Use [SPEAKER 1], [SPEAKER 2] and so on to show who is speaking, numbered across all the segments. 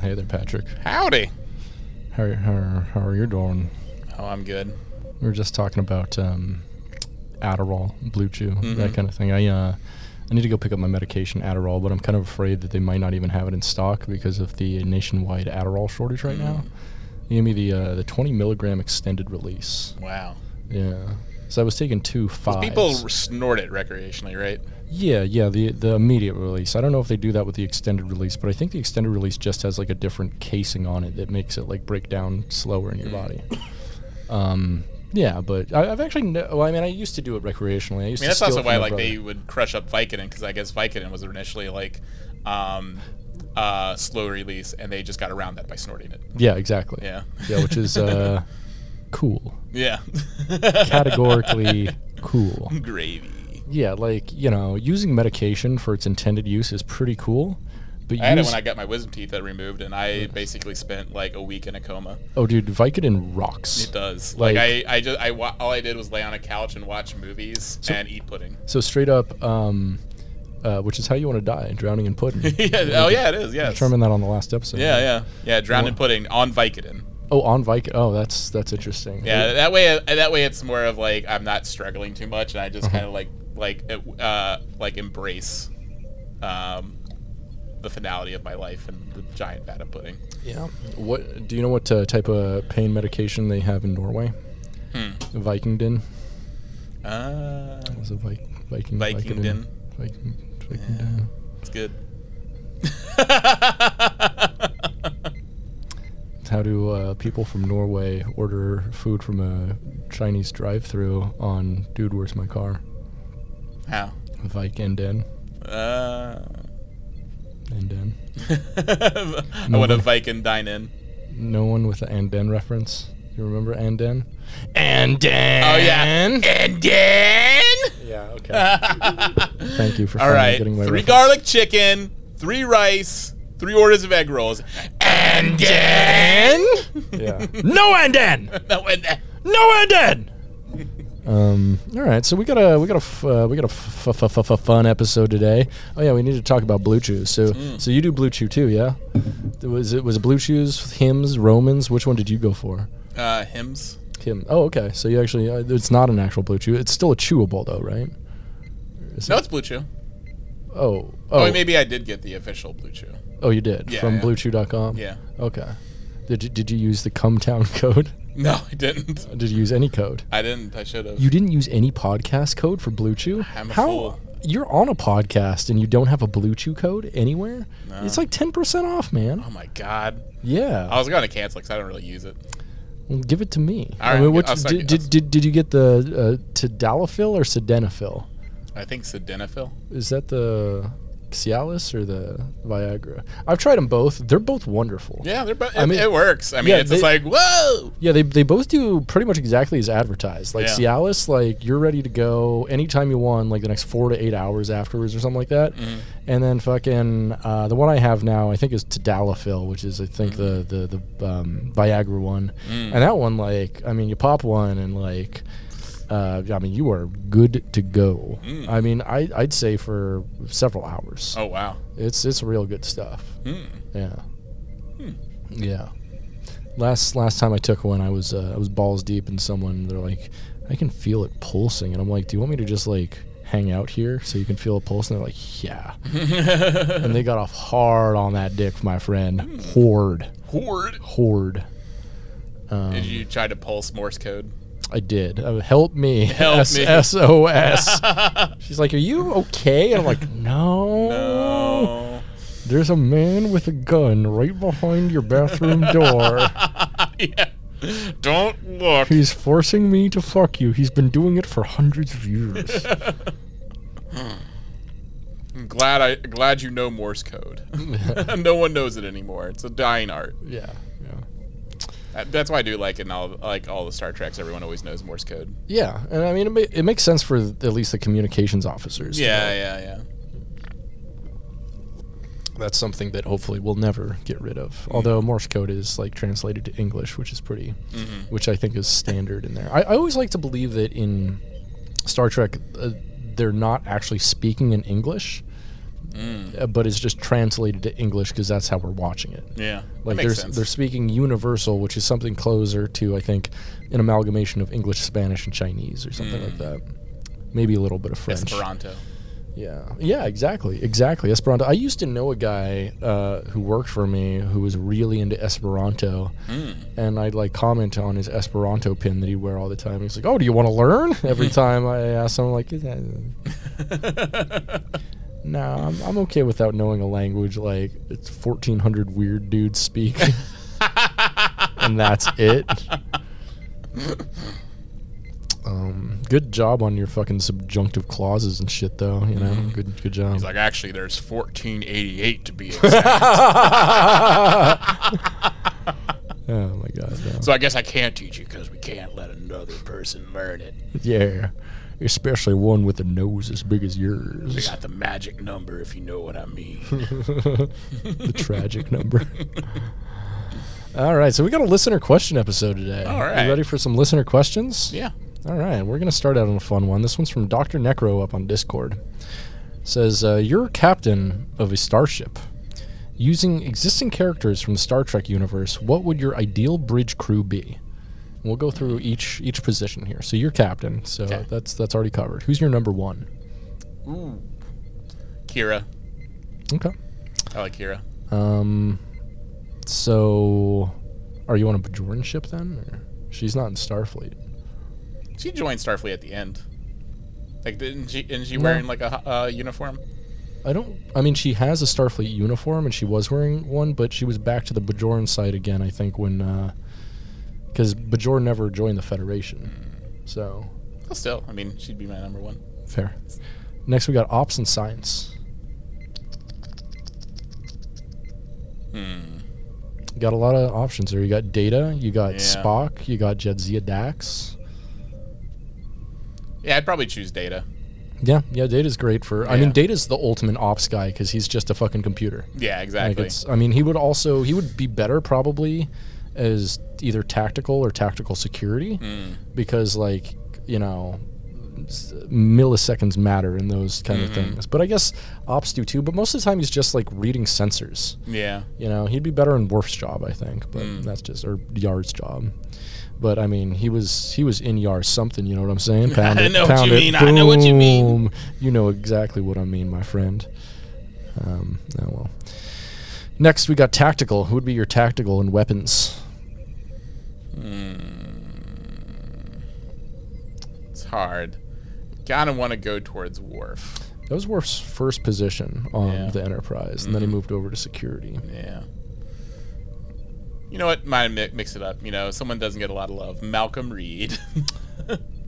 [SPEAKER 1] Hey there, Patrick.
[SPEAKER 2] Howdy.
[SPEAKER 1] How are, how are, how are you doing?
[SPEAKER 2] Oh, I'm good.
[SPEAKER 1] We were just talking about um, Adderall, Blue Chew, that kind of thing. I uh, I need to go pick up my medication Adderall, but I'm kind of afraid that they might not even have it in stock because of the nationwide Adderall shortage right now. They gave me the uh, the 20 milligram extended release.
[SPEAKER 2] Wow.
[SPEAKER 1] Yeah. So I was taking two fives.
[SPEAKER 2] People snort it recreationally, right?
[SPEAKER 1] Yeah, yeah, the the immediate release. I don't know if they do that with the extended release, but I think the extended release just has like a different casing on it that makes it like break down slower
[SPEAKER 2] Mm.
[SPEAKER 1] in your body. Um, yeah, but I, I've actually no, well, I mean, I used to do it recreationally. I used
[SPEAKER 2] I mean,
[SPEAKER 1] to
[SPEAKER 2] that's
[SPEAKER 1] steal
[SPEAKER 2] also
[SPEAKER 1] it from
[SPEAKER 2] why
[SPEAKER 1] my
[SPEAKER 2] like
[SPEAKER 1] brother.
[SPEAKER 2] they would crush up Vicodin because I guess Vicodin was initially like um, uh, slow release, and they just got around that by snorting it.
[SPEAKER 1] Yeah, exactly.
[SPEAKER 2] Yeah.
[SPEAKER 1] yeah, which is uh, cool,
[SPEAKER 2] Yeah.
[SPEAKER 1] categorically cool.
[SPEAKER 2] Gravy.
[SPEAKER 1] Yeah, like you know, using medication for its intended use is pretty cool. But
[SPEAKER 2] I had it
[SPEAKER 1] use-
[SPEAKER 2] when I got my wisdom teeth removed, and I basically spent like a week in a coma.
[SPEAKER 1] oh, dude, Vicodin rocks.
[SPEAKER 2] It does. Like,
[SPEAKER 1] Like-
[SPEAKER 2] I, I just, I wa- all I did was lay on a couch and watch movies and eat pudding.
[SPEAKER 1] So straight up, um, uh, which is how you want to die, drowning in pudding.
[SPEAKER 2] yeah. Oh yeah, it is. Yes.
[SPEAKER 1] determined that on the last episode.
[SPEAKER 2] Yeah, yeah, yeah. Drowned in pudding on Vicodin.
[SPEAKER 1] Oh, on Viking. Oh, that's that's interesting.
[SPEAKER 2] Yeah, that way, that way, it's more of like I'm not struggling too much, and I just
[SPEAKER 1] Uh-huh.
[SPEAKER 2] kind of like, like, it- uh, like embrace, um, the finality of my life and the giant vat of pudding.
[SPEAKER 1] Yeah. What do you know? What uh, type of pain medication they have in Norway?
[SPEAKER 2] Hmm.
[SPEAKER 1] Vikingdin.
[SPEAKER 2] Ah,
[SPEAKER 1] Is it Vi- Viking?
[SPEAKER 2] Vikingdin.
[SPEAKER 1] Viking. Vikingdin.
[SPEAKER 2] it's good.
[SPEAKER 1] How do uh, people from Norway order food from a Chinese drive-through on Dude, Where's My Car?
[SPEAKER 2] How?
[SPEAKER 1] Vikingdin.
[SPEAKER 2] Uh,
[SPEAKER 1] And then
[SPEAKER 2] I want a Viking dine in.
[SPEAKER 1] no one with the and then reference. You remember and then? And then.
[SPEAKER 2] Oh yeah, and then.
[SPEAKER 1] Yeah. Okay. Thank you for
[SPEAKER 2] All
[SPEAKER 1] finally
[SPEAKER 2] right,
[SPEAKER 1] getting my
[SPEAKER 2] three
[SPEAKER 1] reference.
[SPEAKER 2] garlic chicken, three rice, three orders of egg rolls, and then
[SPEAKER 1] Yeah. no and then.
[SPEAKER 2] no, and then
[SPEAKER 1] No and then. Um. All right. So we got a we got a f- uh, we got a f- f- f- f- fun episode today. Oh yeah, we need to talk about Blue Chew. So
[SPEAKER 2] Hmm.
[SPEAKER 1] so you do Blue Chew too, yeah? It was it was Blue Chews, hymns, Romans. Which one did you go for?
[SPEAKER 2] uh, hymns.
[SPEAKER 1] Him. Oh, okay. So you actually uh, it's not an actual Blue Chew. It's still a chewable though, right?
[SPEAKER 2] No, it's Blue Chew.
[SPEAKER 1] Oh.
[SPEAKER 2] Oh,
[SPEAKER 1] Oh.
[SPEAKER 2] maybe I did get the official Blue Chew.
[SPEAKER 1] oh, you did
[SPEAKER 2] Yeah,
[SPEAKER 1] from
[SPEAKER 2] yeah.
[SPEAKER 1] BlueChew.com.
[SPEAKER 2] Yeah.
[SPEAKER 1] Okay. Did you, did you use the Cumtown code?
[SPEAKER 2] No, I didn't.
[SPEAKER 1] Did you use any code?
[SPEAKER 2] I didn't. I should have.
[SPEAKER 1] You didn't use any podcast code for Blue Chew?
[SPEAKER 2] I'm a
[SPEAKER 1] How?
[SPEAKER 2] fool.
[SPEAKER 1] You're on a podcast and you don't have a Blue Chew code anywhere? It's like 10% off, man.
[SPEAKER 2] Oh my God.
[SPEAKER 1] Yeah.
[SPEAKER 2] I was going to cancel because I don't really use it.
[SPEAKER 1] Well, give it to me.
[SPEAKER 2] All
[SPEAKER 1] I
[SPEAKER 2] right,
[SPEAKER 1] mean, what,
[SPEAKER 2] I'll second-
[SPEAKER 1] did, did, did, did you get the uh, Tadalafil or Sildenafil?
[SPEAKER 2] I think sildenafil.
[SPEAKER 1] Is that the Cialis or the Viagra? I've tried them both. They're both wonderful.
[SPEAKER 2] Yeah, they're both.
[SPEAKER 1] I
[SPEAKER 2] it,
[SPEAKER 1] mean-
[SPEAKER 2] it works. I mean,
[SPEAKER 1] yeah,
[SPEAKER 2] it's just
[SPEAKER 1] they-
[SPEAKER 2] like whoa.
[SPEAKER 1] Yeah, they, they both do pretty much exactly as advertised. Like
[SPEAKER 2] Yeah.
[SPEAKER 1] Cialis, like you're ready to go anytime you want, like the next four to eight hours afterwards or something like
[SPEAKER 2] Mm-hmm.
[SPEAKER 1] that. And then fucking uh, the one I have now, I think is Tadalafil, which is I think the the the um, Viagra one.
[SPEAKER 2] Mm. Mm-hmm.
[SPEAKER 1] And that one, like I mean, you pop one and like. Uh, I mean, you are good to go.
[SPEAKER 2] Mm.
[SPEAKER 1] I mean, I, I'd say for several hours.
[SPEAKER 2] Oh wow.
[SPEAKER 1] It's it's real good stuff.
[SPEAKER 2] Hmm.
[SPEAKER 1] Yeah. Yeah. Last last time I took one, I was uh, I was balls deep in someone. They're like, I can feel it pulsing, and I'm like, Do you want me to just like hang out here so you can feel it pulse? And they're like, Yeah.
[SPEAKER 2] Hmm.
[SPEAKER 1] and they got off hard on that dick, my
[SPEAKER 2] Hmm.
[SPEAKER 1] friend. Horde,
[SPEAKER 2] Horde.
[SPEAKER 1] horde. Um,
[SPEAKER 2] Did you try to pulse Morse code?
[SPEAKER 1] I did. Uh, help me.
[SPEAKER 2] Help
[SPEAKER 1] S-
[SPEAKER 2] me.
[SPEAKER 1] SOS. She's like, Are you okay? And I'm like, No.
[SPEAKER 2] Oh.
[SPEAKER 1] There's a man with a gun right behind your bathroom door.
[SPEAKER 2] yeah. Don't look.
[SPEAKER 1] He's forcing me to fuck you. He's been doing it for hundreds of years.
[SPEAKER 2] I'm glad I glad you know Morse code. no one knows it anymore. It's a dying art.
[SPEAKER 1] yeah. Yeah.
[SPEAKER 2] That- That's why I do like in all like all the Star Treks. Everyone always knows Morse code.
[SPEAKER 1] Yeah. And I mean, it, ma- it makes sense for th- at least the communications officers. to
[SPEAKER 2] Yeah,
[SPEAKER 1] know.
[SPEAKER 2] yeah, yeah.
[SPEAKER 1] That's something that hopefully we'll never get rid of. Although Morse code is like translated to English, which is pretty,
[SPEAKER 2] Mm-hmm.
[SPEAKER 1] which I think is standard in there. I, I always like to believe that in Star Trek, uh, they're not actually speaking in English.
[SPEAKER 2] Mm.
[SPEAKER 1] uh, but it's just translated to English because that's how we're watching it.
[SPEAKER 2] Yeah. that
[SPEAKER 1] Like
[SPEAKER 2] makes
[SPEAKER 1] they're
[SPEAKER 2] sense.
[SPEAKER 1] they're speaking universal, which is something closer to I think an amalgamation of English, Spanish, and Chinese or something like that. Maybe a little bit of French.
[SPEAKER 2] Hmm. Esperanto.
[SPEAKER 1] Yeah, yeah, exactly, exactly. Esperanto. I used to know a guy uh, who worked for me who was really into Esperanto,
[SPEAKER 2] Mm.
[SPEAKER 1] and I'd like comment on his Esperanto pin that he'd wear all the time. He's like, "Oh, do you want to learn?" Every time I asked him, like, "Eh, "No, I'm, I'm okay without knowing a language. Like, it's 1,400 weird dudes speak, and that's it." Um, good job on your fucking subjunctive clauses and shit, though. You know, good good job.
[SPEAKER 2] Mm-hmm. He's like, actually, there's 1488 to be exact.
[SPEAKER 1] Oh my god. no.
[SPEAKER 2] so I guess I can't teach you because we can't let another person learn it.
[SPEAKER 1] Yeah. Especially one with a nose as big as
[SPEAKER 2] We
[SPEAKER 1] yours.
[SPEAKER 2] got the magic number, if you know what I mean.
[SPEAKER 1] The tragic number. All right, so we got a listener question episode today.
[SPEAKER 2] All
[SPEAKER 1] You
[SPEAKER 2] right.
[SPEAKER 1] ready for some listener questions?
[SPEAKER 2] yeah.
[SPEAKER 1] All right, we're going to start out on a fun one. This one's from Dr. Necro up on Discord. Says, uh, You're captain of a starship. Using existing characters from the Star Trek universe, what would your ideal bridge crew be? And we'll go through each each position here. So you're captain, so
[SPEAKER 2] Okay.
[SPEAKER 1] that's that's already covered. Who's your number one?
[SPEAKER 2] Ooh. Kira.
[SPEAKER 1] Okay.
[SPEAKER 2] I like Kira.
[SPEAKER 1] Um, so are you on a Bajoran ship then? Or? She's not in Starfleet.
[SPEAKER 2] She joined Starfleet at the end. Like, didn't she? Isn't she
[SPEAKER 1] No.
[SPEAKER 2] wearing like a uh, uniform?
[SPEAKER 1] I don't. I mean, she has a Starfleet uniform, and she was wearing one, but she was back to the Bajoran side again. I think when, because Bajor never joined the Federation, so
[SPEAKER 2] Well, still, I mean, she'd be my number one.
[SPEAKER 1] fair. Next, we got Ops and Science.
[SPEAKER 2] Hmm.
[SPEAKER 1] Got a lot of options there. You got Data, you got
[SPEAKER 2] Yeah.
[SPEAKER 1] Spock, you got Jedzia Dax.
[SPEAKER 2] Yeah, I'd probably choose Data.
[SPEAKER 1] Yeah, yeah, Data's great for. I mean,
[SPEAKER 2] Yeah.
[SPEAKER 1] Data's the ultimate ops guy because he's just a fucking computer.
[SPEAKER 2] Yeah,
[SPEAKER 1] Like
[SPEAKER 2] exactly.
[SPEAKER 1] it's, I mean, he would also he would be better probably as either tactical or tactical security
[SPEAKER 2] Hmm.
[SPEAKER 1] because like you know s- milliseconds matter in those kind
[SPEAKER 2] Mm-hmm.
[SPEAKER 1] of things. But I guess ops do too. But most of the time he's just like reading sensors.
[SPEAKER 2] yeah.
[SPEAKER 1] You know, he'd be better in Worf's job, I think, but
[SPEAKER 2] Mm.
[SPEAKER 1] that's just or Yard's job. But I mean, he was he was in Yar something. You know what I'm saying? Pound
[SPEAKER 2] I
[SPEAKER 1] it,
[SPEAKER 2] know what
[SPEAKER 1] pound
[SPEAKER 2] you
[SPEAKER 1] it,
[SPEAKER 2] mean, I know what you mean.
[SPEAKER 1] boom. You know exactly what I mean, my friend. Um, oh well. Next, we got tactical. Who would be your tactical and weapons?
[SPEAKER 2] Hmm. It's hard. Kind of want to go towards Worf.
[SPEAKER 1] That was Worf's first position on
[SPEAKER 2] Yeah. Mm-hmm.
[SPEAKER 1] the Enterprise, and then he moved over to security.
[SPEAKER 2] Yeah. You know what? Might mi- mix it up. You know, someone doesn't get a lot of love. Malcolm Reed.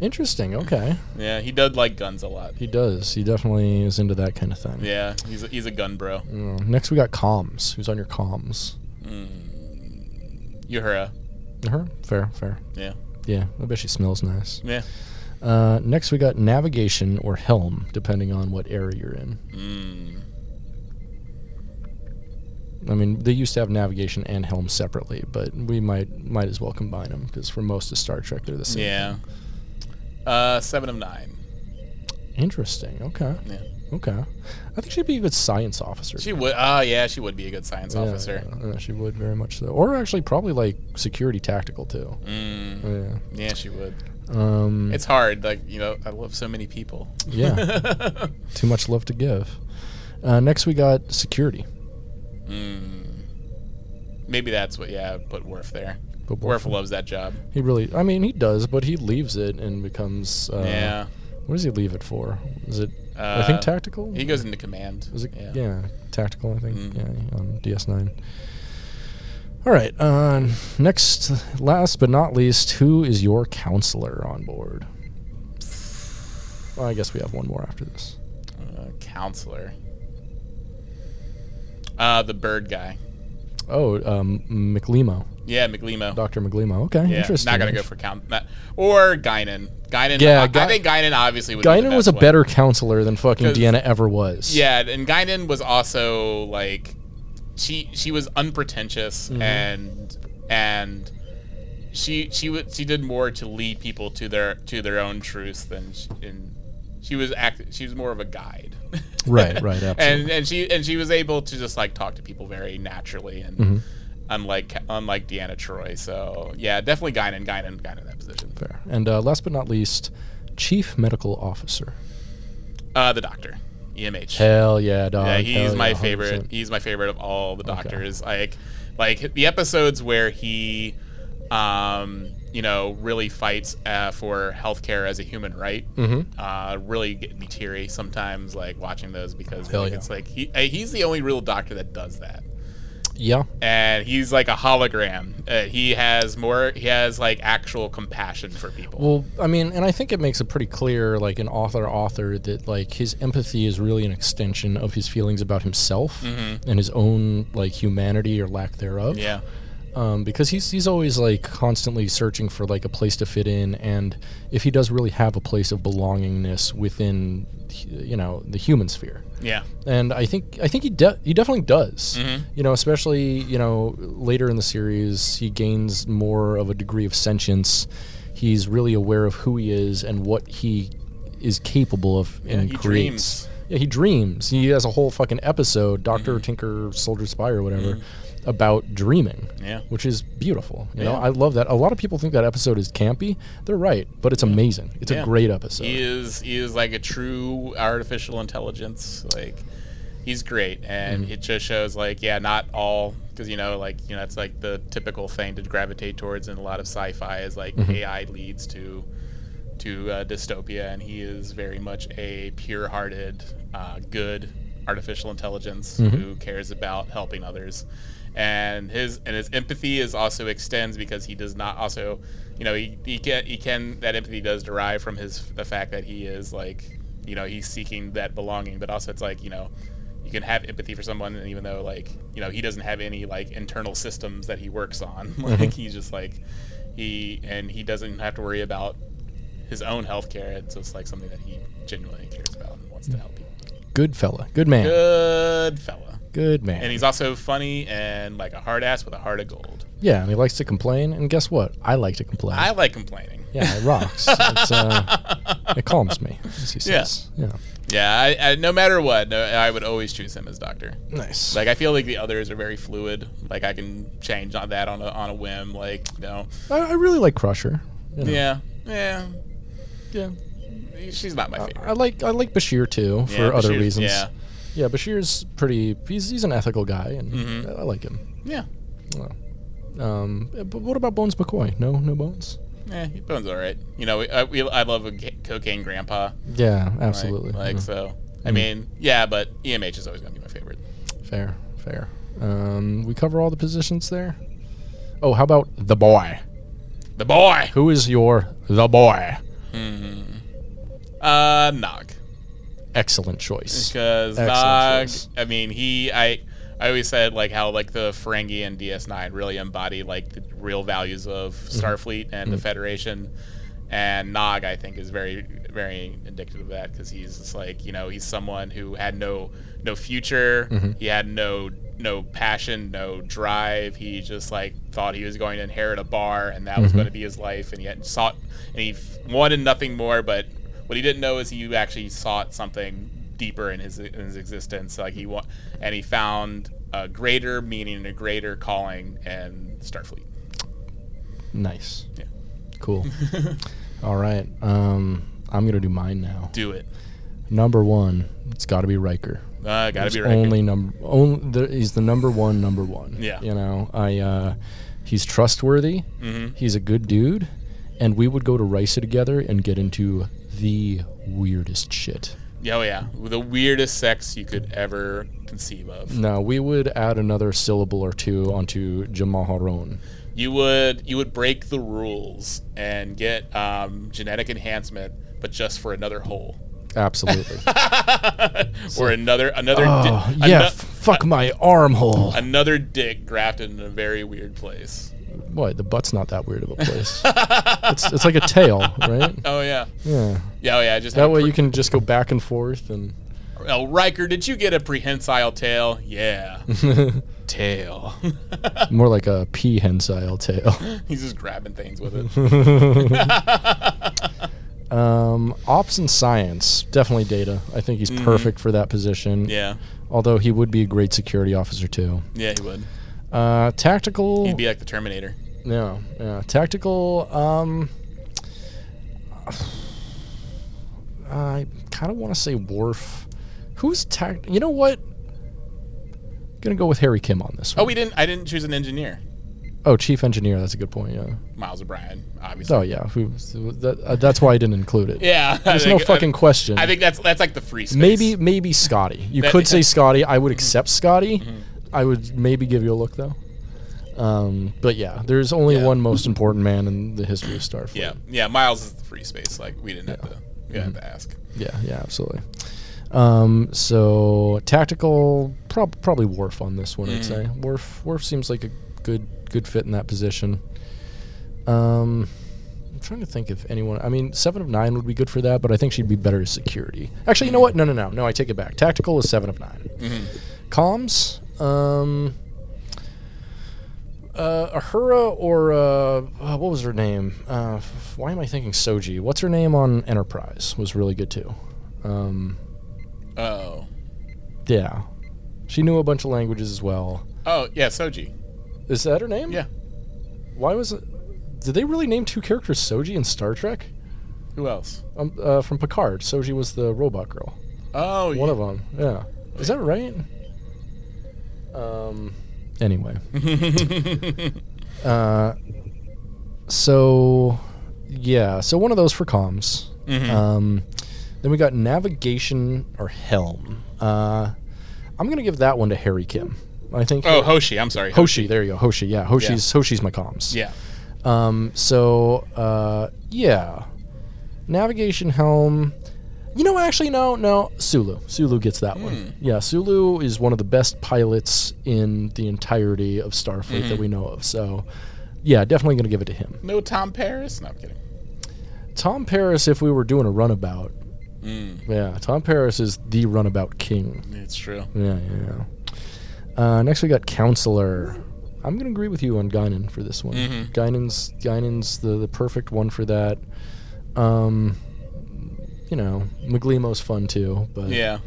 [SPEAKER 1] Interesting. Okay,
[SPEAKER 2] yeah, he did like guns a lot.
[SPEAKER 1] he does. He definitely is into that kind of thing.
[SPEAKER 2] Yeah, he's a, he's a gun bro.
[SPEAKER 1] Uh, Next, we got comms. Who's on your comms?
[SPEAKER 2] Mm. Uhura.
[SPEAKER 1] Her? Fair, fair.
[SPEAKER 2] Yeah.
[SPEAKER 1] Yeah, I bet she smells nice.
[SPEAKER 2] Yeah.
[SPEAKER 1] Uh, next, we got navigation or helm, depending on what area you're in.
[SPEAKER 2] Mm.
[SPEAKER 1] I mean, they used to have navigation and helm separately, but we might might as well combine them because for most of Star Trek, they're the same.
[SPEAKER 2] Yeah. Uh, seven of nine.
[SPEAKER 1] Interesting. Okay.
[SPEAKER 2] Yeah.
[SPEAKER 1] Okay. I think she'd be a good science officer.
[SPEAKER 2] She would. Ah, yeah, she would be a good science
[SPEAKER 1] Yeah,
[SPEAKER 2] officer.
[SPEAKER 1] yeah, yeah, she would very much so. Or actually, probably like security tactical too.
[SPEAKER 2] Mm,
[SPEAKER 1] Yeah.
[SPEAKER 2] yeah, she would.
[SPEAKER 1] Um,
[SPEAKER 2] It's hard. Like you know, I love so many people.
[SPEAKER 1] yeah. Too much love to give. Uh, next, we got security.
[SPEAKER 2] Mm. Maybe that's what. Yeah, put Worf there.
[SPEAKER 1] But
[SPEAKER 2] Worf loves that job.
[SPEAKER 1] He really, I mean, he does, but he leaves it and becomes. Uh,
[SPEAKER 2] yeah,
[SPEAKER 1] What does he leave it for? Is it? I
[SPEAKER 2] Uh,
[SPEAKER 1] think tactical.
[SPEAKER 2] he goes into command.
[SPEAKER 1] Is it? Yeah,
[SPEAKER 2] Yeah.
[SPEAKER 1] tactical. I think.
[SPEAKER 2] Mm.
[SPEAKER 1] Yeah, on DS9. All right. Uh, next, last but not least, who is your counselor on board? Well, I guess we have one more after this.
[SPEAKER 2] Uh, counselor. Uh, the bird guy.
[SPEAKER 1] Oh, um, McLemo,
[SPEAKER 2] Yeah, McLemo.
[SPEAKER 1] Doctor McLemo. Okay,
[SPEAKER 2] yeah,
[SPEAKER 1] interesting.
[SPEAKER 2] not gonna go for count. Not, or Guinan. Guinan.
[SPEAKER 1] Yeah,
[SPEAKER 2] I, I
[SPEAKER 1] Guy-
[SPEAKER 2] think Guinan obviously would. be the
[SPEAKER 1] Guinan
[SPEAKER 2] best
[SPEAKER 1] was a
[SPEAKER 2] one.
[SPEAKER 1] better counselor than fucking
[SPEAKER 2] 'Cause-
[SPEAKER 1] Deanna ever was.
[SPEAKER 2] Yeah, and Guinan was also like she she was unpretentious
[SPEAKER 1] Mm-hmm.
[SPEAKER 2] and and she she wa she did more to lead people to their to their own truth than she, and she was act she was more of a guide.
[SPEAKER 1] Right, right,
[SPEAKER 2] and
[SPEAKER 1] absolutely.
[SPEAKER 2] and she and she was able to just like talk to people very naturally and
[SPEAKER 1] Mhm.
[SPEAKER 2] unlike unlike Deanna Troy. So yeah, definitely Guinan, Guinan, Guinan in that position.
[SPEAKER 1] Fair. And uh, last but not least, chief medical officer.
[SPEAKER 2] Uh, the doctor, EMH.
[SPEAKER 1] Hell yeah, dog.
[SPEAKER 2] yeah, he's
[SPEAKER 1] Hell
[SPEAKER 2] my
[SPEAKER 1] 100%.
[SPEAKER 2] favorite. He's my favorite of all the doctors. Like, like the episodes where he, um, you know, really fights uh, for healthcare as a human right.
[SPEAKER 1] Mhm.
[SPEAKER 2] Uh, really get me teary sometimes, like watching those because I
[SPEAKER 1] Hell
[SPEAKER 2] think
[SPEAKER 1] yeah.
[SPEAKER 2] it's like he uh, he's the only real doctor that does that.
[SPEAKER 1] Yeah.
[SPEAKER 2] And he's like a hologram. Uh, he has more. He has like actual compassion for people.
[SPEAKER 1] Well, I mean, and I think it makes it pretty clear, like an author author, that like his empathy is really an extension of his feelings about himself and his own like humanity or lack thereof.
[SPEAKER 2] Mm-hmm. yeah.
[SPEAKER 1] Um, because he's he's always like constantly searching for like a place to fit in, and if he does really have a place of belongingness within, you know, the human sphere.
[SPEAKER 2] Yeah.
[SPEAKER 1] and I think I think he de- he definitely does.
[SPEAKER 2] Mm-hmm.
[SPEAKER 1] You know, especially you know later in the series, he gains more of a degree of sentience. He's really aware of who he is and what he is capable of and
[SPEAKER 2] he
[SPEAKER 1] creates.
[SPEAKER 2] dreams. Mm-hmm.
[SPEAKER 1] Yeah, he dreams. He has a whole fucking episode, Doctor Tinker, Soldier Spy, or whatever, about dreaming.
[SPEAKER 2] Yeah.
[SPEAKER 1] which is beautiful. You know,
[SPEAKER 2] Yeah.
[SPEAKER 1] I love that. A lot of people think that episode is campy. They're right, but it's amazing. It's
[SPEAKER 2] Yeah.
[SPEAKER 1] a great episode.
[SPEAKER 2] He is he is like a true artificial intelligence. Like he's great, and it just shows like yeah, not all because you know like you know that's like the typical thing to gravitate towards in a lot of sci-fi is like AI leads to to uh, dystopia, and he is very much a pure-hearted, uh, good artificial intelligence who cares about helping others, and his and his empathy is also extends because he does not also, you know, he, he can he can that empathy does derive from his the fact that he is like, you know, he's seeking that belonging, but also it's like you know. You can have empathy for someone, and even though, like, you know, he doesn't have any like internal systems that he works on, like, he's just like, he and he doesn't have to worry about his own health care. It's just like something that he genuinely cares about and wants to help people.
[SPEAKER 1] Good fella. Good man. Good,
[SPEAKER 2] Good fella.
[SPEAKER 1] man.
[SPEAKER 2] And he's also funny and like a hard ass with a heart of gold.
[SPEAKER 1] Yeah, and he likes to complain. And guess what? I like to complain.
[SPEAKER 2] I like complaining.
[SPEAKER 1] yeah, it rocks. it's, uh, it calms me, as he says. Yeah.
[SPEAKER 2] Yeah, I, I, no matter what, no, I would always choose him as doctor.
[SPEAKER 1] Nice.
[SPEAKER 2] Like I feel like the others are very fluid. Like I can change on that on a on a whim. Like you know,
[SPEAKER 1] I, I really like Crusher. you know.
[SPEAKER 2] yeah, yeah,
[SPEAKER 1] yeah.
[SPEAKER 2] she's not my favorite.
[SPEAKER 1] I like I like Bashir too Uh, for
[SPEAKER 2] Yeah,
[SPEAKER 1] other
[SPEAKER 2] Bashir's-
[SPEAKER 1] reasons.
[SPEAKER 2] yeah.
[SPEAKER 1] Yeah, Bashir's pretty. He's, he's an ethical guy, and
[SPEAKER 2] Mm-hmm.
[SPEAKER 1] I, I like him.
[SPEAKER 2] Yeah,
[SPEAKER 1] Um, but what about Bones McCoy? No, no Bones.
[SPEAKER 2] yeah, Bones all right. You know, we, I, we, I love a ca- cocaine grandpa.
[SPEAKER 1] Yeah,
[SPEAKER 2] Like-
[SPEAKER 1] absolutely. Mm-hmm.
[SPEAKER 2] Like,
[SPEAKER 1] Yeah.
[SPEAKER 2] so, I mean, yeah, but EMH is always gonna be my favorite.
[SPEAKER 1] Fair, fair. Um, we cover all the positions there. Oh, how about the boy?
[SPEAKER 2] The boy.
[SPEAKER 1] Who is your the boy?
[SPEAKER 2] Uh, Nog,
[SPEAKER 1] Excellent choice.
[SPEAKER 2] because
[SPEAKER 1] Excellent
[SPEAKER 2] Nog.
[SPEAKER 1] choice.
[SPEAKER 2] I mean, he. I. I always said like how like the Ferengi and DS9 really embody like the real values of
[SPEAKER 1] Mm-hmm.
[SPEAKER 2] Starfleet and the Federation, and Nog I think is very very indicative of that because he's just like you know he's someone who had no no future, he had no no passion, no drive. He just like thought he was going to inherit a bar and that was going to be his life, and he had sought and he f- wanted nothing more, but what he didn't know is he actually sought something deeper in his in his existence. Like he wa- and he found a greater meaning and a greater calling and Starfleet.
[SPEAKER 1] Nice.
[SPEAKER 2] Yeah.
[SPEAKER 1] Cool. All right. Um, I'm gonna do mine now.
[SPEAKER 2] Do it.
[SPEAKER 1] Number one, it's got to be Riker.
[SPEAKER 2] Uh, gotta
[SPEAKER 1] It's
[SPEAKER 2] be right.
[SPEAKER 1] Only number. Only the, he's the number one. Number one.
[SPEAKER 2] Yeah.
[SPEAKER 1] You know, I. Uh, he's trustworthy.
[SPEAKER 2] Mm-hmm.
[SPEAKER 1] He's a good dude, and we would go to Risa together and get into the weirdest shit.
[SPEAKER 2] Yeah, Oh yeah, the weirdest sex you could ever conceive of.
[SPEAKER 1] No, we would add another syllable or two onto Jamaharon.
[SPEAKER 2] You would you would break the rules and get um, genetic enhancement, but just for another hole.
[SPEAKER 1] Absolutely.
[SPEAKER 2] or another another
[SPEAKER 1] oh,
[SPEAKER 2] di-
[SPEAKER 1] yeah.
[SPEAKER 2] ano-
[SPEAKER 1] f- fuck my armhole.
[SPEAKER 2] another dick grafted in a very weird place.
[SPEAKER 1] What? The butt's not that weird of a place. it's, it's like a tail, right?
[SPEAKER 2] Oh yeah,
[SPEAKER 1] Yeah.
[SPEAKER 2] yeah, oh, yeah. Just
[SPEAKER 1] That
[SPEAKER 2] have
[SPEAKER 1] way
[SPEAKER 2] pre-
[SPEAKER 1] you can just go back and forth and
[SPEAKER 2] Oh, Riker, did you get a prehensile tail? Yeah. tail.
[SPEAKER 1] more like a prehensile tail.
[SPEAKER 2] He's just grabbing things with it.
[SPEAKER 1] Um, ops and science, definitely data. I think he's perfect for that position.
[SPEAKER 2] Mm-hmm. Yeah.
[SPEAKER 1] Although he would be a great security officer too.
[SPEAKER 2] Yeah, he would.
[SPEAKER 1] Uh, tactical.
[SPEAKER 2] He'd be like the Terminator.
[SPEAKER 1] Yeah, yeah. Tactical. Um, I kind of want to say Worf. Who's tact? You know what? Gonna go with Harry Kim on this
[SPEAKER 2] Oh,
[SPEAKER 1] one.
[SPEAKER 2] we didn't. I didn't choose an engineer.
[SPEAKER 1] Oh, chief engineer. That's a good point. Yeah.
[SPEAKER 2] Miles O'Brien, obviously.
[SPEAKER 1] Oh yeah. Who, that, uh, that's why I didn't include it.
[SPEAKER 2] Yeah,
[SPEAKER 1] There's no fucking question.
[SPEAKER 2] I, think that's that's like the free space.
[SPEAKER 1] maybe maybe Scotty. You
[SPEAKER 2] That- Mm-hmm.
[SPEAKER 1] could say Scotty. I would accept Scotty. I would maybe give you a look though. Um, but yeah, there's only
[SPEAKER 2] Yeah.
[SPEAKER 1] one most important man in the history of Starfleet.
[SPEAKER 2] Yeah, yeah. Miles is the free space. Like we didn't have to. We didn't have to ask.
[SPEAKER 1] Yeah, yeah, absolutely. Um, so tactical, prob- probably Worf on this one. I'd say Worf. Worf seems like a good good fit in that position. Um, I'm trying to think if anyone. I mean, seven of nine would be good for that, but I think she'd be better as security. Actually, you know what? No, no, no, no. I take it back. Tactical is seven of 9
[SPEAKER 2] Mm-hmm.
[SPEAKER 1] Comms. Um, uh, Ahura or uh, uh, what was her name? Uh, f- why am I thinking Soji? What's her name on Enterprise was really good too. Um,
[SPEAKER 2] Oh,
[SPEAKER 1] yeah, she knew a bunch of languages as well.
[SPEAKER 2] oh yeah, Soji.
[SPEAKER 1] Is that her name?
[SPEAKER 2] Yeah,
[SPEAKER 1] Why was it? Did they really name two characters Soji in Star Trek?
[SPEAKER 2] who else?
[SPEAKER 1] Um, uh, from Picard, Soji was the robot girl.
[SPEAKER 2] Oh,
[SPEAKER 1] One of them. Yeah. Is that right? Um. Anyway. Uh, so yeah, so one of those for comms.
[SPEAKER 2] Hmm. Mm-hmm.
[SPEAKER 1] Um, then we got navigation or helm. Uh, I'm gonna give that one to Harry Kim. I think.
[SPEAKER 2] oh, Hoshi. I'm sorry.
[SPEAKER 1] Hoshi, there you go. Hoshi, yeah. Hoshi's Hoshi's my comms.
[SPEAKER 2] Yeah.
[SPEAKER 1] Um, so uh, yeah, navigation helm. You know, actually, no, no. Sulu, Sulu gets that one. Yeah, Sulu is one of the best pilots in the entirety of Starfleet that we know of. So, yeah, definitely going to give it to him.
[SPEAKER 2] No Tom Paris. No, I'm kidding.
[SPEAKER 1] Tom Paris, if we were doing a runabout, yeah, Tom Paris is the runabout king.
[SPEAKER 2] Mm, It's true.
[SPEAKER 1] Yeah, yeah, yeah. Uh, next, we got counselor. I'm going to agree with you on Guinan for this one.
[SPEAKER 2] Mm-hmm.
[SPEAKER 1] Guinan's Guinan's the, the perfect one for that. Um, you know, Maglimo's fun too, but
[SPEAKER 2] Yeah,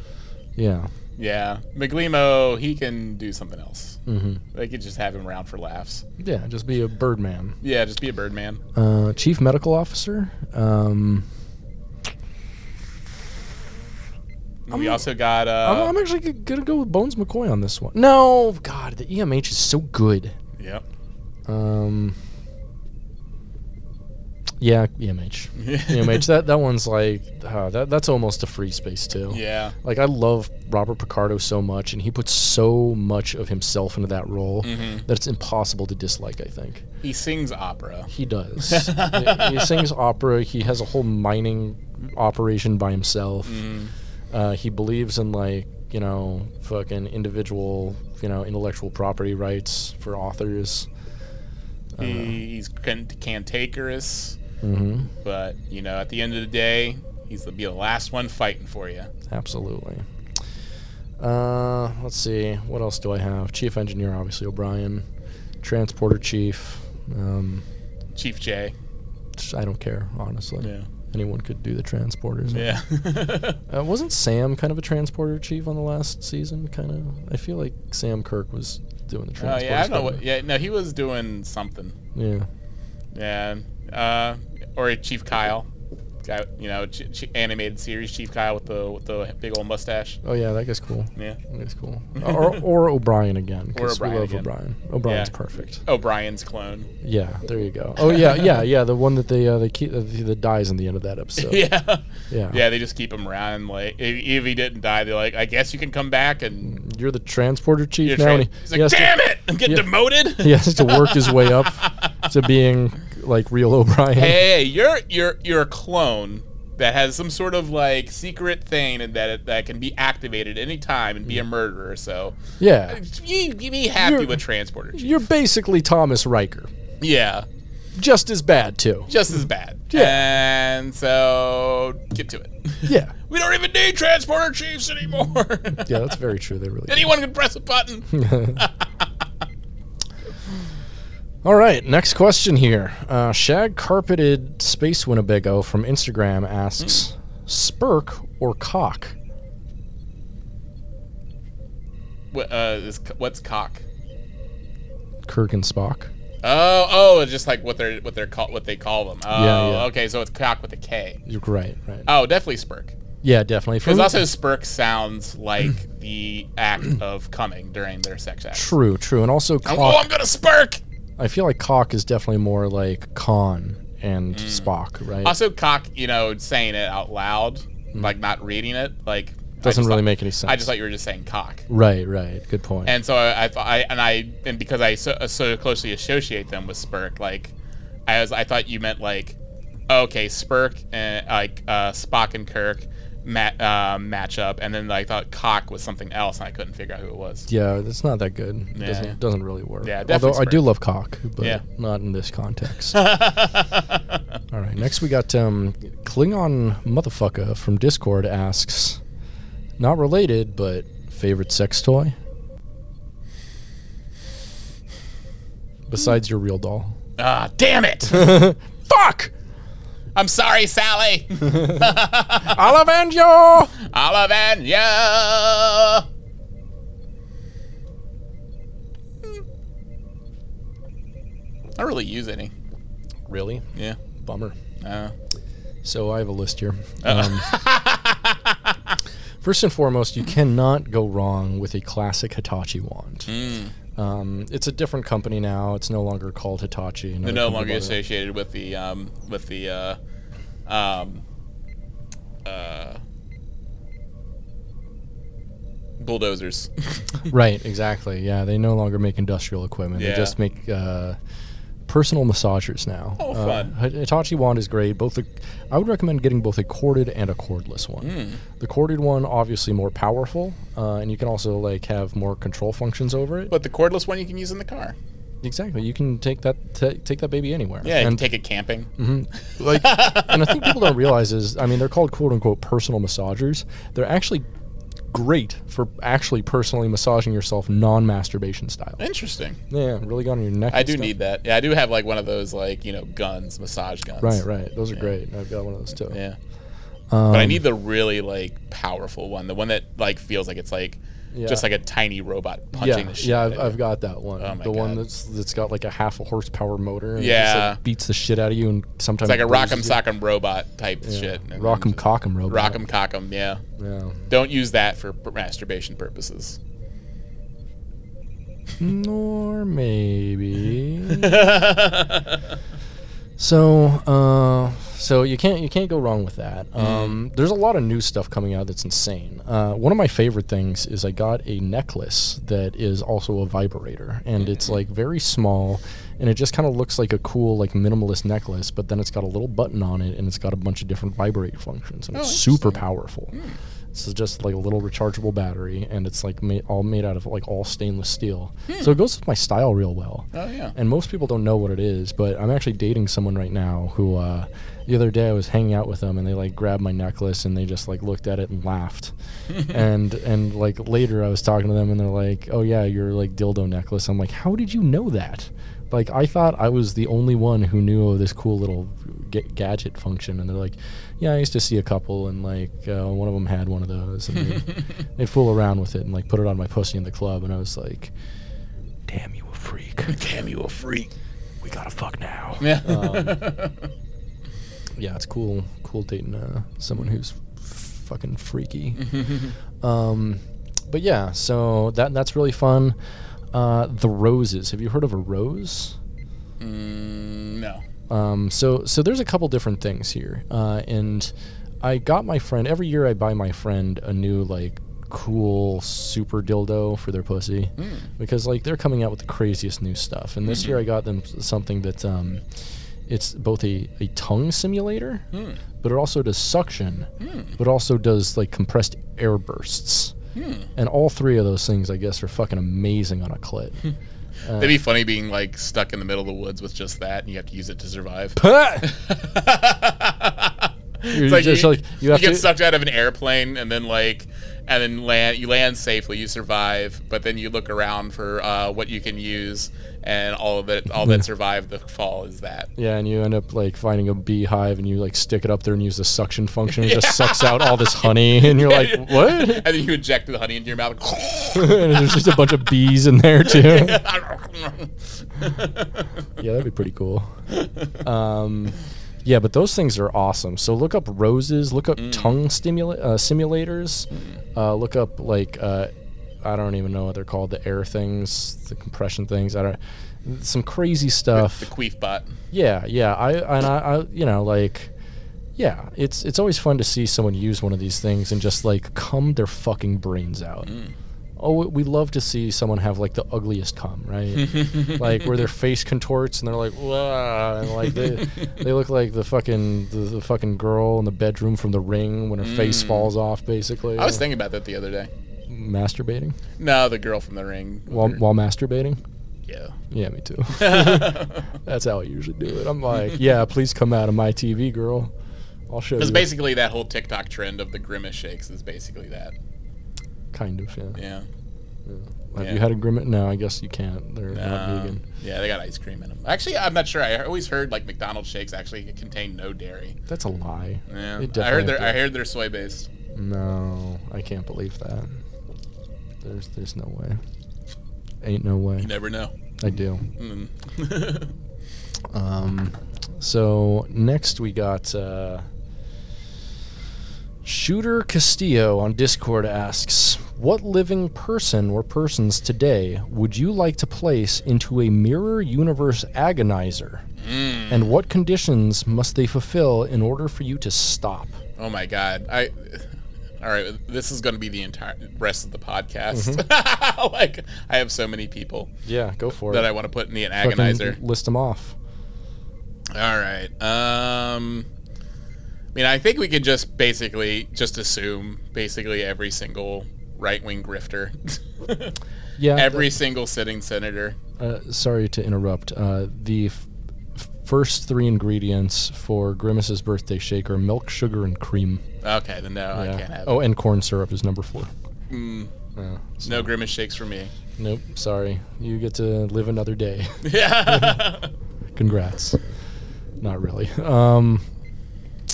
[SPEAKER 1] yeah,
[SPEAKER 2] yeah. Maglimo, he can do something else.
[SPEAKER 1] Mhm.
[SPEAKER 2] They could just have him around for laughs.
[SPEAKER 1] yeah, just be a birdman.
[SPEAKER 2] Yeah, just be a Birdman.
[SPEAKER 1] Uh, chief medical officer. Um,
[SPEAKER 2] we also got.
[SPEAKER 1] I'm,
[SPEAKER 2] Uh,
[SPEAKER 1] I'm actually g- gonna go with Bones McCoy on this one. No, God, the EMH is so good.
[SPEAKER 2] yep.
[SPEAKER 1] Um, yeah, E EMH. EMH. That that one's like uh, that. That's almost a free space too.
[SPEAKER 2] Yeah.
[SPEAKER 1] Like I love Robert Picardo so much, and he puts so much of himself into that role
[SPEAKER 2] Mm.
[SPEAKER 1] that it's impossible to dislike. I think
[SPEAKER 2] He sings opera.
[SPEAKER 1] he does. he, he sings opera. He has a whole mining operation by himself.
[SPEAKER 2] Mm. Mm-hmm.
[SPEAKER 1] Uh, he believes in like you know fucking individual you know intellectual property rights for authors.
[SPEAKER 2] He, he's can- cantankerous,
[SPEAKER 1] Mm-hmm.
[SPEAKER 2] but you know, at the end of the day, he's the, be the last one fighting for you.
[SPEAKER 1] Absolutely. Uh, let's see. What else do I have? Chief engineer, obviously O'Brien. Transporter chief. Um,
[SPEAKER 2] Chief J.
[SPEAKER 1] sh- I don't care honestly.
[SPEAKER 2] Yeah.
[SPEAKER 1] Anyone could do the transporters.
[SPEAKER 2] Yeah.
[SPEAKER 1] Uh, wasn't Sam kind of a transporter chief on the last season? Kind of. I feel like Sam Kirk was doing the
[SPEAKER 2] oh
[SPEAKER 1] transporters.
[SPEAKER 2] yeah, I don't know what. Yeah, no, he was doing something.
[SPEAKER 1] Yeah.
[SPEAKER 2] Yeah. Uh, or Chief Kyle. Guy, you know, ch- ch- animated series Chief Kyle with the with the big old mustache.
[SPEAKER 1] Oh yeah, that guy's cool.
[SPEAKER 2] Yeah.
[SPEAKER 1] That guy's cool. or or O'Brien again. 'cause we
[SPEAKER 2] O'Brien
[SPEAKER 1] love
[SPEAKER 2] again.
[SPEAKER 1] O'Brien. O'Brien's
[SPEAKER 2] Yeah.
[SPEAKER 1] perfect.
[SPEAKER 2] O'Brien's clone.
[SPEAKER 1] Yeah, there you go. Oh yeah, yeah, yeah. The one that they uh, they keep uh, that dies in the end of that episode.
[SPEAKER 2] Yeah.
[SPEAKER 1] Yeah.
[SPEAKER 2] Yeah, they just keep him around. And like, if, if he didn't die, they're like, I guess you can come back and.
[SPEAKER 1] You're the transporter chief
[SPEAKER 2] You're
[SPEAKER 1] now.
[SPEAKER 2] trying-
[SPEAKER 1] and
[SPEAKER 2] he's
[SPEAKER 1] he,
[SPEAKER 2] like,
[SPEAKER 1] he has to,
[SPEAKER 2] damn it! I'm getting
[SPEAKER 1] yeah.
[SPEAKER 2] demoted.
[SPEAKER 1] he has to work his way up to being like real O'Brien.
[SPEAKER 2] hey, you're you're you're a clone that has some sort of like secret thing and that that can be activated anytime and be a murderer. So
[SPEAKER 1] Yeah.
[SPEAKER 2] you you be happy
[SPEAKER 1] Mm. You're-
[SPEAKER 2] with transporter. Chief.
[SPEAKER 1] You're basically Thomas Riker.
[SPEAKER 2] Yeah,
[SPEAKER 1] Just as bad too.
[SPEAKER 2] just as bad.
[SPEAKER 1] Yeah.
[SPEAKER 2] And so get to it.
[SPEAKER 1] Yeah.
[SPEAKER 2] we don't even need transporter chiefs anymore.
[SPEAKER 1] Yeah, that's very true. They really
[SPEAKER 2] Anyone can press a button.
[SPEAKER 1] All All right, next question here. Uh, Shag carpeted space Winnebago from Instagram asks, "Spurk or cock?"
[SPEAKER 2] What, uh, is, what's cock?
[SPEAKER 1] Kirk and Spock.
[SPEAKER 2] Oh, oh, it's just like what they're what they're call what they call them. Oh,
[SPEAKER 1] Yeah, yeah.
[SPEAKER 2] okay, so it's cock with a K.
[SPEAKER 1] You're right, right.
[SPEAKER 2] Oh, definitely spurk.
[SPEAKER 1] yeah, definitely. For
[SPEAKER 2] Because
[SPEAKER 1] me-
[SPEAKER 2] also spurk sounds like the act of coming during their sex act.
[SPEAKER 1] true, true, and also
[SPEAKER 2] Oh,
[SPEAKER 1] cock.
[SPEAKER 2] I'm gonna spurk.
[SPEAKER 1] I feel like cock is definitely more like con and
[SPEAKER 2] Mm.
[SPEAKER 1] Spock, right?
[SPEAKER 2] Also, cock. You know, saying it out loud, like not reading it, like I
[SPEAKER 1] Hmm. Doesn't
[SPEAKER 2] just
[SPEAKER 1] really
[SPEAKER 2] thought-
[SPEAKER 1] make any sense.
[SPEAKER 2] I just thought you were just saying cock.
[SPEAKER 1] right, right. Good point.
[SPEAKER 2] And so I, I, thought- I and I and because I so, so closely associate them with Spurk, like I was, I thought you meant like, oh, okay, Spurk and like uh, Spock and Kirk mat, uh, match up, and then I thought cock was something else, and I couldn't figure out who it was.
[SPEAKER 1] yeah, it's not that good. It
[SPEAKER 2] Yeah.
[SPEAKER 1] doesn't, doesn't really work.
[SPEAKER 2] Yeah,
[SPEAKER 1] Although
[SPEAKER 2] definitely
[SPEAKER 1] I do
[SPEAKER 2] Spurk.
[SPEAKER 1] love cock, but
[SPEAKER 2] Yeah.
[SPEAKER 1] not in this context. All right, next we got um, Klingon motherfucker from Discord asks, not related, but favorite sex toy besides your real doll.
[SPEAKER 2] Ah, damn it!
[SPEAKER 1] Fuck!
[SPEAKER 2] I'm sorry, Sally.
[SPEAKER 1] I'll avenge you.
[SPEAKER 2] I'll avenge you. I don't really use any.
[SPEAKER 1] Really?
[SPEAKER 2] Yeah.
[SPEAKER 1] Bummer.
[SPEAKER 2] Uh,
[SPEAKER 1] So I have a list here. Um, first and foremost, you cannot go wrong with a classic Hitachi wand.
[SPEAKER 2] Hmm.
[SPEAKER 1] Um, it's a different company now. It's no longer called Hitachi.
[SPEAKER 2] They're
[SPEAKER 1] Another
[SPEAKER 2] no
[SPEAKER 1] company
[SPEAKER 2] longer
[SPEAKER 1] bought it.
[SPEAKER 2] associated with the um, with the uh, um, uh, bulldozers.
[SPEAKER 1] Right, exactly. Yeah, they no longer make industrial equipment. They
[SPEAKER 2] Yeah.
[SPEAKER 1] just make uh, personal massagers now.
[SPEAKER 2] Oh,
[SPEAKER 1] Uh,
[SPEAKER 2] fun.
[SPEAKER 1] Hi- Hitachi wand is great. Both, the, I would recommend getting both a corded and a cordless one.
[SPEAKER 2] Hmm.
[SPEAKER 1] The corded one, obviously, more powerful, uh, and you can also like have more control functions over it.
[SPEAKER 2] but the cordless one you can use in the car.
[SPEAKER 1] Exactly. You can take that ta take that baby anywhere.
[SPEAKER 2] Yeah, you can
[SPEAKER 1] and Mm-hmm.
[SPEAKER 2] take it camping.
[SPEAKER 1] like, and I think people don't realize is, I mean, they're called quote unquote personal massagers. They're actually great for actually personally massaging yourself non-masturbation style.
[SPEAKER 2] Interesting.
[SPEAKER 1] Yeah, really got on your neck.
[SPEAKER 2] I
[SPEAKER 1] and
[SPEAKER 2] do
[SPEAKER 1] stuff.
[SPEAKER 2] need that. Yeah, I do have like one of those like you know guns, massage guns.
[SPEAKER 1] Right, right. Those are great. I've got one of those too. Um,
[SPEAKER 2] Yeah. but I need the really like powerful one, the one that like feels like it's like just
[SPEAKER 1] Yeah.
[SPEAKER 2] like a tiny robot punching
[SPEAKER 1] Yeah,
[SPEAKER 2] the shit.
[SPEAKER 1] yeah,
[SPEAKER 2] out
[SPEAKER 1] I've,
[SPEAKER 2] of
[SPEAKER 1] I've
[SPEAKER 2] you.
[SPEAKER 1] got that one.
[SPEAKER 2] Oh my
[SPEAKER 1] the one
[SPEAKER 2] God.
[SPEAKER 1] that's that's got like a half a horsepower motor. And it
[SPEAKER 2] Yeah.
[SPEAKER 1] just, like, beats the shit out of you, and sometimes
[SPEAKER 2] It's like a rock'em
[SPEAKER 1] bruises
[SPEAKER 2] sock'em robot type shit.
[SPEAKER 1] you.
[SPEAKER 2] and
[SPEAKER 1] rock'em
[SPEAKER 2] then just-
[SPEAKER 1] cock'em robot.
[SPEAKER 2] Rock'em cock'em, yeah.
[SPEAKER 1] Yeah.
[SPEAKER 2] Don't use that for p- masturbation purposes.
[SPEAKER 1] Or maybe.
[SPEAKER 2] Oh,
[SPEAKER 1] so, uh, so you can't you can't go wrong with that. Um, There's a lot of new stuff coming out that's insane. Uh, one of my favorite things is I got a necklace that is also a vibrator, and it's like very small, and it just kind of looks like a cool like minimalist necklace. But then it's got a little button on it, and it's got a bunch of different vibrate functions, and it's super powerful. This is just like a little rechargeable battery, and it's like ma- all made out of like all stainless steel. So it goes with my style real well.
[SPEAKER 2] Oh yeah.
[SPEAKER 1] And most people don't know what it is, but I'm actually dating someone right now who uh, the other day I was hanging out with them, and they like grabbed my necklace and they just like looked at it and laughed. and and like later I was talking to them, and they're like, "Oh yeah, your like dildo necklace." I'm like, "How did you know that?" Like I thought I was the only one who knew of this cool little g- gadget function, and they're like, "Yeah, I used to see a couple, and like uh, one of them had one of those, and they, they fool around with it and like put it on my pussy in the club." And I was like, "Damn, you a freak."
[SPEAKER 2] Damn you a freak.
[SPEAKER 1] we gotta fuck now.
[SPEAKER 2] Yeah.
[SPEAKER 1] Um, Yeah, it's cool, cool dating uh, someone who's fucking freaky. um, but yeah, so that that's really fun. Uh, the roses. Have you heard of a rose?
[SPEAKER 2] Mm, no.
[SPEAKER 1] Um, so so there's a couple different things here, uh, and I got my friend every year. I buy my friend a new like cool super dildo for their pussy because like they're coming out with the craziest new stuff. And this year I got them s- something that um, it's both a, a tongue simulator, but it also does suction,
[SPEAKER 2] Hmm.
[SPEAKER 1] but also does like compressed air bursts. And all three of those things, I guess, are fucking amazing on a clit.
[SPEAKER 2] It'd be funny being like stuck in the middle of the woods with just that, and you have to use it to survive.
[SPEAKER 1] You're
[SPEAKER 2] it's like
[SPEAKER 1] just
[SPEAKER 2] you,
[SPEAKER 1] like- you
[SPEAKER 2] you
[SPEAKER 1] have
[SPEAKER 2] get
[SPEAKER 1] to-
[SPEAKER 2] sucked out of an airplane, and then like and then land. You land safely. You survive, but then you look around for uh, what you can use, and all of it, all that survived the fall is that.
[SPEAKER 1] Yeah, and you end up like finding a beehive and you like stick it up there and use the suction function. It just sucks out all this honey, and you're like,
[SPEAKER 2] And
[SPEAKER 1] what?
[SPEAKER 2] then you inject the honey into your mouth.
[SPEAKER 1] and there's just a bunch of bees in there too. Yeah, that'd be pretty cool. Um, yeah, but those things are awesome. So look up roses, look up
[SPEAKER 2] Mm.
[SPEAKER 1] tongue stimula- uh, simulators, uh, look up like uh, I don't even know what they're called, the air things, the compression things. I don't. Some crazy stuff.
[SPEAKER 2] the queef bot.
[SPEAKER 1] Yeah, yeah. I and I, I, you know, like, yeah. It's it's always fun to see someone use one of these things and just like cum their fucking brains out.
[SPEAKER 2] Mm.
[SPEAKER 1] Oh, we- we love to see someone have like the ugliest cum, right? like where their face contorts and they're like, "Wah," and like they they look like the fucking the, the fucking girl in the bedroom from The Ring when her face falls off, basically.
[SPEAKER 2] I was thinking about that the other day.
[SPEAKER 1] masturbating
[SPEAKER 2] No, the girl from the ring.
[SPEAKER 1] while while masturbating.
[SPEAKER 2] yeah.
[SPEAKER 1] Yeah, me too. That's how I usually do it. I'm like, yeah, please come out of my TV, girl. I'll show
[SPEAKER 2] Because
[SPEAKER 1] you.
[SPEAKER 2] basically that whole TikTok trend of the grimace shakes is basically that.
[SPEAKER 1] kind of, yeah.
[SPEAKER 2] Yeah.
[SPEAKER 1] Have
[SPEAKER 2] yeah.
[SPEAKER 1] you had a grimace? No, I guess you can't. They're not
[SPEAKER 2] Um,
[SPEAKER 1] vegan.
[SPEAKER 2] yeah, they got ice cream in them. Actually, I'm not sure. I always heard like McDonald's shakes actually contain no dairy.
[SPEAKER 1] That's a lie.
[SPEAKER 2] Yeah.
[SPEAKER 1] It
[SPEAKER 2] I heard
[SPEAKER 1] definitely
[SPEAKER 2] they're I heard they're soy based.
[SPEAKER 1] No, I can't believe that. There's there's no way. Ain't no way.
[SPEAKER 2] You never know.
[SPEAKER 1] I do.
[SPEAKER 2] Mm.
[SPEAKER 1] Um, so next we got uh, Shooter Castillo on Discord asks, "What living person or persons today would you like to place into a mirror universe agonizer,
[SPEAKER 2] Mm.
[SPEAKER 1] and what conditions must they fulfill in order for you to stop?"
[SPEAKER 2] oh my god. I all right, this is going to be the entire rest of the podcast. like, I have so many people
[SPEAKER 1] Yeah, go Mm-hmm. for
[SPEAKER 2] that I
[SPEAKER 1] it.
[SPEAKER 2] want to put in the
[SPEAKER 1] Fucking
[SPEAKER 2] agonizer.
[SPEAKER 1] list them off.
[SPEAKER 2] All right. Um, I mean, I think we could just basically just assume basically every single right wing grifter,
[SPEAKER 1] Yeah,
[SPEAKER 2] every single sitting senator.
[SPEAKER 1] Uh, sorry to interrupt. Uh, the f- f- first three ingredients for Grimace's birthday shake are milk, sugar, and cream.
[SPEAKER 2] Okay, then no, I
[SPEAKER 1] Yeah.
[SPEAKER 2] can't have
[SPEAKER 1] oh, and corn syrup is number four.
[SPEAKER 2] Mm. it. no grimace shakes for me.
[SPEAKER 1] Nope, sorry. You get to live another day.
[SPEAKER 2] Yeah.
[SPEAKER 1] Congrats. Not really. Um,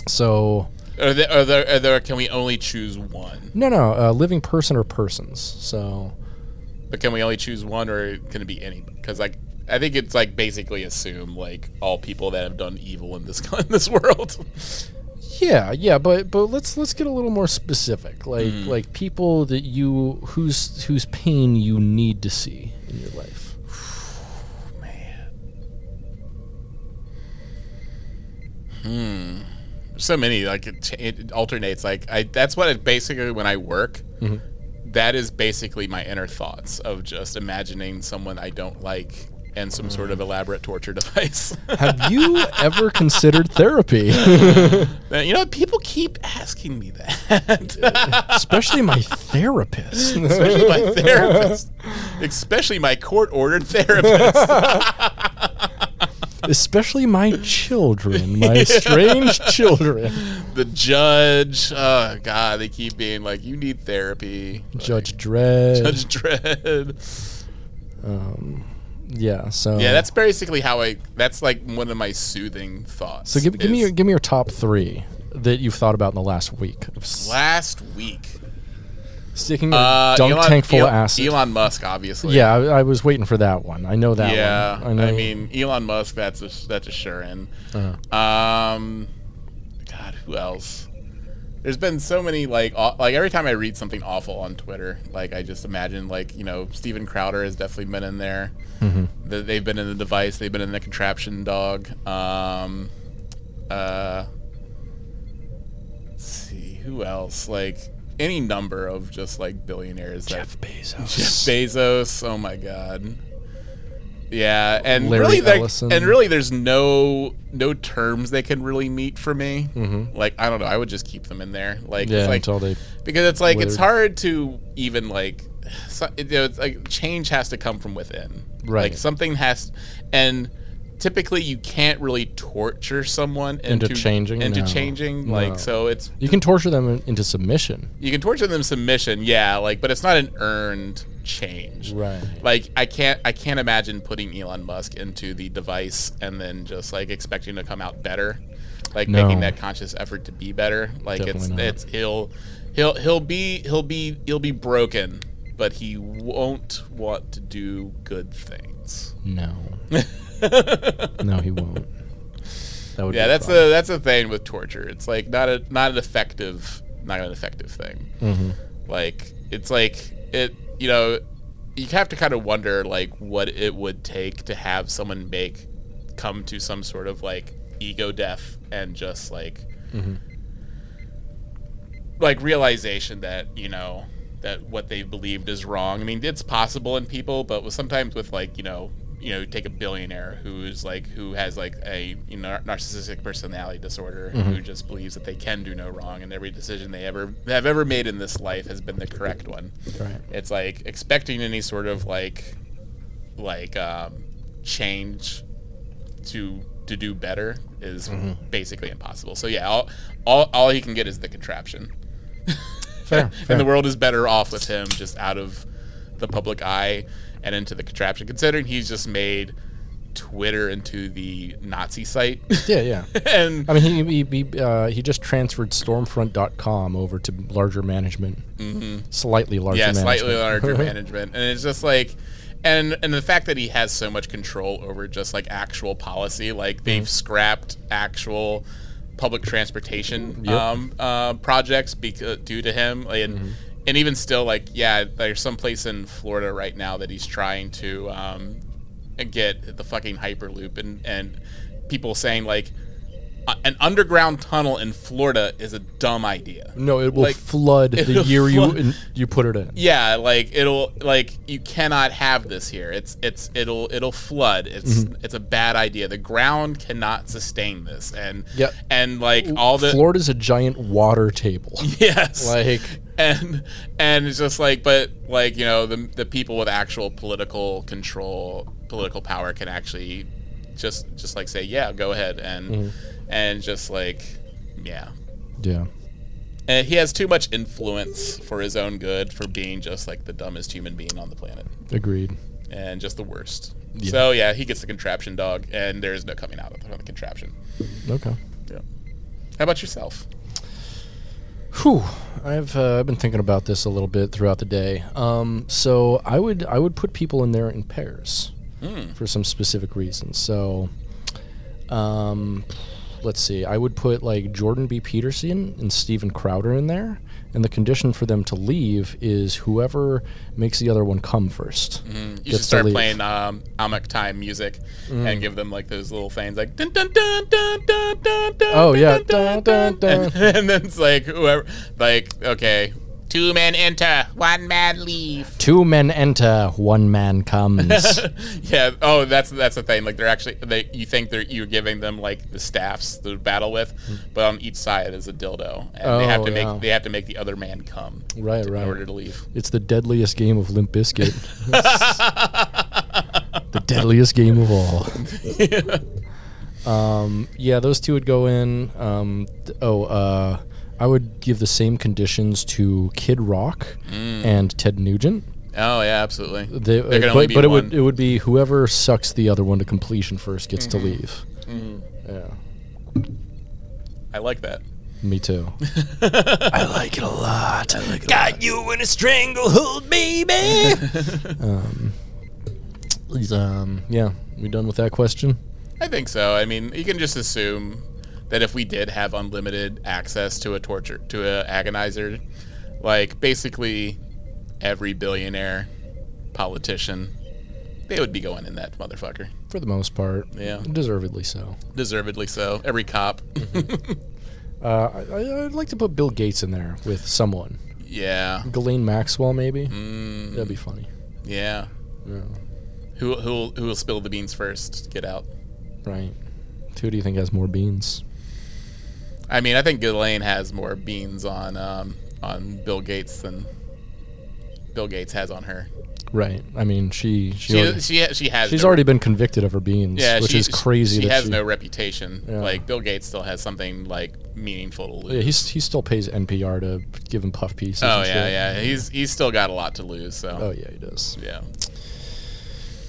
[SPEAKER 1] so
[SPEAKER 2] or the, or the, or the, can we only choose one?
[SPEAKER 1] no, no, uh, living person or persons. So
[SPEAKER 2] But can we only choose one, or can it be any? Because like. I think it's like basically assume like all people that have done evil in this in this world.
[SPEAKER 1] yeah, yeah, but but let's let's get a little more specific. Like
[SPEAKER 2] Mm.
[SPEAKER 1] like people that you whose whose pain you need to see in your life.
[SPEAKER 2] so many like it, cha- it alternates like i that's what it basically when i work that is basically my inner thoughts of just imagining someone i don't like and some sort of elaborate torture device
[SPEAKER 1] Have you ever considered therapy?
[SPEAKER 2] Now, you know what? people keep asking me that
[SPEAKER 1] Especially my therapist.
[SPEAKER 2] especially my therapist especially my court-ordered therapist
[SPEAKER 1] Especially my children, my strange children.
[SPEAKER 2] the judge oh god they keep being like you need therapy
[SPEAKER 1] Judge Dredd. um,
[SPEAKER 2] judge dread
[SPEAKER 1] Yeah, so
[SPEAKER 2] yeah that's basically how i that's like one of my soothing thoughts
[SPEAKER 1] So give, give me
[SPEAKER 2] is-
[SPEAKER 1] your give me your top 3 that you've thought about in the last week. Of s-
[SPEAKER 2] last week.
[SPEAKER 1] sticking a
[SPEAKER 2] Uh,
[SPEAKER 1] dunk
[SPEAKER 2] Elon,
[SPEAKER 1] tank full
[SPEAKER 2] Elon,
[SPEAKER 1] of acid.
[SPEAKER 2] Elon Musk, obviously.
[SPEAKER 1] yeah, I, I was waiting for that one. I know that
[SPEAKER 2] Yeah.
[SPEAKER 1] one.
[SPEAKER 2] I,
[SPEAKER 1] know.
[SPEAKER 2] mean, Elon Musk. That's a that's a sure in.
[SPEAKER 1] Uh-huh.
[SPEAKER 2] Um, God, who else? There's been so many like aw- like every time I read something awful on Twitter, like I just imagine like you know Steven Crowder has definitely been in there.
[SPEAKER 1] Mm-hmm.
[SPEAKER 2] That they've been in the device, they've been in the contraption dog. Um, uh, let's see who else like any number of just like billionaires that
[SPEAKER 1] Jeff Bezos.
[SPEAKER 2] Jeff Bezos. Oh my god. Yeah, and
[SPEAKER 1] Larry
[SPEAKER 2] really, there,
[SPEAKER 1] Ellison.
[SPEAKER 2] and really, there's no no terms they can really meet for me. Mm-hmm. Like I don't know, I would just keep them in there. Like
[SPEAKER 1] Yeah,
[SPEAKER 2] it's like
[SPEAKER 1] until they
[SPEAKER 2] because it's like it's
[SPEAKER 1] withered.
[SPEAKER 2] hard to even like so, you know, it's like change has to come from within.
[SPEAKER 1] Right.
[SPEAKER 2] Like something has, and typically you can't really torture someone
[SPEAKER 1] Into
[SPEAKER 2] into,
[SPEAKER 1] changing?
[SPEAKER 2] into
[SPEAKER 1] No.
[SPEAKER 2] changing.
[SPEAKER 1] No.
[SPEAKER 2] Like so, it's
[SPEAKER 1] You can torture them in- into submission.
[SPEAKER 2] you can torture them submission, yeah, like but it's not an earned change.
[SPEAKER 1] Right.
[SPEAKER 2] Like I can't I can't imagine putting Elon Musk into the device and then just like expecting to come out better. Like
[SPEAKER 1] No.
[SPEAKER 2] making that conscious effort to be better. Like it's
[SPEAKER 1] Definitely not.
[SPEAKER 2] it's he'll he'll he'll be he'll be he'll be broken, but he won't want to do good things.
[SPEAKER 1] No. no, he won't. That would
[SPEAKER 2] Yeah,
[SPEAKER 1] be
[SPEAKER 2] that's
[SPEAKER 1] fun.
[SPEAKER 2] the that's the thing with torture. It's like not a not an effective not an effective thing.
[SPEAKER 1] Mm-hmm.
[SPEAKER 2] Like it's like it you know you have to kind of wonder like what it would take to have someone make come to some sort of like ego death and just like like realization that you know that what they believed is wrong. I mean, it's possible in people, but with sometimes with like you know you know take a billionaire who's like who has like a you know narcissistic personality disorder who just believes that they can do no wrong and every decision they ever have ever made in this life has been the correct one.
[SPEAKER 1] Right.
[SPEAKER 2] It's like expecting any sort of like like um, change to to do better is
[SPEAKER 1] Mm-hmm.
[SPEAKER 2] basically impossible. So yeah, all, all all he can get is the contraption.
[SPEAKER 1] Fair, fair.
[SPEAKER 2] And the world is better off with him just out of the public eye and into the contraption, considering he's just made Twitter into the Nazi site.
[SPEAKER 1] yeah, yeah.
[SPEAKER 2] and
[SPEAKER 1] I mean, he he he, uh, he just transferred Stormfront.com over to larger management, mm-hmm. slightly larger.
[SPEAKER 2] yeah,
[SPEAKER 1] management.
[SPEAKER 2] slightly uh, larger management. And it's just like and and the fact that he has so much control over just like actual policy, like they've
[SPEAKER 1] Mm-hmm.
[SPEAKER 2] scrapped actual public
[SPEAKER 1] Yep.
[SPEAKER 2] transportation
[SPEAKER 1] Mm-hmm.
[SPEAKER 2] um, uh, projects because due to him and and even still like yeah, there's some place in Florida right now that he's trying to um, get the fucking hyperloop and and people saying like "A- an underground tunnel in Florida is a dumb idea.
[SPEAKER 1] no, it will
[SPEAKER 2] Like,
[SPEAKER 1] flood the
[SPEAKER 2] it'll
[SPEAKER 1] year
[SPEAKER 2] flood-
[SPEAKER 1] you in, you put it in.
[SPEAKER 2] Yeah, like it'll like you cannot have this here. It's it's it'll it'll flood. It's
[SPEAKER 1] Mm-hmm.
[SPEAKER 2] it's a bad idea. The ground cannot sustain this. And
[SPEAKER 1] Yep.
[SPEAKER 2] and like all the
[SPEAKER 1] Florida's a giant water table.
[SPEAKER 2] yes.
[SPEAKER 1] like
[SPEAKER 2] and and it's just like but like you know the the people with actual political control political power can actually just just like say yeah go ahead and
[SPEAKER 1] Mm-hmm.
[SPEAKER 2] and just like yeah
[SPEAKER 1] yeah.
[SPEAKER 2] and he has too much influence for his own good for being just like the dumbest human being on the planet
[SPEAKER 1] Agreed.
[SPEAKER 2] and just the worst. So yeah, he gets the contraption dog, and there is no coming out of the contraption.
[SPEAKER 1] Okay.
[SPEAKER 2] Yeah. How about yourself?
[SPEAKER 1] Whew. I've uh, I've been thinking about this a little bit throughout the day. Um, so I would I would put people in there in pairs for some specific reasons. So, um, let's see. I would put like Jordan B. Peterson and Steven Crowder in there, and the condition for them to leave is whoever makes the other one come first.
[SPEAKER 2] You
[SPEAKER 1] Gets
[SPEAKER 2] should
[SPEAKER 1] to
[SPEAKER 2] start
[SPEAKER 1] leave. Mm.
[SPEAKER 2] playing um, Amok Time music and give them like those little things, like dun dun dun dun dun dun. dun,
[SPEAKER 1] Oh, yeah.
[SPEAKER 2] dun,
[SPEAKER 1] Dun, dun,
[SPEAKER 2] And, and then it's like whoever, like okay, two men enter, one man leave.
[SPEAKER 1] Two men enter, one man comes.
[SPEAKER 2] yeah. Oh, that's that's the thing. Like they're actually they you think they're you're giving them like the staffs to battle with, but on each side is a dildo, and they have
[SPEAKER 1] Hmm. Oh,
[SPEAKER 2] to make
[SPEAKER 1] yeah.
[SPEAKER 2] they have to make the other man come
[SPEAKER 1] Right,
[SPEAKER 2] to-
[SPEAKER 1] right.
[SPEAKER 2] in order to leave.
[SPEAKER 1] It's the deadliest game of Limp Biscuit. the deadliest game of all. Um, yeah, those two would go in. Um, th- oh, uh, I would give the same conditions to Kid Rock
[SPEAKER 2] Mm.
[SPEAKER 1] and Ted Nugent.
[SPEAKER 2] Oh yeah, absolutely.
[SPEAKER 1] They, uh,
[SPEAKER 2] There
[SPEAKER 1] but
[SPEAKER 2] can only be
[SPEAKER 1] but it
[SPEAKER 2] one.
[SPEAKER 1] would it would be whoever sucks the other one to completion first gets
[SPEAKER 2] Mm-hmm.
[SPEAKER 1] to leave. Yeah,
[SPEAKER 2] I like that.
[SPEAKER 1] me too. I like it a lot.
[SPEAKER 3] Got you in a stranglehold, baby.
[SPEAKER 1] Um, yeah, we done with that question?
[SPEAKER 2] I think so. I mean, you can just assume that if we did have unlimited access to a torture to a agonizer, like basically every billionaire politician, they would be going in that motherfucker.
[SPEAKER 1] For the most part,
[SPEAKER 2] Yeah.
[SPEAKER 1] deservedly so.
[SPEAKER 2] Deservedly so. Every cop.
[SPEAKER 1] Uh, I- I, I'd like to put Bill Gates in there with someone.
[SPEAKER 2] yeah. mm,
[SPEAKER 1] Ghislaine Maxwell, maybe. That'd be funny.
[SPEAKER 2] Yeah.
[SPEAKER 1] Yeah.
[SPEAKER 2] Who who who will spill the beans first? Get out.
[SPEAKER 1] Right. Who do you think has more beans?
[SPEAKER 2] I mean, I think Ghislaine has more beans on um, on Bill Gates than Bill Gates has on her.
[SPEAKER 1] Right. I mean, she she,
[SPEAKER 2] She
[SPEAKER 1] already-
[SPEAKER 2] she, she has.
[SPEAKER 1] she's
[SPEAKER 2] no-
[SPEAKER 1] already been convicted of her beans,
[SPEAKER 2] Yeah,
[SPEAKER 1] which
[SPEAKER 2] she-
[SPEAKER 1] is crazy.
[SPEAKER 2] She
[SPEAKER 1] that
[SPEAKER 2] has
[SPEAKER 1] she,
[SPEAKER 2] no reputation.
[SPEAKER 1] Yeah.
[SPEAKER 2] Like Bill Gates still has something like meaningful to lose.
[SPEAKER 1] Oh, Yeah, he's, he still pays NPR to give him puff pieces.
[SPEAKER 2] oh
[SPEAKER 1] and
[SPEAKER 2] yeah,
[SPEAKER 1] shit.
[SPEAKER 2] yeah. He's he's still got a lot to lose. So
[SPEAKER 1] Oh yeah, he does.
[SPEAKER 2] yeah.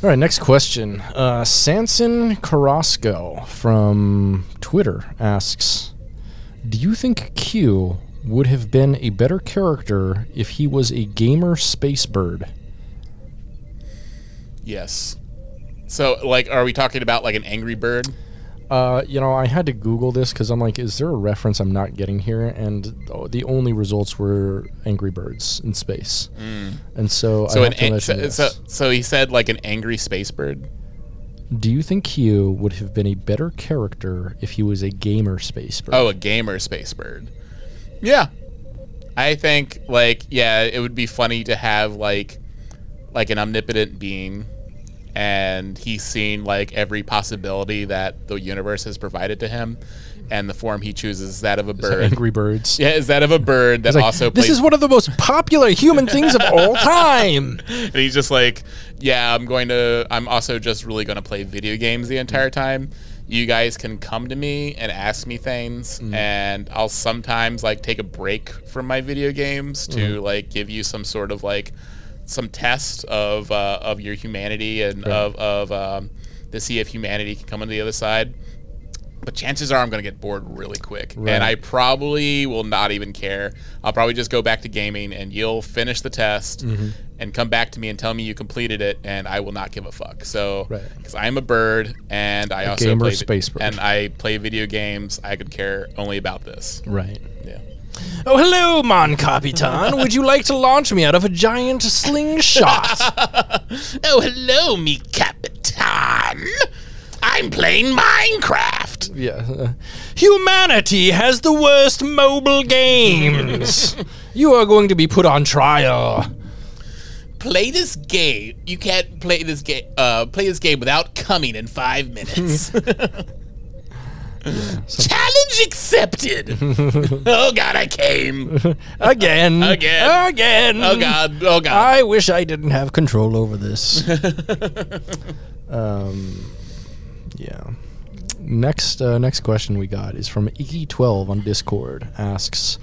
[SPEAKER 1] All right, next question. Uh, Sanson Carrasco from Twitter asks, "Do you think Q would have been a better character if he was a gamer space bird?"
[SPEAKER 2] Yes. So like, are we talking about like an Angry Bird?
[SPEAKER 1] Uh, you know, I had to Google this because I'm like, is there a reference I'm not getting here? And th- the only results were Angry Birds in space. And so,
[SPEAKER 2] Mm. So
[SPEAKER 1] I
[SPEAKER 2] an
[SPEAKER 1] have to
[SPEAKER 2] an,
[SPEAKER 1] mention
[SPEAKER 2] so,
[SPEAKER 1] this.
[SPEAKER 2] so so he said like an angry space bird.
[SPEAKER 1] Do you think Q would have been a better character if he was a gamer space bird?
[SPEAKER 2] Oh, a gamer space bird. Yeah. I think like yeah, it would be funny to have like like an omnipotent being and he's seen like every possibility that the universe has provided to him and the form he chooses is that of a bird.
[SPEAKER 1] Angry Birds.
[SPEAKER 2] yeah, is that of a bird that
[SPEAKER 1] It's like,
[SPEAKER 2] also
[SPEAKER 1] this
[SPEAKER 2] plays
[SPEAKER 1] is one of the most popular human things of all time.
[SPEAKER 2] and he's just like, "Yeah, I'm going to. I'm also just really going to play video games the entire time. You guys can come to me and ask me things, and I'll sometimes like take a break from my video games to like give you some sort of like some test of uh, of your humanity and of of um, to see if humanity can come on the other side." But chances are I'm going to get bored really quick,
[SPEAKER 1] Right.
[SPEAKER 2] and I probably will not even care. I'll probably just go back to gaming, and you'll finish the test
[SPEAKER 1] Mm-hmm.
[SPEAKER 2] and come back to me and tell me you completed it, and I will not give a fuck. So,
[SPEAKER 1] Right.
[SPEAKER 2] because I'm a bird, and I also
[SPEAKER 1] gamer
[SPEAKER 2] play vi-
[SPEAKER 1] space bird.
[SPEAKER 2] and I play video games, I could care only about this.
[SPEAKER 1] Right.
[SPEAKER 2] Yeah.
[SPEAKER 1] Oh, hello, Mon Capitan. Would you like to launch me out of a giant slingshot?
[SPEAKER 2] Oh, hello, me capitan. I'm playing Minecraft.
[SPEAKER 1] yeah. Humanity has the worst mobile games. you are going to be put on trial.
[SPEAKER 2] Play this game. You can't play this game. Uh, play this game without coming in five minutes. Challenge accepted. oh God, I came.
[SPEAKER 1] Again.
[SPEAKER 2] Again.
[SPEAKER 1] Again.
[SPEAKER 2] Oh God. Oh God.
[SPEAKER 1] I wish I didn't have control over this. um, yeah. Next, uh, next question we got is from Iggy12 on Discord. Asks,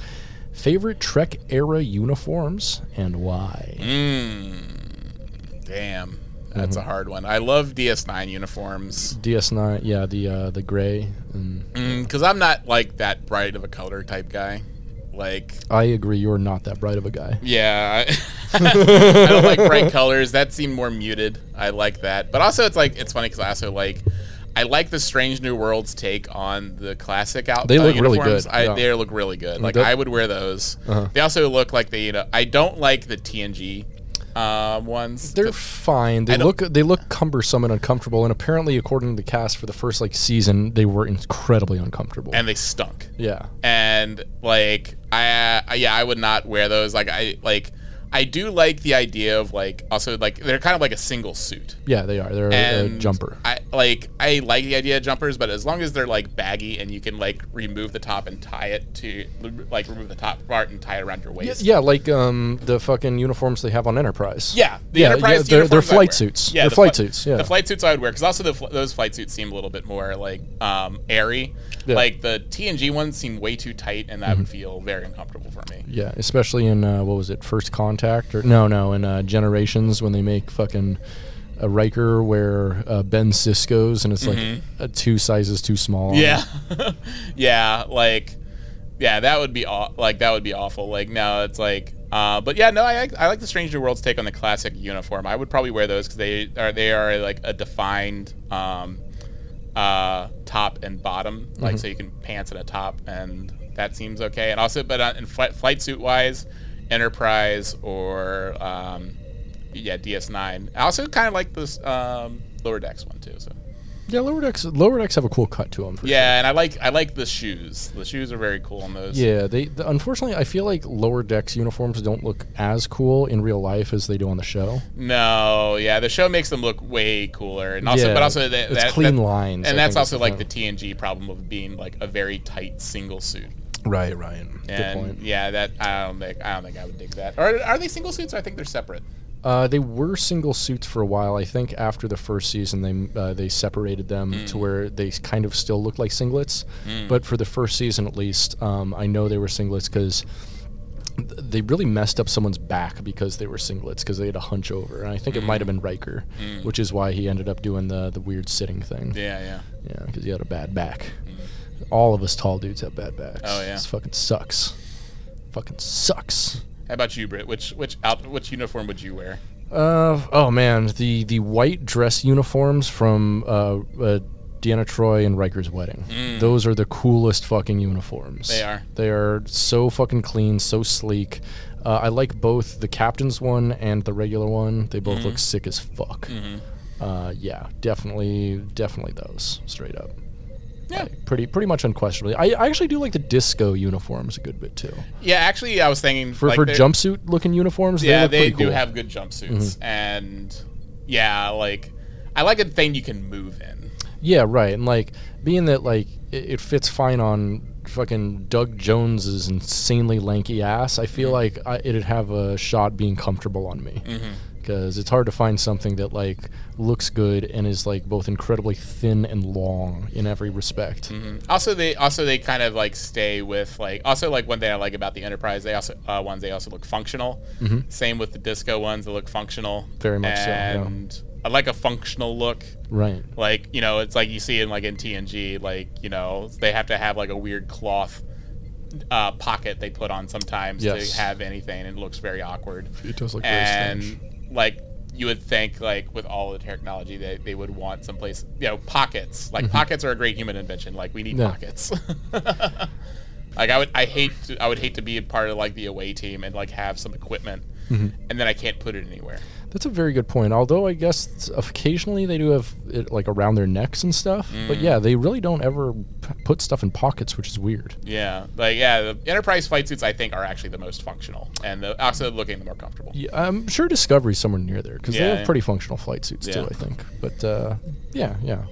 [SPEAKER 1] favorite Trek era uniforms and why?
[SPEAKER 2] Mm. Damn. That's a hard one. I love DS9 uniforms
[SPEAKER 1] DS9, yeah, the uh, the gray. And
[SPEAKER 2] because I'm not like that bright of a color type guy. Like,
[SPEAKER 1] I agree, you're not that bright of a guy.
[SPEAKER 2] yeah, I, I don't like bright colors. That seemed more muted. I like that, but also it's like it's funny because I also like I like the Strange New Worlds take on the classic out.
[SPEAKER 1] They
[SPEAKER 2] uh,
[SPEAKER 1] look really
[SPEAKER 2] uniforms.
[SPEAKER 1] good,
[SPEAKER 2] I,
[SPEAKER 1] yeah. Mm-hmm. Uh-huh.
[SPEAKER 2] They look really good. Like
[SPEAKER 1] that-
[SPEAKER 2] I would wear those. They also look like they. You know, I don't like the TNG um, ones.
[SPEAKER 1] They're fine. They
[SPEAKER 2] don't-
[SPEAKER 1] look they look cumbersome and uncomfortable. And apparently, according to the cast, for the first like season, they were incredibly uncomfortable.
[SPEAKER 2] and they stunk.
[SPEAKER 1] yeah,
[SPEAKER 2] and like I uh, yeah I would not wear those like I like I do like the idea of like also like they're kind of like a single suit
[SPEAKER 1] yeah, they are. They're a-
[SPEAKER 2] and
[SPEAKER 1] a jumper.
[SPEAKER 2] I like I like the idea of jumpers but as long as they're like baggy and you can like remove the top and tie it to like remove the top part and tie it around your waist
[SPEAKER 1] Yeah, like um, the fucking uniforms they have on Enterprise.
[SPEAKER 2] Yeah, the
[SPEAKER 1] yeah,
[SPEAKER 2] Enterprise.
[SPEAKER 1] yeah, they're-
[SPEAKER 2] uniforms
[SPEAKER 1] they're
[SPEAKER 2] I'd
[SPEAKER 1] flight
[SPEAKER 2] wear.
[SPEAKER 1] suits.
[SPEAKER 2] Yeah,
[SPEAKER 1] They're
[SPEAKER 2] the
[SPEAKER 1] flight
[SPEAKER 2] fli-
[SPEAKER 1] suits, yeah.
[SPEAKER 2] the flight suits I would wear because also the fl- those flight suits seem a little bit more like um, airy.
[SPEAKER 1] Yeah. Mm-hmm.
[SPEAKER 2] Like the TNG ones seem way too tight, and that would feel very uncomfortable for me.
[SPEAKER 1] Yeah, especially in uh, what was it, First Contact or no, no, in uh, Generations when they make fucking a Riker wear uh, Ben Cisco's and it's like uh, two sizes too small.
[SPEAKER 2] Mm-hmm. Yeah, yeah, like, yeah, that would be aw- like that would be awful. Like, no, it's like, uh, but yeah, no, I like- I like the Strange New Worlds take on the classic uniform. I would probably wear those because they are they are like a defined um, uh, top and bottom, like so you can pants and a top, and that seems okay. And also, but uh, in fli- flight suit wise, Enterprise or um, yeah, DS Nine. I also kind of like this um, lower decks one too. So.
[SPEAKER 1] yeah. Lower decks, lower decks have a cool cut to them. For
[SPEAKER 2] Yeah, and I like I like the shoes. The shoes are very cool on those.
[SPEAKER 1] Sure. Yeah, they the, unfortunately I feel like lower decks uniforms don't look as cool in real life as they do on the show.
[SPEAKER 2] No, yeah, the show makes them look way cooler, and also,
[SPEAKER 1] Yeah,
[SPEAKER 2] but also that,
[SPEAKER 1] it's
[SPEAKER 2] that-
[SPEAKER 1] clean
[SPEAKER 2] that-
[SPEAKER 1] lines, I
[SPEAKER 2] and that's
[SPEAKER 1] think is
[SPEAKER 2] also
[SPEAKER 1] the
[SPEAKER 2] like the
[SPEAKER 1] thing.
[SPEAKER 2] TNG problem of being like a very tight single suit.
[SPEAKER 1] Right, Ryan.
[SPEAKER 2] And
[SPEAKER 1] Good point.
[SPEAKER 2] yeah, that I don't think I don't think I would dig that. Are are they single suits? Or I think they're separate.
[SPEAKER 1] Uh, they were single suits for a while. I think after the first season, they uh, they separated them
[SPEAKER 2] Hmm.
[SPEAKER 1] to where they s- kind of still looked like singlets. But for the first season, at least, um, I know they were singlets because they really messed up someone's back because they were singlets because they had a hunch over, and I think it might have
[SPEAKER 2] Hmm.
[SPEAKER 1] been Riker, which is why he ended up doing the the weird sitting thing.
[SPEAKER 2] Yeah, yeah.
[SPEAKER 1] Yeah, because he had a bad back. All of us tall dudes have bad backs.
[SPEAKER 2] Oh, yeah.
[SPEAKER 1] this fucking sucks. Fucking sucks.
[SPEAKER 2] How about you, Britt? Which which out which uniform would you wear?
[SPEAKER 1] Uh, oh man, the the white dress uniforms from uh, uh, Deanna Troy and Riker's wedding. Those are the coolest fucking uniforms.
[SPEAKER 2] Mm. They are.
[SPEAKER 1] They are so fucking clean, so sleek. Uh, I like both the captain's one and the regular one. They both
[SPEAKER 2] Mm-hmm.
[SPEAKER 1] look sick as fuck.
[SPEAKER 2] Mm.
[SPEAKER 1] Uh, yeah, definitely, definitely those straight up.
[SPEAKER 2] Yeah.
[SPEAKER 1] Pretty, pretty much unquestionably. I, I actually do like the disco uniforms a good bit too.
[SPEAKER 2] Yeah, actually, I was thinking
[SPEAKER 1] For,
[SPEAKER 2] like,
[SPEAKER 1] for
[SPEAKER 2] they're-
[SPEAKER 1] jumpsuit looking uniforms,
[SPEAKER 2] Yeah,
[SPEAKER 1] they,
[SPEAKER 2] they,
[SPEAKER 1] look pretty
[SPEAKER 2] do
[SPEAKER 1] cool. Mm-hmm.
[SPEAKER 2] have good jumpsuits, and yeah, like I like a thing you can move in.
[SPEAKER 1] Yeah, right. And like being that like it, it fits fine on fucking Doug Jones's insanely lanky ass, I feel like I, it'd have a shot being comfortable on me.
[SPEAKER 2] Mm.
[SPEAKER 1] Because it's hard to find something that like looks good and is like both incredibly thin and long in every respect.
[SPEAKER 2] Mm. Mm-hmm. Also, they also they kind of like stay with like also like one thing I like about the Enterprise they also uh, ones they also look functional. Same with the disco ones, they look functional.
[SPEAKER 1] Mm-hmm. Very much so, yeah.
[SPEAKER 2] and so. And I like a functional look.
[SPEAKER 1] Right.
[SPEAKER 2] Like you know, it's like you see in like in TNG, like you know they have to have like a weird cloth. Uh, pocket they put on sometimes
[SPEAKER 1] Yes.
[SPEAKER 2] to have anything and it looks very awkward.
[SPEAKER 1] It does look
[SPEAKER 2] and like you would think like with all the technology they, they would want someplace you know pockets like pockets are a great human invention like we need
[SPEAKER 1] Mm-hmm. Yeah.
[SPEAKER 2] pockets like i would i hate to, i would hate to be a part of like the away team and like have some equipment
[SPEAKER 1] Mm-hmm.
[SPEAKER 2] and then i can't put it anywhere
[SPEAKER 1] That's a very good point. Although I guess occasionally they do have it like around their necks and stuff. But yeah, they really don't ever p- put stuff in pockets, which is weird.
[SPEAKER 2] yeah like yeah the enterprise flight suits i think are actually the most functional and the, also looking the more comfortable
[SPEAKER 1] Yeah, I'm sure Discovery's somewhere near there because
[SPEAKER 2] Yeah,
[SPEAKER 1] they have
[SPEAKER 2] yeah.
[SPEAKER 1] pretty functional flight suits too.
[SPEAKER 2] Yeah.
[SPEAKER 1] I think, but uh, yeah, yeah,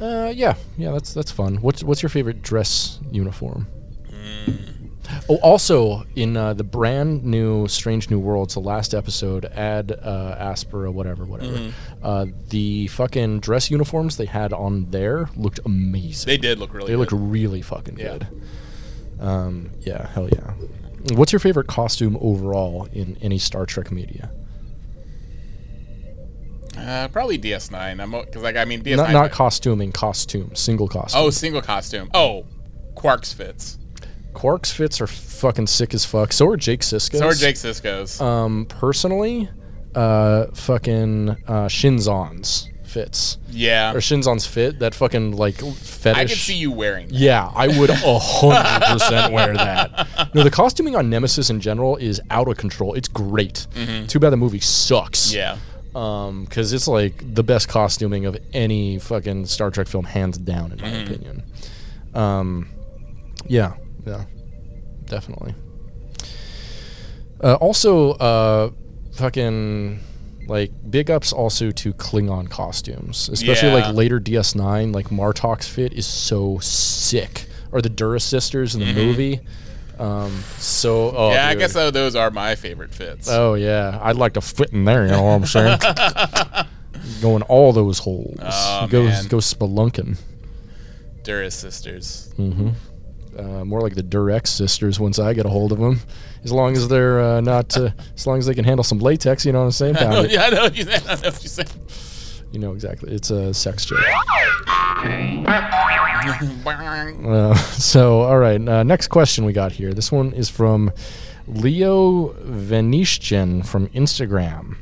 [SPEAKER 1] uh, yeah, yeah. That's that's fun. What's what's your favorite dress uniform?
[SPEAKER 2] Mm,
[SPEAKER 1] Oh, also in uh, the brand new Strange New Worlds, the last episode, Ad uh, Aspera, whatever, whatever.
[SPEAKER 2] Mm-hmm.
[SPEAKER 1] Uh, the fucking dress uniforms they had on there looked amazing.
[SPEAKER 2] they did look really
[SPEAKER 1] They looked
[SPEAKER 2] good.
[SPEAKER 1] really fucking
[SPEAKER 2] Yeah.
[SPEAKER 1] good. Um, yeah, hell yeah. What's your favorite costume overall in any Star Trek media?
[SPEAKER 2] uh, probably ds9 i'm because like i mean ds9
[SPEAKER 1] Not, not costuming, costume, single costume.
[SPEAKER 2] oh single costume oh quarks fits
[SPEAKER 1] Quark's fits are fucking sick as fuck. So are Jake Sisko's.
[SPEAKER 2] so are jake cisco's
[SPEAKER 1] Um, personally, uh, fucking uh, Shinzon's fits
[SPEAKER 2] yeah
[SPEAKER 1] or Shinzon's fit. That fucking like fetish.
[SPEAKER 2] I could see you wearing. That.
[SPEAKER 1] Yeah, I would a hundred percent wear that. No, the costuming on Nemesis in general is out of control. It's great.
[SPEAKER 2] Mm.
[SPEAKER 1] Too bad the movie sucks.
[SPEAKER 2] Mm-hmm. Yeah.
[SPEAKER 1] because Um, it's like the best costuming of any fucking Star Trek film, hands down, in my
[SPEAKER 2] Mm-hmm.
[SPEAKER 1] opinion. Um, yeah, yeah, definitely. Uh, also, uh, fucking like big ups also to Klingon costumes, especially
[SPEAKER 2] Yeah.
[SPEAKER 1] like later DS9. Like Martok's fit is so sick, or the Dura sisters in the movie. Um, so oh,
[SPEAKER 2] Mm-hmm. yeah, I
[SPEAKER 1] dude.
[SPEAKER 2] guess tho- those are my favorite fits.
[SPEAKER 1] Oh yeah, I'd like to fit in there. You know what I'm saying? Going all those holes.
[SPEAKER 2] Oh,
[SPEAKER 1] go
[SPEAKER 2] man.
[SPEAKER 1] go spelunking.
[SPEAKER 2] Duras sisters.
[SPEAKER 1] Uh, more like the Durex sisters. Once I get a hold of them, as long as they're uh, not, uh, as long as they can handle some latex. You know what I'm saying? Pound
[SPEAKER 2] Oh,
[SPEAKER 1] it.
[SPEAKER 2] yeah, I know what you said. I know what you said.
[SPEAKER 1] You know exactly. It's a sex joke.
[SPEAKER 2] Bang.
[SPEAKER 1] Uh, so all right, uh, next question we got here. This one is from Leo Venishchen from Instagram.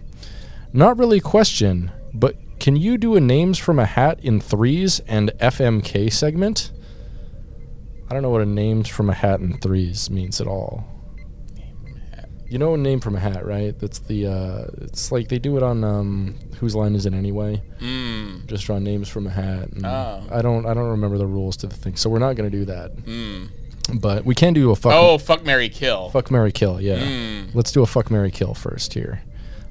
[SPEAKER 1] Not really a question, but can you do a names from a hat in threes and FMK segment? I don't know what a names from a hat in threes means at all. You know a name from a hat, right? That's the uh, it's like they do it on um, whose line is it anyway?
[SPEAKER 2] Mm,
[SPEAKER 1] Just draw names from a hat. and
[SPEAKER 2] Oh.
[SPEAKER 1] I don't I don't remember the rules to the thing, so we're not gonna do that.
[SPEAKER 2] mm.
[SPEAKER 1] But we can do a fuck
[SPEAKER 2] Oh, fuck Mary Kill.
[SPEAKER 1] fuck Mary Kill, yeah.
[SPEAKER 2] Mm.
[SPEAKER 1] Let's do a fuck Mary Kill first here.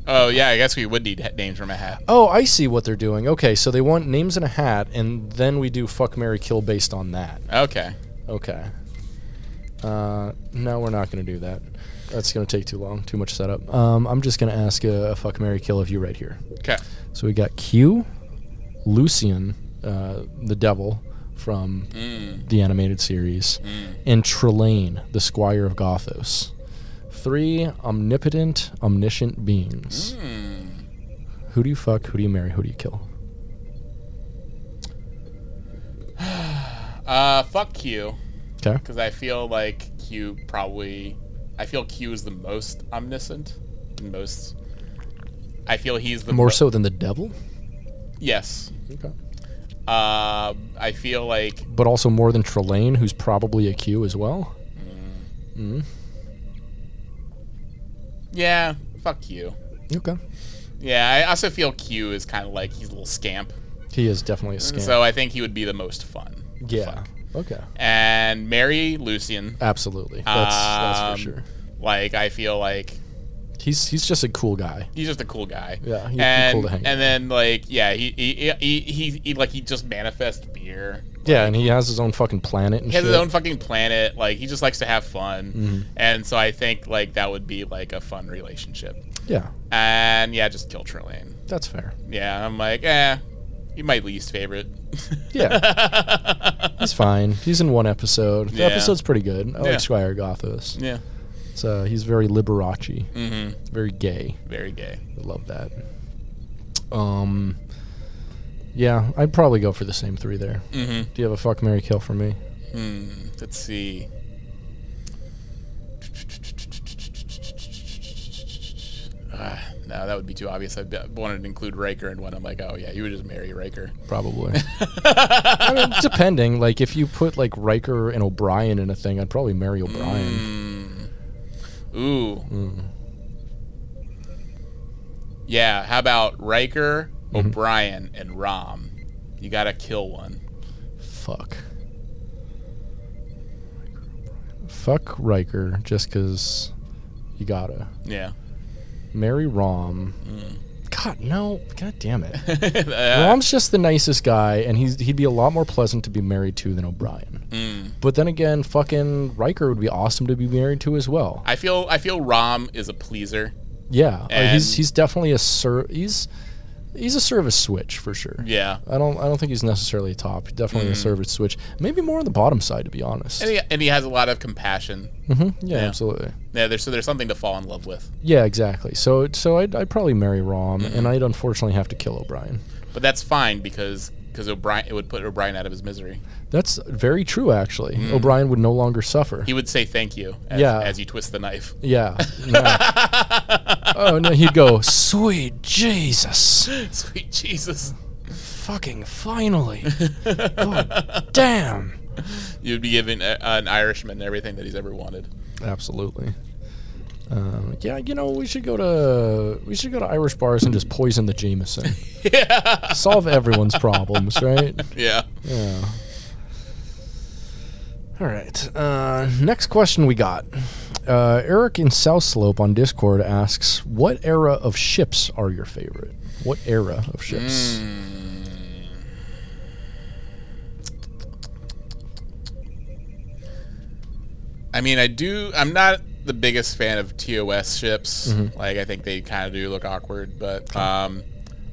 [SPEAKER 2] Oh, yeah, I guess we would need ha- names from a hat.
[SPEAKER 1] Oh, I see what they're doing. Okay, so they want names in a hat and then we do fuck Mary Kill based on that.
[SPEAKER 2] Okay.
[SPEAKER 1] Okay. Uh, no, we're not going to do that. That's going to take too long, too much setup. Um, I'm just going to ask a, a fuck, Mary kill of you right here.
[SPEAKER 2] Okay.
[SPEAKER 1] So we got Q, Lucian, uh, the devil from
[SPEAKER 2] mm.
[SPEAKER 1] the animated series, and Trelane, the squire of Gothos. Three omnipotent, omniscient beings.
[SPEAKER 2] Mm.
[SPEAKER 1] Who do you fuck? Who do you marry? Who do you kill?
[SPEAKER 2] Uh, fuck Q,
[SPEAKER 1] Okay.
[SPEAKER 2] because I feel like Q probably. I feel Q is the most omniscient, and most. I feel he's the
[SPEAKER 1] More
[SPEAKER 2] mo-
[SPEAKER 1] so than the devil,
[SPEAKER 2] Yes.
[SPEAKER 1] okay.
[SPEAKER 2] Um, I feel like
[SPEAKER 1] but also more than Trelane, who's probably a Q as well.
[SPEAKER 2] Mm.
[SPEAKER 1] Mm.
[SPEAKER 2] yeah, fuck Q.
[SPEAKER 1] Okay.
[SPEAKER 2] Yeah, I also feel Q is kind of like he's a little scamp.
[SPEAKER 1] He is definitely a scam.
[SPEAKER 2] So I think he would be the most fun.
[SPEAKER 1] yeah. Okay.
[SPEAKER 2] And marry Lucian.
[SPEAKER 1] Absolutely. That's that's
[SPEAKER 2] Um,
[SPEAKER 1] for sure.
[SPEAKER 2] Like I feel like
[SPEAKER 1] He's he's just a cool guy.
[SPEAKER 2] he's just a cool guy.
[SPEAKER 1] Yeah, he'd be
[SPEAKER 2] and,
[SPEAKER 1] cool to hang
[SPEAKER 2] and then like yeah, he he, he, he, he like he just manifests beer.
[SPEAKER 1] Yeah, and he has his own fucking planet and
[SPEAKER 2] He has
[SPEAKER 1] shit. Mm-hmm.
[SPEAKER 2] his own fucking planet. Like he just likes to have fun, and so I think like that would be like a fun relationship.
[SPEAKER 1] yeah,
[SPEAKER 2] And yeah, just kill Trillane.
[SPEAKER 1] that's fair.
[SPEAKER 2] Yeah, I'm like eh, you my least favorite.
[SPEAKER 1] Yeah, he's fine. He's in one episode. The
[SPEAKER 2] Yeah.
[SPEAKER 1] episode's pretty good. I
[SPEAKER 2] Yeah.
[SPEAKER 1] like Squire Gothos.
[SPEAKER 2] yeah,
[SPEAKER 1] So he's very Liberace, mm-hmm. very gay.
[SPEAKER 2] very gay.
[SPEAKER 1] I love that. Um, yeah, I'd probably go for the same three there.
[SPEAKER 2] Mhm.
[SPEAKER 1] Do you have a fuck Mary kill for me?
[SPEAKER 2] Hmm. Let's see. Ah, no, that would be too obvious. I be- wanted to include Riker in one. I'm like, oh yeah, you would just marry Riker.
[SPEAKER 1] Probably. I mean, depending. Like, if you put like Riker and O'Brien in a thing, I'd probably marry
[SPEAKER 2] Mm.
[SPEAKER 1] O'Brien.
[SPEAKER 2] Ooh. Yeah. How about Riker, O'Brien, and Rom? You gotta kill one.
[SPEAKER 1] Fuck. Fuck Riker, just 'cause you gotta.
[SPEAKER 2] Yeah.
[SPEAKER 1] Marry Rom.
[SPEAKER 2] Mm.
[SPEAKER 1] God no! God damn it!
[SPEAKER 2] Uh,
[SPEAKER 1] Rom's just the nicest guy, and he's he'd be a lot more pleasant to be married to than O'Brien.
[SPEAKER 2] Mm.
[SPEAKER 1] But then again, fucking Riker would be awesome to be married to as well.
[SPEAKER 2] I feel I feel Rom is a pleaser.
[SPEAKER 1] Yeah, like, he's
[SPEAKER 2] And-
[SPEAKER 1] he's definitely a ser- he's he's a service switch for sure.
[SPEAKER 2] Yeah. Mm.
[SPEAKER 1] I don't I don't think he's necessarily top. Definitely a service switch. Maybe more on the bottom side to be honest.
[SPEAKER 2] And he, and he has a lot of compassion.
[SPEAKER 1] hmm yeah,
[SPEAKER 2] Yeah.
[SPEAKER 1] absolutely.
[SPEAKER 2] Yeah, there's so there's something to fall in love with.
[SPEAKER 1] Yeah, exactly. So so I'd, I'd probably marry Rom,
[SPEAKER 2] Mm-hmm.
[SPEAKER 1] and I'd unfortunately have to kill O'Brien.
[SPEAKER 2] But that's fine because because O'Brien it would put O'Brien out of his misery.
[SPEAKER 1] That's very true actually. O'Brien would no longer suffer.
[SPEAKER 2] Hmm. He would say thank you as,
[SPEAKER 1] Yeah.
[SPEAKER 2] as you twist the knife.
[SPEAKER 1] yeah. yeah. oh no, he'd go, "Sweet Jesus.
[SPEAKER 2] Sweet Jesus.
[SPEAKER 1] Fucking finally. God damn."
[SPEAKER 2] You'd be giving a, an Irishman everything that he's ever wanted.
[SPEAKER 1] Absolutely. Um, yeah, you know we should go to we should go to Irish bars and just poison the Jameson.
[SPEAKER 2] yeah.
[SPEAKER 1] Solve everyone's problems, right?
[SPEAKER 2] Yeah.
[SPEAKER 1] Yeah. All right. Uh, next question we got. Uh, Eric in South Slope on Discord asks, "What era of ships are your favorite? What era of ships?
[SPEAKER 2] Hmm. I mean, I do. I'm not the biggest fan of TOS ships.
[SPEAKER 1] Mm-hmm.
[SPEAKER 2] Like, I think they kind of do look awkward, but um,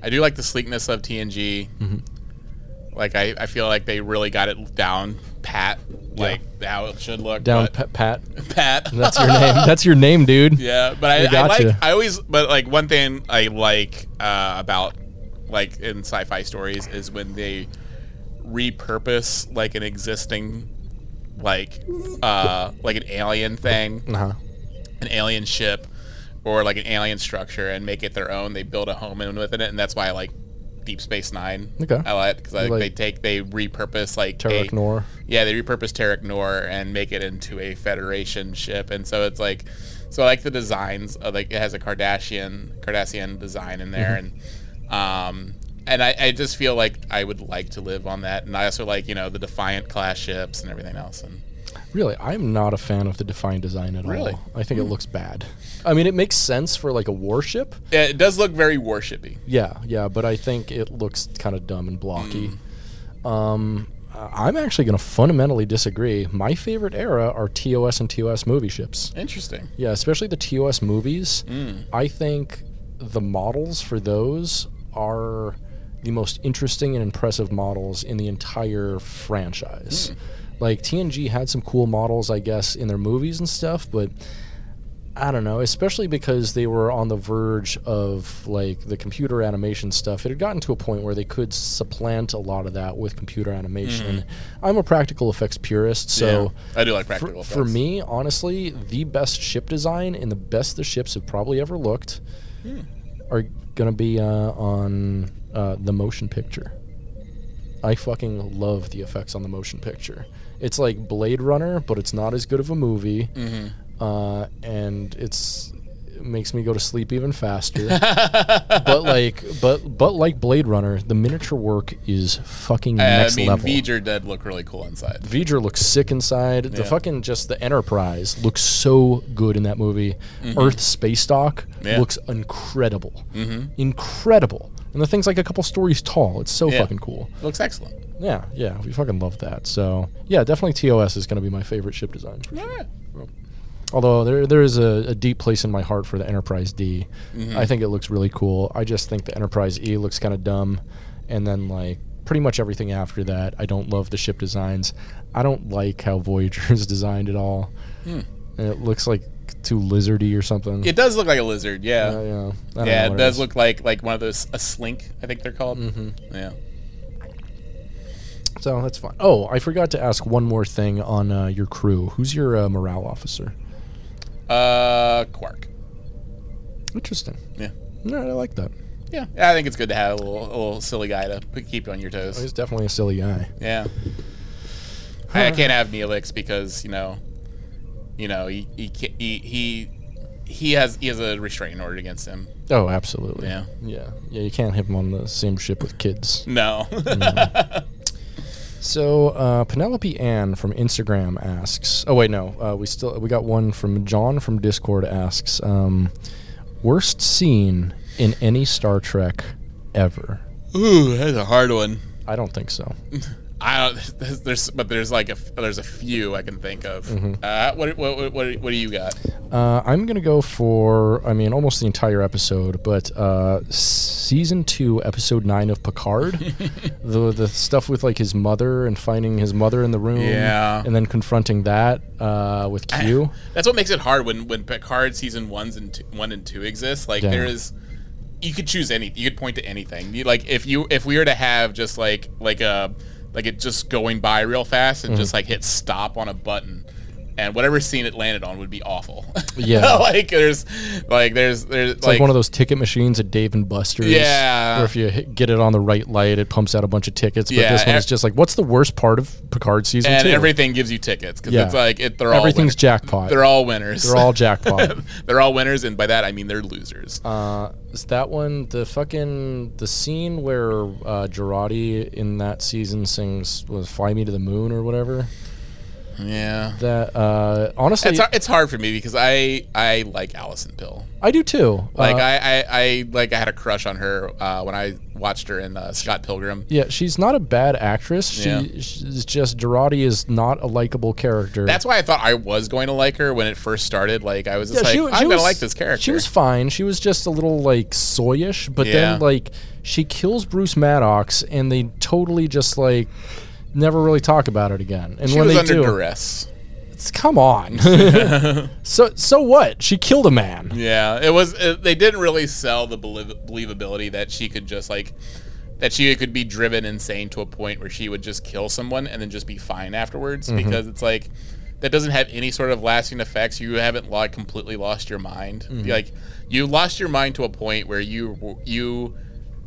[SPEAKER 2] I do like the sleekness of TNG.
[SPEAKER 1] Mm-hmm.
[SPEAKER 2] Like, I, I feel like they really got it down pat, like how it should look.
[SPEAKER 1] Down, Pat,
[SPEAKER 2] but-
[SPEAKER 1] Pat.
[SPEAKER 2] pat.
[SPEAKER 1] That's your name. That's your name, dude.
[SPEAKER 2] Yeah, but I,
[SPEAKER 1] We
[SPEAKER 2] I
[SPEAKER 1] gotcha.
[SPEAKER 2] like I always but like one thing I like uh, about like in sci-fi stories is when they repurpose like an existing like uh like an alien thing,
[SPEAKER 1] Uh-huh.
[SPEAKER 2] an alien ship or like an alien structure and make it their own. They build a home in within it and that's why I like Deep Space 9.
[SPEAKER 1] Okay.
[SPEAKER 2] I like cuz
[SPEAKER 1] You
[SPEAKER 2] like,
[SPEAKER 1] like-
[SPEAKER 2] they take they repurpose like
[SPEAKER 1] Tarek
[SPEAKER 2] a-
[SPEAKER 1] Nor.
[SPEAKER 2] yeah, they repurpose Terek Nor and make it into a Federation ship, and so it's like, so I like the designs. Of, like it has a Kardashian Cardassian design in there,
[SPEAKER 1] Mm-hmm.
[SPEAKER 2] and um, and I, I just feel like I would like to live on that, and I also like you know the Defiant class ships and everything else, and
[SPEAKER 1] Really, I'm not a fan of the defined design at
[SPEAKER 2] Really?
[SPEAKER 1] all. I think it looks bad. Hmm. I mean, it makes sense for like a warship.
[SPEAKER 2] yeah, it does look very worshipy.
[SPEAKER 1] Yeah, yeah, but I think it looks kind of dumb and blocky. Um, uh, I'm actually going to fundamentally disagree. My favorite era are TOS and TOS movie ships.
[SPEAKER 2] Interesting. Mm.
[SPEAKER 1] Yeah, especially the TOS movies. I think the models for those are the most interesting and impressive models in the entire franchise. Like TNG had some cool models, I guess, in their movies and stuff, but I don't know, especially because they were on the verge of like the computer animation stuff. It had gotten to a point where they could supplant a lot of that with computer animation. And I'm a practical effects purist, so
[SPEAKER 2] yeah. I do like
[SPEAKER 1] for-
[SPEAKER 2] practical
[SPEAKER 1] for
[SPEAKER 2] effects.
[SPEAKER 1] me, honestly, the best ship design and the best the ships have probably ever looked are going to be uh, on uh, the motion picture. I fucking love the effects on the motion picture. It's like Blade Runner, but it's not as good of a movie,
[SPEAKER 2] Hmm.
[SPEAKER 1] uh, and it's it makes me go to sleep even faster. but like, but but like Blade Runner, the miniature work is fucking
[SPEAKER 2] I
[SPEAKER 1] next
[SPEAKER 2] mean,
[SPEAKER 1] level.
[SPEAKER 2] V'ger did look really cool inside.
[SPEAKER 1] V'ger looks sick inside. The
[SPEAKER 2] Yeah.
[SPEAKER 1] fucking just the Enterprise looks so good in that movie. Earth Space Dock
[SPEAKER 2] Mm-hmm. Yeah.
[SPEAKER 1] looks incredible,
[SPEAKER 2] Mm-hmm.
[SPEAKER 1] incredible. And the thing's like a couple stories tall. It's so
[SPEAKER 2] Yeah.
[SPEAKER 1] fucking cool.
[SPEAKER 2] Looks excellent.
[SPEAKER 1] Yeah, yeah, we fucking love that. So yeah, definitely TOS is going to be my favorite ship design.
[SPEAKER 2] All right.
[SPEAKER 1] Although there there is a, a deep place in my heart for the Enterprise D. I
[SPEAKER 2] Mm-hmm.
[SPEAKER 1] think it looks really cool. I just think the Enterprise E looks kind of dumb, and then like pretty much everything after that, I don't love the ship designs. I don't like how Voyager is designed at all,
[SPEAKER 2] Hmm.
[SPEAKER 1] and it looks like too lizardy or something.
[SPEAKER 2] It does look like a lizard. Yeah.
[SPEAKER 1] Uh, yeah, I don't
[SPEAKER 2] yeah,
[SPEAKER 1] know
[SPEAKER 2] it
[SPEAKER 1] what
[SPEAKER 2] does
[SPEAKER 1] is.
[SPEAKER 2] look like like one of those a slink. I think they're called. Mm-hmm. Yeah.
[SPEAKER 1] So that's fine. Oh, I forgot to ask one more thing on uh, your crew. Who's your uh, morale officer?
[SPEAKER 2] Uh, Quark.
[SPEAKER 1] Interesting.
[SPEAKER 2] Yeah.
[SPEAKER 1] No, I like that.
[SPEAKER 2] Yeah. I think it's good to have a little, a little silly guy to p- keep you on your toes.
[SPEAKER 1] Oh, He's definitely a silly guy.
[SPEAKER 2] Yeah. I, I can't have Neelix because you know, you know he he ca- he he, he has he has a restraining order against him.
[SPEAKER 1] Oh, absolutely.
[SPEAKER 2] Yeah.
[SPEAKER 1] Yeah. Yeah, you can't have him on the same ship with kids.
[SPEAKER 2] No.
[SPEAKER 1] Mm-hmm. So uh, Penelope Ann from Instagram asks. Oh wait, no, uh, we still we got one from John from Discord asks. Um, worst scene in any Star Trek ever?
[SPEAKER 2] Ooh, that's a hard one.
[SPEAKER 1] I don't think so.
[SPEAKER 2] I don't. There's, there's but there's like a f- there's a few I can think of.
[SPEAKER 1] Mm-hmm.
[SPEAKER 2] Uh, what, what what what what do you got?
[SPEAKER 1] Uh, I'm gonna go for I mean almost the entire episode, but uh, season two, episode nine of Picard, the the stuff with like his mother and finding his mother in the room,
[SPEAKER 2] Yeah.
[SPEAKER 1] and then confronting that uh, with Q.
[SPEAKER 2] That's what makes it hard when when Picard season ones and two, one and two exist. Like
[SPEAKER 1] Yeah.
[SPEAKER 2] there is, you could choose any. You could point to anything. You, like if you if we were to have just like like a like it just going by real fast and
[SPEAKER 1] Mm-hmm.
[SPEAKER 2] just like hit stop on a button, and whatever scene it landed on would be awful.
[SPEAKER 1] Yeah.
[SPEAKER 2] like there's like there's there's
[SPEAKER 1] It's like, one of those ticket machines at Dave and Buster's.
[SPEAKER 2] Yeah.
[SPEAKER 1] Where if you hit, get it on the right light, it pumps out a bunch of tickets. But
[SPEAKER 2] Yeah,
[SPEAKER 1] this one
[SPEAKER 2] ev-
[SPEAKER 1] is just like, what's the worst part of Picard season
[SPEAKER 2] and
[SPEAKER 1] two?
[SPEAKER 2] everything gives you tickets because
[SPEAKER 1] Yeah.
[SPEAKER 2] it's like it, they're all
[SPEAKER 1] Everything's
[SPEAKER 2] winners.
[SPEAKER 1] jackpot.
[SPEAKER 2] They're all winners.
[SPEAKER 1] They're all jackpot.
[SPEAKER 2] they're all winners, and by that I mean they're losers.
[SPEAKER 1] uh, is that one the fucking the scene where uh, Girardi in that season sings was "Fly Me to the Moon" or whatever?
[SPEAKER 2] yeah.
[SPEAKER 1] That uh, honestly,
[SPEAKER 2] It's, har- it's hard for me because I I like Allison Pill.
[SPEAKER 1] I do too.
[SPEAKER 2] Like
[SPEAKER 1] Uh,
[SPEAKER 2] I, I, I like I had a crush on her uh, when I watched her in uh, Scott Pilgrim.
[SPEAKER 1] yeah, she's not a bad actress. She,
[SPEAKER 2] Yeah.
[SPEAKER 1] she's just Girardi is not a likable character.
[SPEAKER 2] That's why I thought I was going to like her when it first started. Like I was just like, I'm gonna like this character.
[SPEAKER 1] She was fine. She was just a little like soyish, but
[SPEAKER 2] Yeah.
[SPEAKER 1] then like she kills Bruce Maddox, and they totally just like never really talk about it again. And
[SPEAKER 2] She
[SPEAKER 1] when
[SPEAKER 2] was
[SPEAKER 1] they
[SPEAKER 2] under
[SPEAKER 1] do,
[SPEAKER 2] duress.
[SPEAKER 1] it's- come on. so so what? She killed a man.
[SPEAKER 2] Yeah, it was. It, they didn't really sell the belie- believability that she could just like that she could be driven insane to a point where she would just kill someone and then just be fine afterwards because it's like that doesn't have any sort of lasting effects. You haven't like completely lost your mind. Like you lost your mind to a point where you you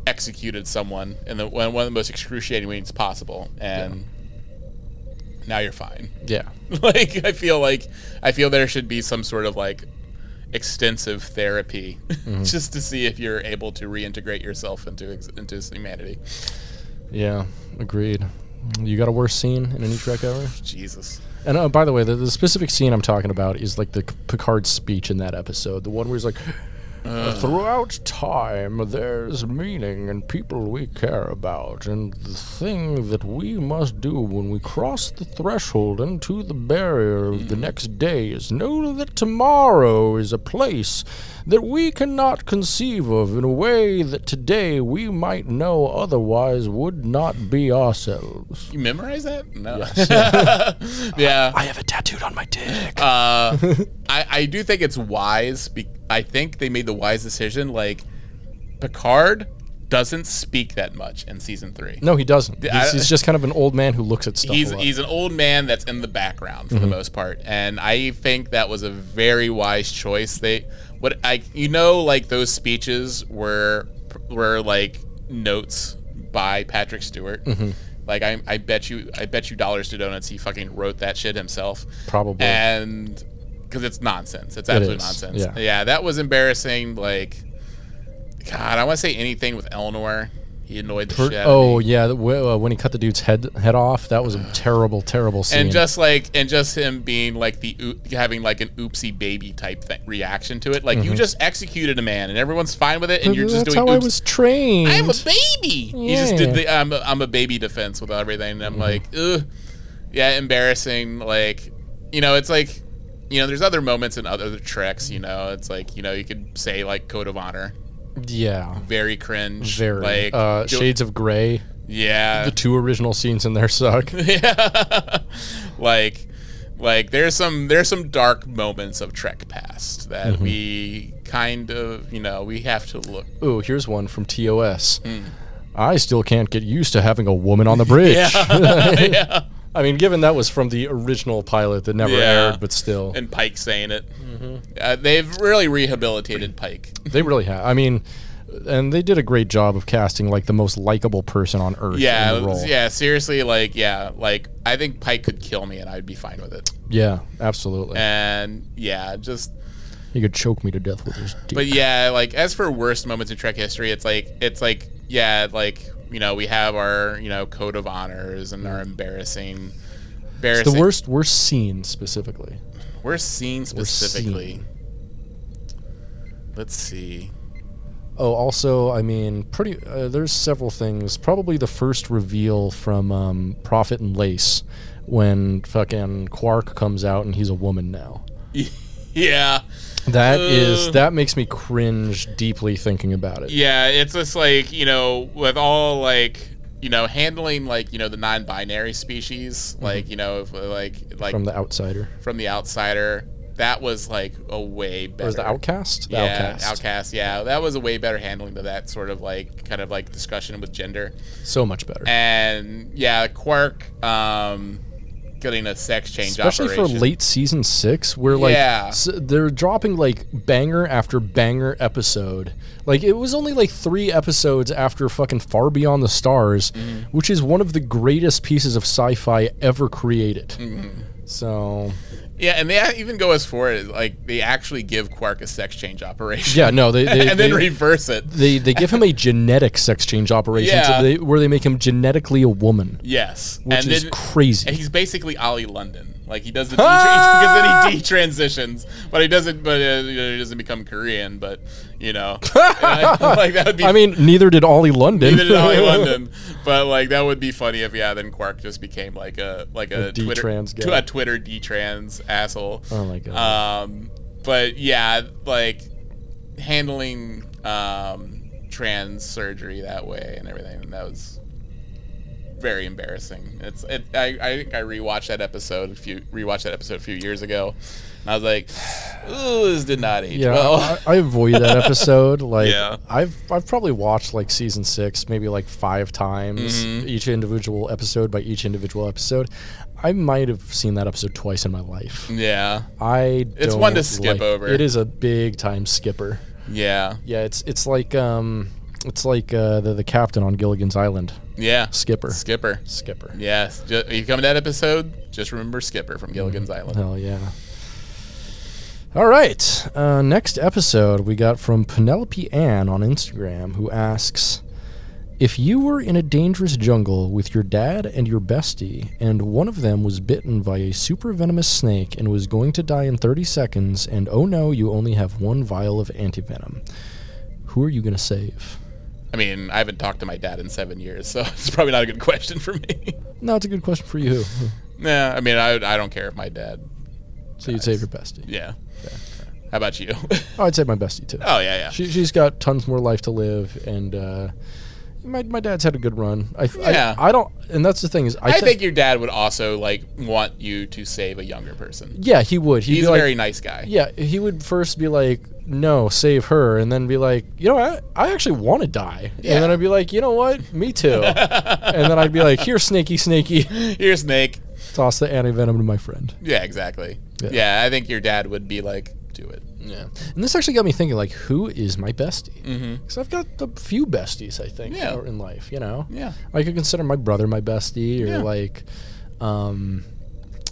[SPEAKER 2] executed someone in the one one of the most excruciating ways possible and. Now you're fine.
[SPEAKER 1] Yeah.
[SPEAKER 2] Like I feel like I feel there should be some sort of like extensive therapy just to see if you're able to reintegrate yourself into ex- into humanity.
[SPEAKER 1] Yeah. Agreed. You got a worse scene in any Trek ever?
[SPEAKER 2] Jesus.
[SPEAKER 1] And uh, by the way, the, the specific scene I'm talking about is like the Picard speech in that episode, the one where he's like, Throughout time, there's meaning and people we care about, and the thing that we must do when we cross the threshold into the barrier of the next day is know that tomorrow is a place that we cannot conceive of in a way that today we might know otherwise would not be ourselves.
[SPEAKER 2] You memorize that? No. yeah.
[SPEAKER 1] I have it tattooed on my dick.
[SPEAKER 2] Uh, I, I do think it's wise. Be- I think they made the wise decision. Like, Picard doesn't speak that much in season three.
[SPEAKER 1] no, he doesn't.
[SPEAKER 2] I-
[SPEAKER 1] He's, he's just kind of an old man who looks at stuff.
[SPEAKER 2] He's, e-,
[SPEAKER 1] a lot. Mm-hmm.
[SPEAKER 2] he's an old man that's in the background for the most part, and I think that was a very wise choice. They, what I, you know, like those speeches were were like notes by Patrick Stewart.
[SPEAKER 1] Mm-hmm.
[SPEAKER 2] Like I, I bet you, I bet you dollars to donuts, he fucking wrote that shit himself.
[SPEAKER 1] Probably.
[SPEAKER 2] and because it's nonsense, it's absolute
[SPEAKER 1] Oh, is,
[SPEAKER 2] nonsense.
[SPEAKER 1] yeah.
[SPEAKER 2] that was embarrassing. Like, God, I want to say anything with Eleanor. He annoyed the
[SPEAKER 1] Per-
[SPEAKER 2] shit. out of me.
[SPEAKER 1] oh yeah, the- wh- uh, when he cut the dude's head head off, that was a terrible, terrible scene.
[SPEAKER 2] and just like and just him being like the oop- having like an oopsie baby type thing, reaction to it like you just executed a man and everyone's fine with it and you're just
[SPEAKER 1] Mm-hmm. that's
[SPEAKER 2] doing
[SPEAKER 1] how
[SPEAKER 2] oops,
[SPEAKER 1] I was trained.
[SPEAKER 2] am a baby you just
[SPEAKER 1] Yeah. Mm-hmm.
[SPEAKER 2] did the I'm a, I'm a baby defense with everything and I'm like ugh yeah embarrassing like you know it's like you know there's other moments in other treks you know it's like you know you could say like code of honor
[SPEAKER 1] yeah,
[SPEAKER 2] very cringe
[SPEAKER 1] very.
[SPEAKER 2] like
[SPEAKER 1] uh,
[SPEAKER 2] do-
[SPEAKER 1] Shades of Grey.
[SPEAKER 2] yeah
[SPEAKER 1] The two original scenes in there suck.
[SPEAKER 2] yeah. like like there's some there's some dark moments of Trek past that we kind of you know we have to look.
[SPEAKER 1] Ooh, here's one from TOS.
[SPEAKER 2] Hmm.
[SPEAKER 1] I still can't get used to having a woman on the bridge.
[SPEAKER 2] yeah.
[SPEAKER 1] I mean, given that was from the original pilot that never
[SPEAKER 2] Yeah.
[SPEAKER 1] aired, but still,
[SPEAKER 2] And Pike saying it. Uh, they've really rehabilitated Pike.
[SPEAKER 1] they really have. I mean, and they did a great job of casting like the most likable person on earth. in the
[SPEAKER 2] Yeah,
[SPEAKER 1] role.
[SPEAKER 2] yeah. Seriously, like yeah, like I think Pike could kill me and I'd be fine with it.
[SPEAKER 1] yeah, absolutely.
[SPEAKER 2] And yeah, just
[SPEAKER 1] he could choke me to death with his dick.
[SPEAKER 2] But yeah, like as for worst moments in Trek history, it's like it's like yeah, like you know we have our you know code of honors and our embarrassing,
[SPEAKER 1] Mm. It's
[SPEAKER 2] embarrassing
[SPEAKER 1] the worst worst scene specifically.
[SPEAKER 2] worst scene specifically.
[SPEAKER 1] scene.
[SPEAKER 2] Let's see.
[SPEAKER 1] Oh, also, I mean, pretty. Uh, there's several things. Probably the first reveal from um, Prophet and Lace when fucking Quark comes out and he's a woman now.
[SPEAKER 2] Yeah,
[SPEAKER 1] That is
[SPEAKER 2] Uh.
[SPEAKER 1] that makes me cringe deeply thinking about it.
[SPEAKER 2] yeah. It's just like you know with all like you know handling like you know the non-binary species, like you know if, like like
[SPEAKER 1] Mm-hmm. From the outsider,
[SPEAKER 2] from the outsider. That was like a way better.
[SPEAKER 1] or is the outcast? The
[SPEAKER 2] yeah,
[SPEAKER 1] outcast.
[SPEAKER 2] Yeah, that was a way better handling of that sort of like kind of like discussion with gender.
[SPEAKER 1] So much better,
[SPEAKER 2] And yeah, Quark um, getting a sex change
[SPEAKER 1] especially
[SPEAKER 2] operation.
[SPEAKER 1] for late season six, where like
[SPEAKER 2] Yeah.
[SPEAKER 1] s- they're dropping like banger after banger episode. Like it was only like three episodes after fucking Far Beyond the Stars,
[SPEAKER 2] Mm-hmm.
[SPEAKER 1] which is one of the greatest pieces of sci-fi ever created.
[SPEAKER 2] Mm-hmm.
[SPEAKER 1] So
[SPEAKER 2] Yeah, and they even go as far as like they actually give Quark a sex change operation.
[SPEAKER 1] yeah, no, they, they
[SPEAKER 2] and then
[SPEAKER 1] they,
[SPEAKER 2] reverse it.
[SPEAKER 1] they they give him a genetic sex change operation to
[SPEAKER 2] Yeah.
[SPEAKER 1] they, where they make him genetically a woman,
[SPEAKER 2] Yes,
[SPEAKER 1] which
[SPEAKER 2] and
[SPEAKER 1] is
[SPEAKER 2] then
[SPEAKER 1] crazy.
[SPEAKER 2] and he's basically Ollie London. Like he does the detran- because then he detransitions, but he doesn't. But uh, you know, he doesn't become Korean. But you know, like that would be
[SPEAKER 1] I mean, neither did Ollie London.
[SPEAKER 2] Neither did I London. But like that would be funny if yeah, then Quark just became like a like a,
[SPEAKER 1] A
[SPEAKER 2] Twitter
[SPEAKER 1] D-trans
[SPEAKER 2] tw-
[SPEAKER 1] guy.
[SPEAKER 2] a Twitter D-trans asshole.
[SPEAKER 1] Oh my God.
[SPEAKER 2] Um, but yeah, like handling um trans surgery that way and everything that was very embarrassing. It's it, I I think I rewatched that episode a few rewatched that episode a few years ago. And I was like, ooh, this did not age
[SPEAKER 1] Yeah,
[SPEAKER 2] well.
[SPEAKER 1] I, I avoid that episode. Like,
[SPEAKER 2] Yeah.
[SPEAKER 1] I've I've probably watched like season six, maybe like five times
[SPEAKER 2] Mm-hmm.
[SPEAKER 1] each individual episode by each individual episode. I might have seen that episode twice in my life.
[SPEAKER 2] yeah.
[SPEAKER 1] I
[SPEAKER 2] It's one to
[SPEAKER 1] don't
[SPEAKER 2] skip
[SPEAKER 1] like-
[SPEAKER 2] over.
[SPEAKER 1] It is a big time skipper.
[SPEAKER 2] Yeah.
[SPEAKER 1] Yeah, it's it's like um, it's like uh, the the captain on Gilligan's Island,
[SPEAKER 2] Yeah.
[SPEAKER 1] Skipper,
[SPEAKER 2] Skipper.
[SPEAKER 1] Skipper.
[SPEAKER 2] Yes. Ju- if you come to that episode, just remember Skipper from Gilligan's Island.
[SPEAKER 1] Hell yeah. All right. Uh, next episode we got from Penelope Ann on Instagram who asks If you were in a dangerous jungle with your dad and your bestie, and one of them was bitten by a super venomous snake and was going to die in 30 seconds, and oh no, you only have one vial of antivenom, who are you going to save?
[SPEAKER 2] I mean, I haven't talked to my dad in seven years, so it's probably not a good question for me.
[SPEAKER 1] No, it's a good question for you.
[SPEAKER 2] nah, I mean, I, I don't care if my dad.
[SPEAKER 1] So you'd save your bestie.
[SPEAKER 2] Yeah. How about you?
[SPEAKER 1] Oh, I'd save my bestie too.
[SPEAKER 2] oh yeah, yeah.
[SPEAKER 1] She, she's got tons more life to live, and uh, my, my dad's had a good run. I, th-
[SPEAKER 2] Yeah.
[SPEAKER 1] I, I don't, and that's the thing is, I,
[SPEAKER 2] I
[SPEAKER 1] thi-
[SPEAKER 2] think your dad would also like want you to save a younger person.
[SPEAKER 1] yeah, he would. He'd
[SPEAKER 2] He's
[SPEAKER 1] be
[SPEAKER 2] a
[SPEAKER 1] like,
[SPEAKER 2] very nice guy.
[SPEAKER 1] yeah, he would first be like, no, save her, and then be like, you know, I, I actually want to die,
[SPEAKER 2] Yeah.
[SPEAKER 1] and then I'd be like, you know what, me too, and then I'd be like, here, snaky, snaky,
[SPEAKER 2] Here, snake.
[SPEAKER 1] toss the antivenom to my friend.
[SPEAKER 2] Yeah, exactly.
[SPEAKER 1] Yeah.
[SPEAKER 2] Yeah. I think your dad would be like, do it.
[SPEAKER 1] Yeah, and this actually got me thinking, like, who is my bestie?
[SPEAKER 2] Mm-hmm.
[SPEAKER 1] Because I've got a few besties, I think,
[SPEAKER 2] Yeah.
[SPEAKER 1] in life, you know.
[SPEAKER 2] Yeah.
[SPEAKER 1] I could consider my brother my bestie, or
[SPEAKER 2] Yeah.
[SPEAKER 1] like um,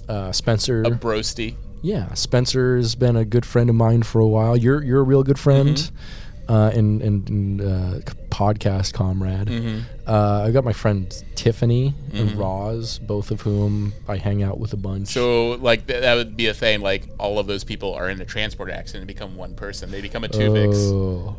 [SPEAKER 1] uh, Spencer.
[SPEAKER 2] A brosty.
[SPEAKER 1] yeah, Spencer's been a good friend of mine for a while. You're you're a real good friend,
[SPEAKER 2] Mm-hmm.
[SPEAKER 1] uh, and and, and uh, c- podcast comrade.
[SPEAKER 2] Mm. Mm-hmm.
[SPEAKER 1] Uh, I've got my friends Tiffany and Roz, both of whom I hang out with a bunch.
[SPEAKER 2] So like th- that would be a thing. Like all of those people are in a transport accident and become one person. They become a Tuvix,
[SPEAKER 1] Oh,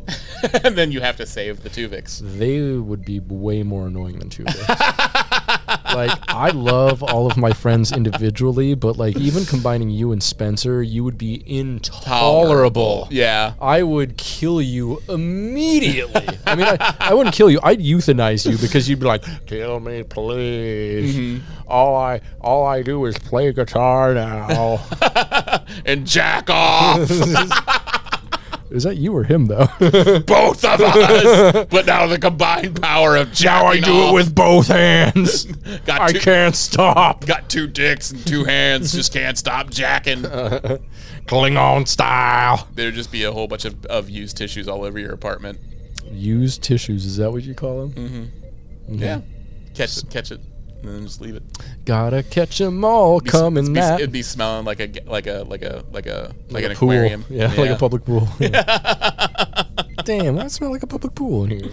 [SPEAKER 2] and then you have to save the Tuvix.
[SPEAKER 1] they would be way more annoying than two. like I love all of my friends individually, but like even combining you and Spencer, you would be intolerable.
[SPEAKER 2] Yeah.
[SPEAKER 1] I would kill you immediately. I mean, I, I wouldn't kill you. I'd euthanize you because you'd be like, "Kill me, please.
[SPEAKER 2] Mm-hmm.
[SPEAKER 1] All I all I do is play guitar now."
[SPEAKER 2] And jack off
[SPEAKER 1] is that you or him though?
[SPEAKER 2] both of us. But now the combined power of now I
[SPEAKER 1] both hands.
[SPEAKER 2] Got two-
[SPEAKER 1] can't stop.
[SPEAKER 2] got two dicks and two hands. Just can't stop jacking.
[SPEAKER 1] Uh. Klingon style.
[SPEAKER 2] There'd just be a whole bunch of, of used tissues all over your apartment.
[SPEAKER 1] Used tissues. Is that what you call them?
[SPEAKER 2] Mm.
[SPEAKER 1] Mm-hmm.
[SPEAKER 2] Yeah. Catch it, catch it, and then just leave it.
[SPEAKER 1] Gotta catch 'em all.
[SPEAKER 2] Be-
[SPEAKER 1] Come
[SPEAKER 2] it'd
[SPEAKER 1] in
[SPEAKER 2] be,
[SPEAKER 1] that.
[SPEAKER 2] It'd be smelling like a like a like a like a like,
[SPEAKER 1] Like
[SPEAKER 2] an
[SPEAKER 1] a pool.
[SPEAKER 2] aquarium.
[SPEAKER 1] Yeah, like a public pool. Yeah. Damn, why it smell like a public pool in here?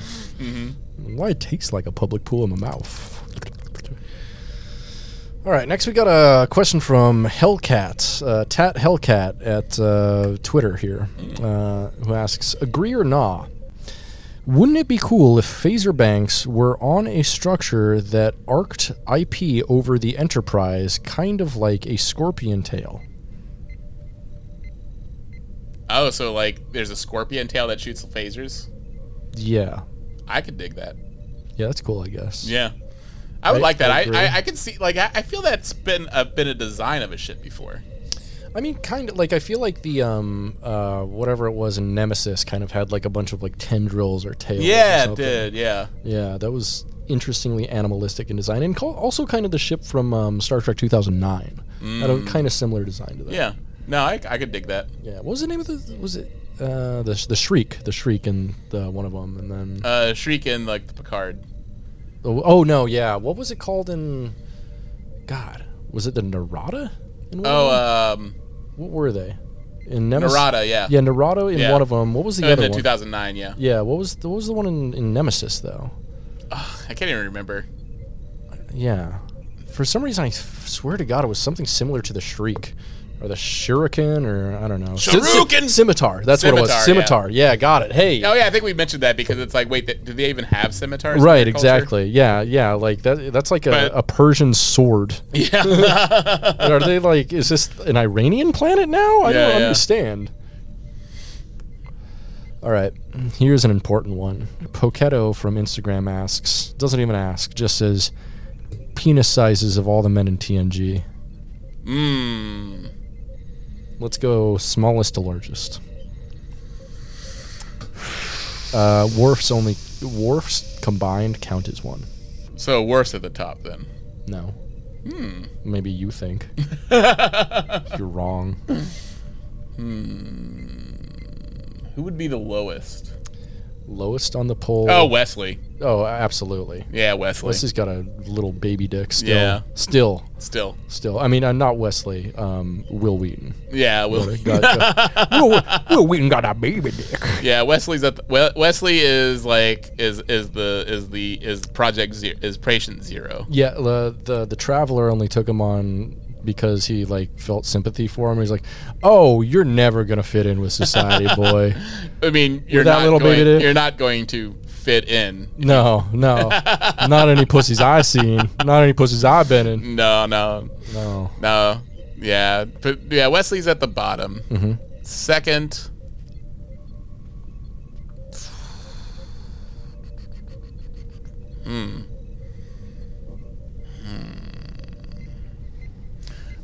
[SPEAKER 1] Why it tastes like a public pool in my mouth? All right, next we got a question from Hellcat, uh, Tat Hellcat at uh, Twitter here, uh, who asks, "Agree or nah? Wouldn't it be cool if phaser banks were on a structure that arced IP over the Enterprise, kind of like a scorpion tail?"
[SPEAKER 2] Oh, so like there's a scorpion tail that shoots phasers.
[SPEAKER 1] Yeah,
[SPEAKER 2] I could dig that.
[SPEAKER 1] Yeah, that's cool, I guess.
[SPEAKER 2] Yeah. I would
[SPEAKER 1] I-
[SPEAKER 2] like that.
[SPEAKER 1] I
[SPEAKER 2] I,
[SPEAKER 1] agree.
[SPEAKER 2] I, I, can see like I, I feel that's been a been a design of a ship before.
[SPEAKER 1] I mean, kind of like I feel like the um uh whatever it was in Nemesis kind of had like a bunch of like tendrils or tails. or
[SPEAKER 2] Yeah, it
[SPEAKER 1] something.
[SPEAKER 2] did. Yeah.
[SPEAKER 1] Yeah, that was interestingly animalistic in design, and col- also kind of the ship from um, Star Trek 2009 had a kind of similar design to that.
[SPEAKER 2] Mm. Yeah. No, I, I could dig that.
[SPEAKER 1] yeah. What was the name of the? Was it uh the the shriek? The shriek in the one of them, and then
[SPEAKER 2] Uh, Shriek in like the Picard.
[SPEAKER 1] oh, oh no, yeah. What was it called in? God, was it the Narada? In one of
[SPEAKER 2] Oh,
[SPEAKER 1] them?
[SPEAKER 2] um,
[SPEAKER 1] what were they? In Nemesis.
[SPEAKER 2] Narada. Yeah.
[SPEAKER 1] Yeah, Narada in
[SPEAKER 2] Yeah.
[SPEAKER 1] one of them. What was the
[SPEAKER 2] Oh, in
[SPEAKER 1] other
[SPEAKER 2] the
[SPEAKER 1] one?
[SPEAKER 2] 2009. Yeah.
[SPEAKER 1] Yeah, what was the, what was the one in, in Nemesis though?
[SPEAKER 2] I can't even remember.
[SPEAKER 1] Yeah, for some reason I f- swear to God it was something similar to the Shriek, or the Shuriken, or I don't know. Sci- sci-
[SPEAKER 2] Shuriken!
[SPEAKER 1] scimitar. That's what it was. Scimitar.
[SPEAKER 2] Scimitar,
[SPEAKER 1] Yeah, got it. Hey.
[SPEAKER 2] Oh yeah, I think we mentioned that because it's like, wait, th- do they even have scimitars? in
[SPEAKER 1] Right,
[SPEAKER 2] their culture?
[SPEAKER 1] exactly. Yeah, yeah. Like that. That's like a,
[SPEAKER 2] But-
[SPEAKER 1] a Persian sword.
[SPEAKER 2] Yeah.
[SPEAKER 1] Are they like? Is this an Iranian planet now? I
[SPEAKER 2] Yeah,
[SPEAKER 1] don't
[SPEAKER 2] yeah.
[SPEAKER 1] understand. All right, here's an important one. Poketo from Instagram asks, doesn't even ask, just says, penis sizes of all the men in TNG.
[SPEAKER 2] Mmm.
[SPEAKER 1] Let's go smallest to largest. Uh, Worf's only Worf's combined count is one.
[SPEAKER 2] So worse at the top then.
[SPEAKER 1] No.
[SPEAKER 2] Hmm.
[SPEAKER 1] Maybe you think. You're wrong.
[SPEAKER 2] Who would be the lowest?
[SPEAKER 1] lowest on the poll.
[SPEAKER 2] Oh, Wesley.
[SPEAKER 1] oh, absolutely.
[SPEAKER 2] Yeah, Wesley.
[SPEAKER 1] Wesley's got a little baby dick still.
[SPEAKER 2] Yeah.
[SPEAKER 1] Still,
[SPEAKER 2] Still.
[SPEAKER 1] still. I mean, I'm not Wesley. Um, Will Wheaton.
[SPEAKER 2] Yeah, Will.
[SPEAKER 1] Got, uh, Will, Will Wheaton got a baby dick.
[SPEAKER 2] Yeah, Wesley's at the, We- Wesley is like is is the is the is Project Zero is patient zero.
[SPEAKER 1] Yeah, the the, the traveler only took him on because he like felt sympathy for him. He's like, "Oh, you're never gonna fit in with society, boy.
[SPEAKER 2] I mean, you're
[SPEAKER 1] With that
[SPEAKER 2] not
[SPEAKER 1] little
[SPEAKER 2] going,
[SPEAKER 1] baby dick?
[SPEAKER 2] you're not going to fit in.
[SPEAKER 1] No, no, not any pussies I've seen, not any pussies I've been in.
[SPEAKER 2] No, no,
[SPEAKER 1] No,
[SPEAKER 2] no. Yeah, but yeah, Wesley's at the bottom.
[SPEAKER 1] Mm-hmm.
[SPEAKER 2] Second. Hmm. Hmm.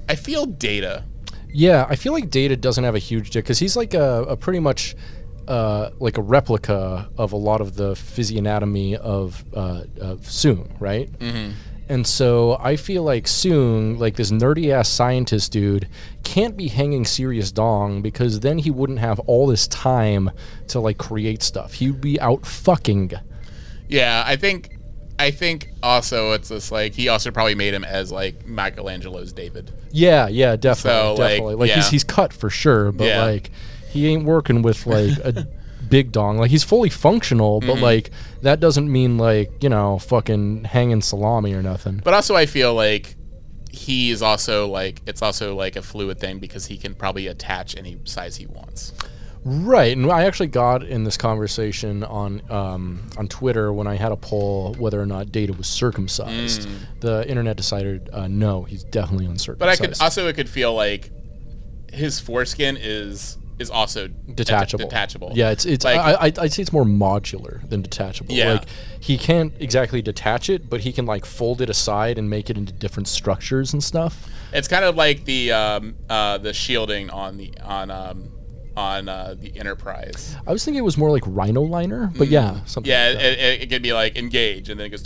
[SPEAKER 2] I feel data.
[SPEAKER 1] yeah, I feel like Data doesn't have a huge dick because he's like a, a pretty much." Uh, like a replica of a lot of the physiognomy of uh, of Soong, right?
[SPEAKER 2] Mm-hmm.
[SPEAKER 1] And so I feel like soon, like this nerdy ass scientist dude can't be hanging serious dong because then he wouldn't have all this time to like create stuff. He'd be out fucking.
[SPEAKER 2] Yeah, I think I think also it's just like he also probably made him as like Michelangelo's David.
[SPEAKER 1] Yeah, yeah, definitely,
[SPEAKER 2] So, like,
[SPEAKER 1] definitely. Like, he's
[SPEAKER 2] yeah.
[SPEAKER 1] he's cut for sure, but
[SPEAKER 2] Yeah.
[SPEAKER 1] like he ain't working with like a big dong. Like he's fully functional,
[SPEAKER 2] Mm-hmm.
[SPEAKER 1] but like that doesn't mean like you know fucking hanging salami or nothing.
[SPEAKER 2] But also I feel like he is also like it's also like a fluid thing because he can probably attach any size he wants.
[SPEAKER 1] Right, and I actually got in this conversation on um, on Twitter when I had a poll whether or not Data was circumcised. The internet decided uh, no, he's definitely uncircumcised.
[SPEAKER 2] Mm. But I could also it could feel like his foreskin is is also det-
[SPEAKER 1] detachable.
[SPEAKER 2] detachable.
[SPEAKER 1] Yeah, it's it's.
[SPEAKER 2] Like-
[SPEAKER 1] I, I I'd say it's more modular than detachable.
[SPEAKER 2] Yeah.
[SPEAKER 1] Like he can't exactly detach it, but he can like fold it aside and make it into different structures and stuff.
[SPEAKER 2] It's kind of like the um, uh, the shielding on the on um, on uh, the Enterprise.
[SPEAKER 1] I was thinking it was more like Rhino Liner, but yeah, something.
[SPEAKER 2] Mm. Yeah,
[SPEAKER 1] like that.
[SPEAKER 2] it, it, it could be like engage, and then it goes,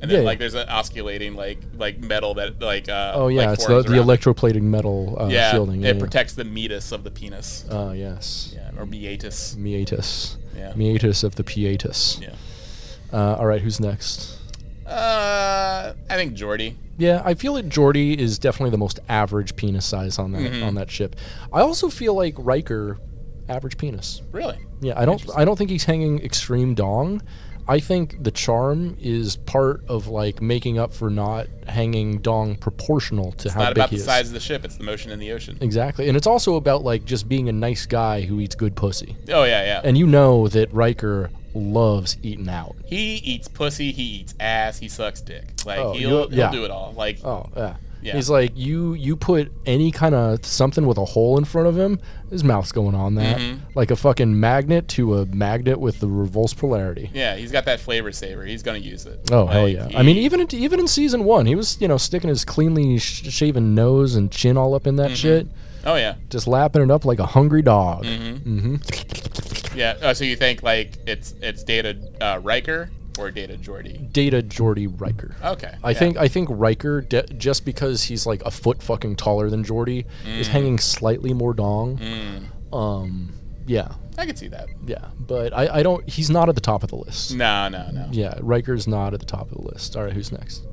[SPEAKER 2] and
[SPEAKER 1] Yeah,
[SPEAKER 2] then
[SPEAKER 1] yeah.
[SPEAKER 2] like there's an osculating like like metal that like uh,
[SPEAKER 1] oh yeah,
[SPEAKER 2] like,
[SPEAKER 1] it's the,
[SPEAKER 2] forms
[SPEAKER 1] the
[SPEAKER 2] around.
[SPEAKER 1] electroplating metal uh,
[SPEAKER 2] yeah,
[SPEAKER 1] shielding.
[SPEAKER 2] It
[SPEAKER 1] yeah.
[SPEAKER 2] protects the meatus of the penis,
[SPEAKER 1] Ah yes.
[SPEAKER 2] yeah, or meatus.
[SPEAKER 1] Meatus.
[SPEAKER 2] Yeah.
[SPEAKER 1] Meatus of the Pietus.
[SPEAKER 2] Yeah,
[SPEAKER 1] Uh, all right, who's next?
[SPEAKER 2] uh, I think Jordy.
[SPEAKER 1] Yeah, I feel that Jordy is definitely the most average penis size on that
[SPEAKER 2] Mm-hmm.
[SPEAKER 1] on that ship. I also feel like Riker, average penis.
[SPEAKER 2] Really?
[SPEAKER 1] Yeah, I don't I don't think he's hanging extreme dong. I think the charm is part of like making up for not hanging dong proportional to how
[SPEAKER 2] Not
[SPEAKER 1] big
[SPEAKER 2] about
[SPEAKER 1] he
[SPEAKER 2] the
[SPEAKER 1] is.
[SPEAKER 2] size of the ship; it's the motion in the ocean.
[SPEAKER 1] Exactly, and it's also about like just being a nice guy who eats good pussy.
[SPEAKER 2] Oh yeah, yeah.
[SPEAKER 1] And you know that Riker loves eating out.
[SPEAKER 2] he eats pussy. He eats ass. He sucks dick. Like
[SPEAKER 1] Oh,
[SPEAKER 2] he'll,
[SPEAKER 1] you'll-
[SPEAKER 2] he'll
[SPEAKER 1] yeah.
[SPEAKER 2] do it all. Like
[SPEAKER 1] Oh yeah.
[SPEAKER 2] Yeah.
[SPEAKER 1] He's like you. You put any kind of something with a hole in front of him, his mouth's going on that,
[SPEAKER 2] Mm-hmm.
[SPEAKER 1] like a fucking magnet to a magnet with the reverse polarity.
[SPEAKER 2] yeah, he's got that flavor saver. He's gonna use it.
[SPEAKER 1] Oh hell
[SPEAKER 2] Like,
[SPEAKER 1] yeah!
[SPEAKER 2] he-
[SPEAKER 1] I mean, even in, even in season one, he was you know sticking his cleanly sh- shaven nose and chin all up in that shit,
[SPEAKER 2] oh yeah. Mm-hmm.
[SPEAKER 1] just lapping it up like a hungry dog. Mm-hmm.
[SPEAKER 2] Yeah. Oh, so you think like it's it's dated uh, Riker or dated Geordi?
[SPEAKER 1] Data Jordy Riker.
[SPEAKER 2] Okay.
[SPEAKER 1] I
[SPEAKER 2] yeah.
[SPEAKER 1] think I think Riker de- just because he's like a foot fucking taller than Jordy is
[SPEAKER 2] Mm.
[SPEAKER 1] hanging slightly more dong. Um, yeah,
[SPEAKER 2] I could see that.
[SPEAKER 1] Yeah, but I, I don't. He's not at the top of the list.
[SPEAKER 2] No, no, no.
[SPEAKER 1] Yeah, Riker's not at the top of the list. All right, who's next?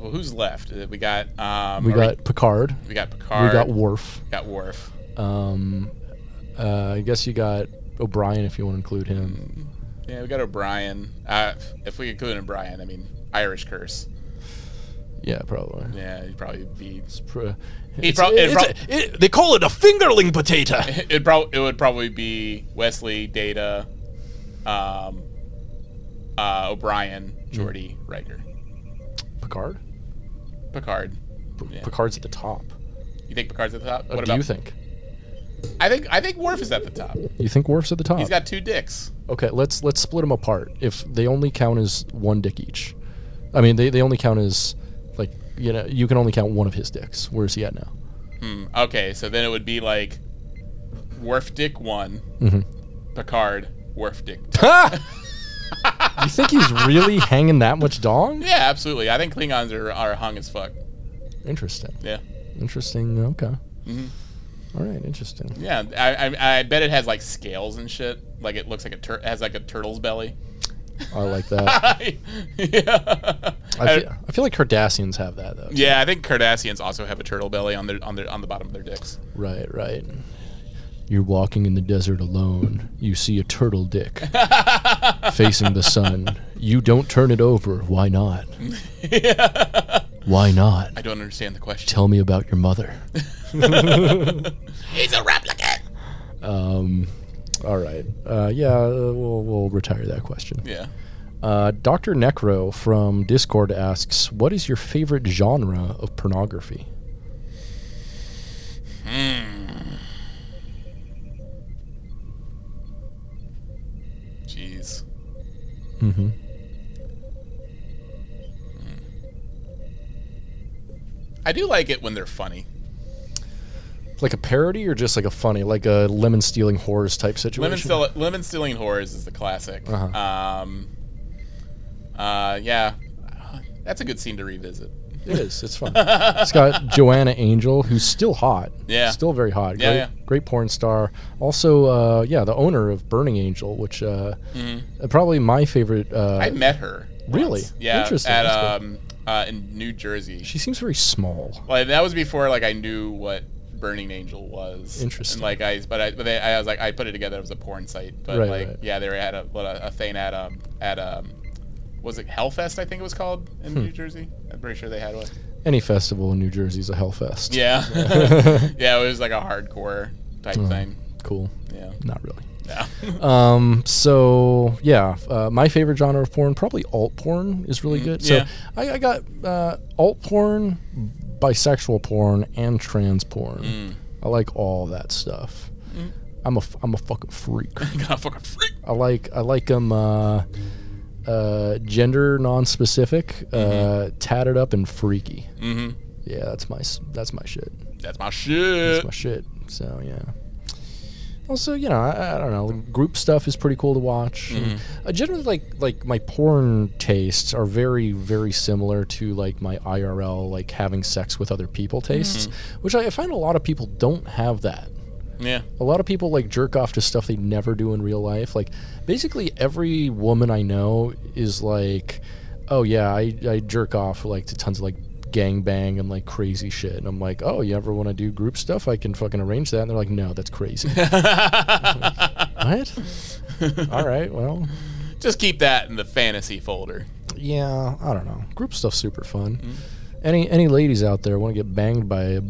[SPEAKER 2] Well, who's left? Uh, We got um,
[SPEAKER 1] We
[SPEAKER 2] are
[SPEAKER 1] got Picard.
[SPEAKER 2] we got Picard.
[SPEAKER 1] We got Worf.
[SPEAKER 2] we got Worf.
[SPEAKER 1] Um, uh, I guess you got O'Brien if you want to include him.
[SPEAKER 2] Yeah, we got O'Brien. Uh, if we include O'Brien, I mean Irish curse.
[SPEAKER 1] Yeah, probably.
[SPEAKER 2] Yeah, he'd probably be.
[SPEAKER 1] It's pr-
[SPEAKER 2] He
[SPEAKER 1] it's-
[SPEAKER 2] prob-
[SPEAKER 1] it's-
[SPEAKER 2] it
[SPEAKER 1] it-
[SPEAKER 2] prob-
[SPEAKER 3] They call it a fingerling potato.
[SPEAKER 2] it prob- it would probably be Wesley, Data, um, uh, O'Brien,
[SPEAKER 1] Hmm.
[SPEAKER 2] Geordi, Riker,
[SPEAKER 1] Picard.
[SPEAKER 2] Picard.
[SPEAKER 1] P-
[SPEAKER 2] Yeah.
[SPEAKER 1] Picard's at the top.
[SPEAKER 2] You think Picard's at the top?
[SPEAKER 1] What do you think?
[SPEAKER 2] I think I think Worf is at the top.
[SPEAKER 1] You think Worf's at the top?
[SPEAKER 2] He's got two dicks.
[SPEAKER 1] okay, let's let's split them apart. If they only count as one dick each, I mean they, they only count as like you know you can only count one of his dicks. Where's he at now?
[SPEAKER 2] Hmm. Okay, so then it would be like Worf Dick one,
[SPEAKER 1] Mm-hmm.
[SPEAKER 2] Picard, Worf Dick. Two.
[SPEAKER 1] you think he's really hanging that much dong?
[SPEAKER 2] yeah, absolutely. I think Klingons are, are hung as fuck.
[SPEAKER 1] Interesting.
[SPEAKER 2] Yeah.
[SPEAKER 1] Interesting. Okay.
[SPEAKER 2] Mhm.
[SPEAKER 1] All right, interesting.
[SPEAKER 2] Yeah, I, I, I bet it has like scales and shit. Like it looks like a tur- has like a turtle's belly.
[SPEAKER 1] I like that.
[SPEAKER 2] yeah.
[SPEAKER 1] I
[SPEAKER 2] I-
[SPEAKER 1] feel, I feel like Cardassians have that though.
[SPEAKER 2] yeah, I think Cardassians also have a turtle belly on their on their on the bottom of their dicks.
[SPEAKER 1] Right, right. You're walking in the desert alone. You see a turtle dick facing the sun. You don't turn it over. Why not? Why not?
[SPEAKER 2] I don't understand the question.
[SPEAKER 1] Tell me about your mother.
[SPEAKER 2] He's a replicant.
[SPEAKER 1] Um, All right. Uh, yeah, uh, we'll, we'll retire that question.
[SPEAKER 2] Yeah.
[SPEAKER 1] Uh, Dr. Necro from Discord asks What is your favorite genre of pornography?
[SPEAKER 2] Jeez.
[SPEAKER 1] Mm-hmm.
[SPEAKER 2] I do like it when they're funny.
[SPEAKER 1] Like a parody or just like a funny, like a lemon stealing horrors type situation?
[SPEAKER 2] Lemon, steal- lemon stealing horrors is the classic.
[SPEAKER 1] Uh-huh.
[SPEAKER 2] Um, uh, yeah, that's a good scene to revisit.
[SPEAKER 1] It is. It's fun. it's got Joanna Angel, who's still hot.
[SPEAKER 2] Yeah.
[SPEAKER 1] Still very hot.
[SPEAKER 2] Yeah,
[SPEAKER 1] great,
[SPEAKER 2] yeah.
[SPEAKER 1] great porn star. Also, uh, yeah, the owner of Burning Angel, which uh, uh, probably my favorite. Uh,
[SPEAKER 2] Mm-hmm. I met her.
[SPEAKER 1] Really?
[SPEAKER 2] once. Yeah.
[SPEAKER 1] Interesting.
[SPEAKER 2] At
[SPEAKER 1] That's
[SPEAKER 2] um, uh, in New Jersey.
[SPEAKER 1] she seems very small.
[SPEAKER 2] like that was before like I knew what Burning Angel was.
[SPEAKER 1] Interesting.
[SPEAKER 2] And, like I, but I, but they, I was like I put it together. It was a porn site, but
[SPEAKER 1] Right,
[SPEAKER 2] like
[SPEAKER 1] right.
[SPEAKER 2] yeah, they had a, what a, a thing at um at um was it Hellfest? I think it was called in
[SPEAKER 1] Hmm.
[SPEAKER 2] New Jersey. I'm pretty sure they had one.
[SPEAKER 1] Any festival in New Jersey is a hellfest.
[SPEAKER 2] Yeah. yeah, it was like a hardcore type
[SPEAKER 1] Uh-huh.
[SPEAKER 2] thing.
[SPEAKER 1] Cool.
[SPEAKER 2] Yeah.
[SPEAKER 1] Not really.
[SPEAKER 2] No.
[SPEAKER 1] Um, so yeah, uh, my favorite genre of porn probably alt porn is really good. So
[SPEAKER 2] yeah.
[SPEAKER 1] I, I got uh, alt porn, bisexual porn, and trans porn.
[SPEAKER 2] Mm.
[SPEAKER 1] I like all that stuff. I'm a f- I'm a fucking freak.
[SPEAKER 2] God, fucking freak.
[SPEAKER 1] I like I like them uh, uh, gender non-specific, uh, tatted up and freaky. Mm-hmm. Yeah, that's my s- that's my shit.
[SPEAKER 2] That's my shit.
[SPEAKER 1] That's my shit. So yeah. Also, you know, I, I don't know. Group stuff is pretty cool to watch. And I generally like like my porn tastes are very very similar to like my IRL like having sex with other people tastes, which I, I find a lot of people don't have that.
[SPEAKER 2] yeah.
[SPEAKER 1] A lot of people like jerk off to stuff they never do in real life. Like basically every woman I know is like, oh yeah, I, I jerk off like to tons of like gangbang and like crazy shit. And I'm like, oh, you ever want to do group stuff? I can fucking arrange that. And they're like, no, that's crazy. what? All right, well,
[SPEAKER 2] Just keep that in the fantasy folder.
[SPEAKER 1] yeah, I don't know. Group stuff's super fun. Any any ladies out there want to get banged by a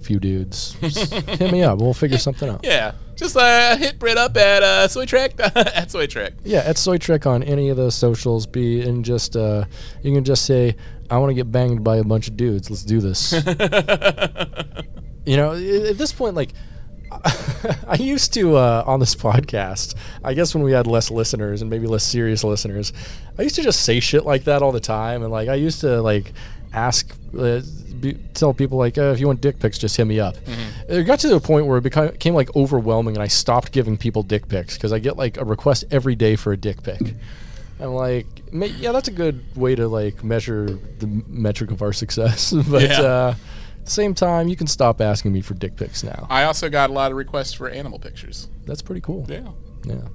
[SPEAKER 1] few dudes? just hit me up. We'll figure something out.
[SPEAKER 2] Yeah. Just uh, hit Brit up at uh, Soy Trek. at Soy Trek.
[SPEAKER 1] Yeah, at Soy Trick on any of the socials. Be and just uh, you can just say, "I want to get banged by a bunch of dudes. Let's do this." you know, i- at this point, like I used to uh, on this podcast. I guess when we had less listeners and maybe less serious listeners, I used to just say shit like that all the time, and like I used to like ask. Uh, be, tell people like uh, if you want dick pics just hit me up it got to the point where it beca- became like overwhelming and i stopped giving people dick pics because i get like a request every day for a dick pic I'm like, ma- yeah, that's a good way to like measure the m- metric of our success. but
[SPEAKER 2] Yeah.
[SPEAKER 1] uh, at the same time, you can stop asking me for dick pics now.
[SPEAKER 2] I also got a lot of requests for animal pictures.
[SPEAKER 1] That's pretty cool.
[SPEAKER 2] Yeah.
[SPEAKER 1] Yeah.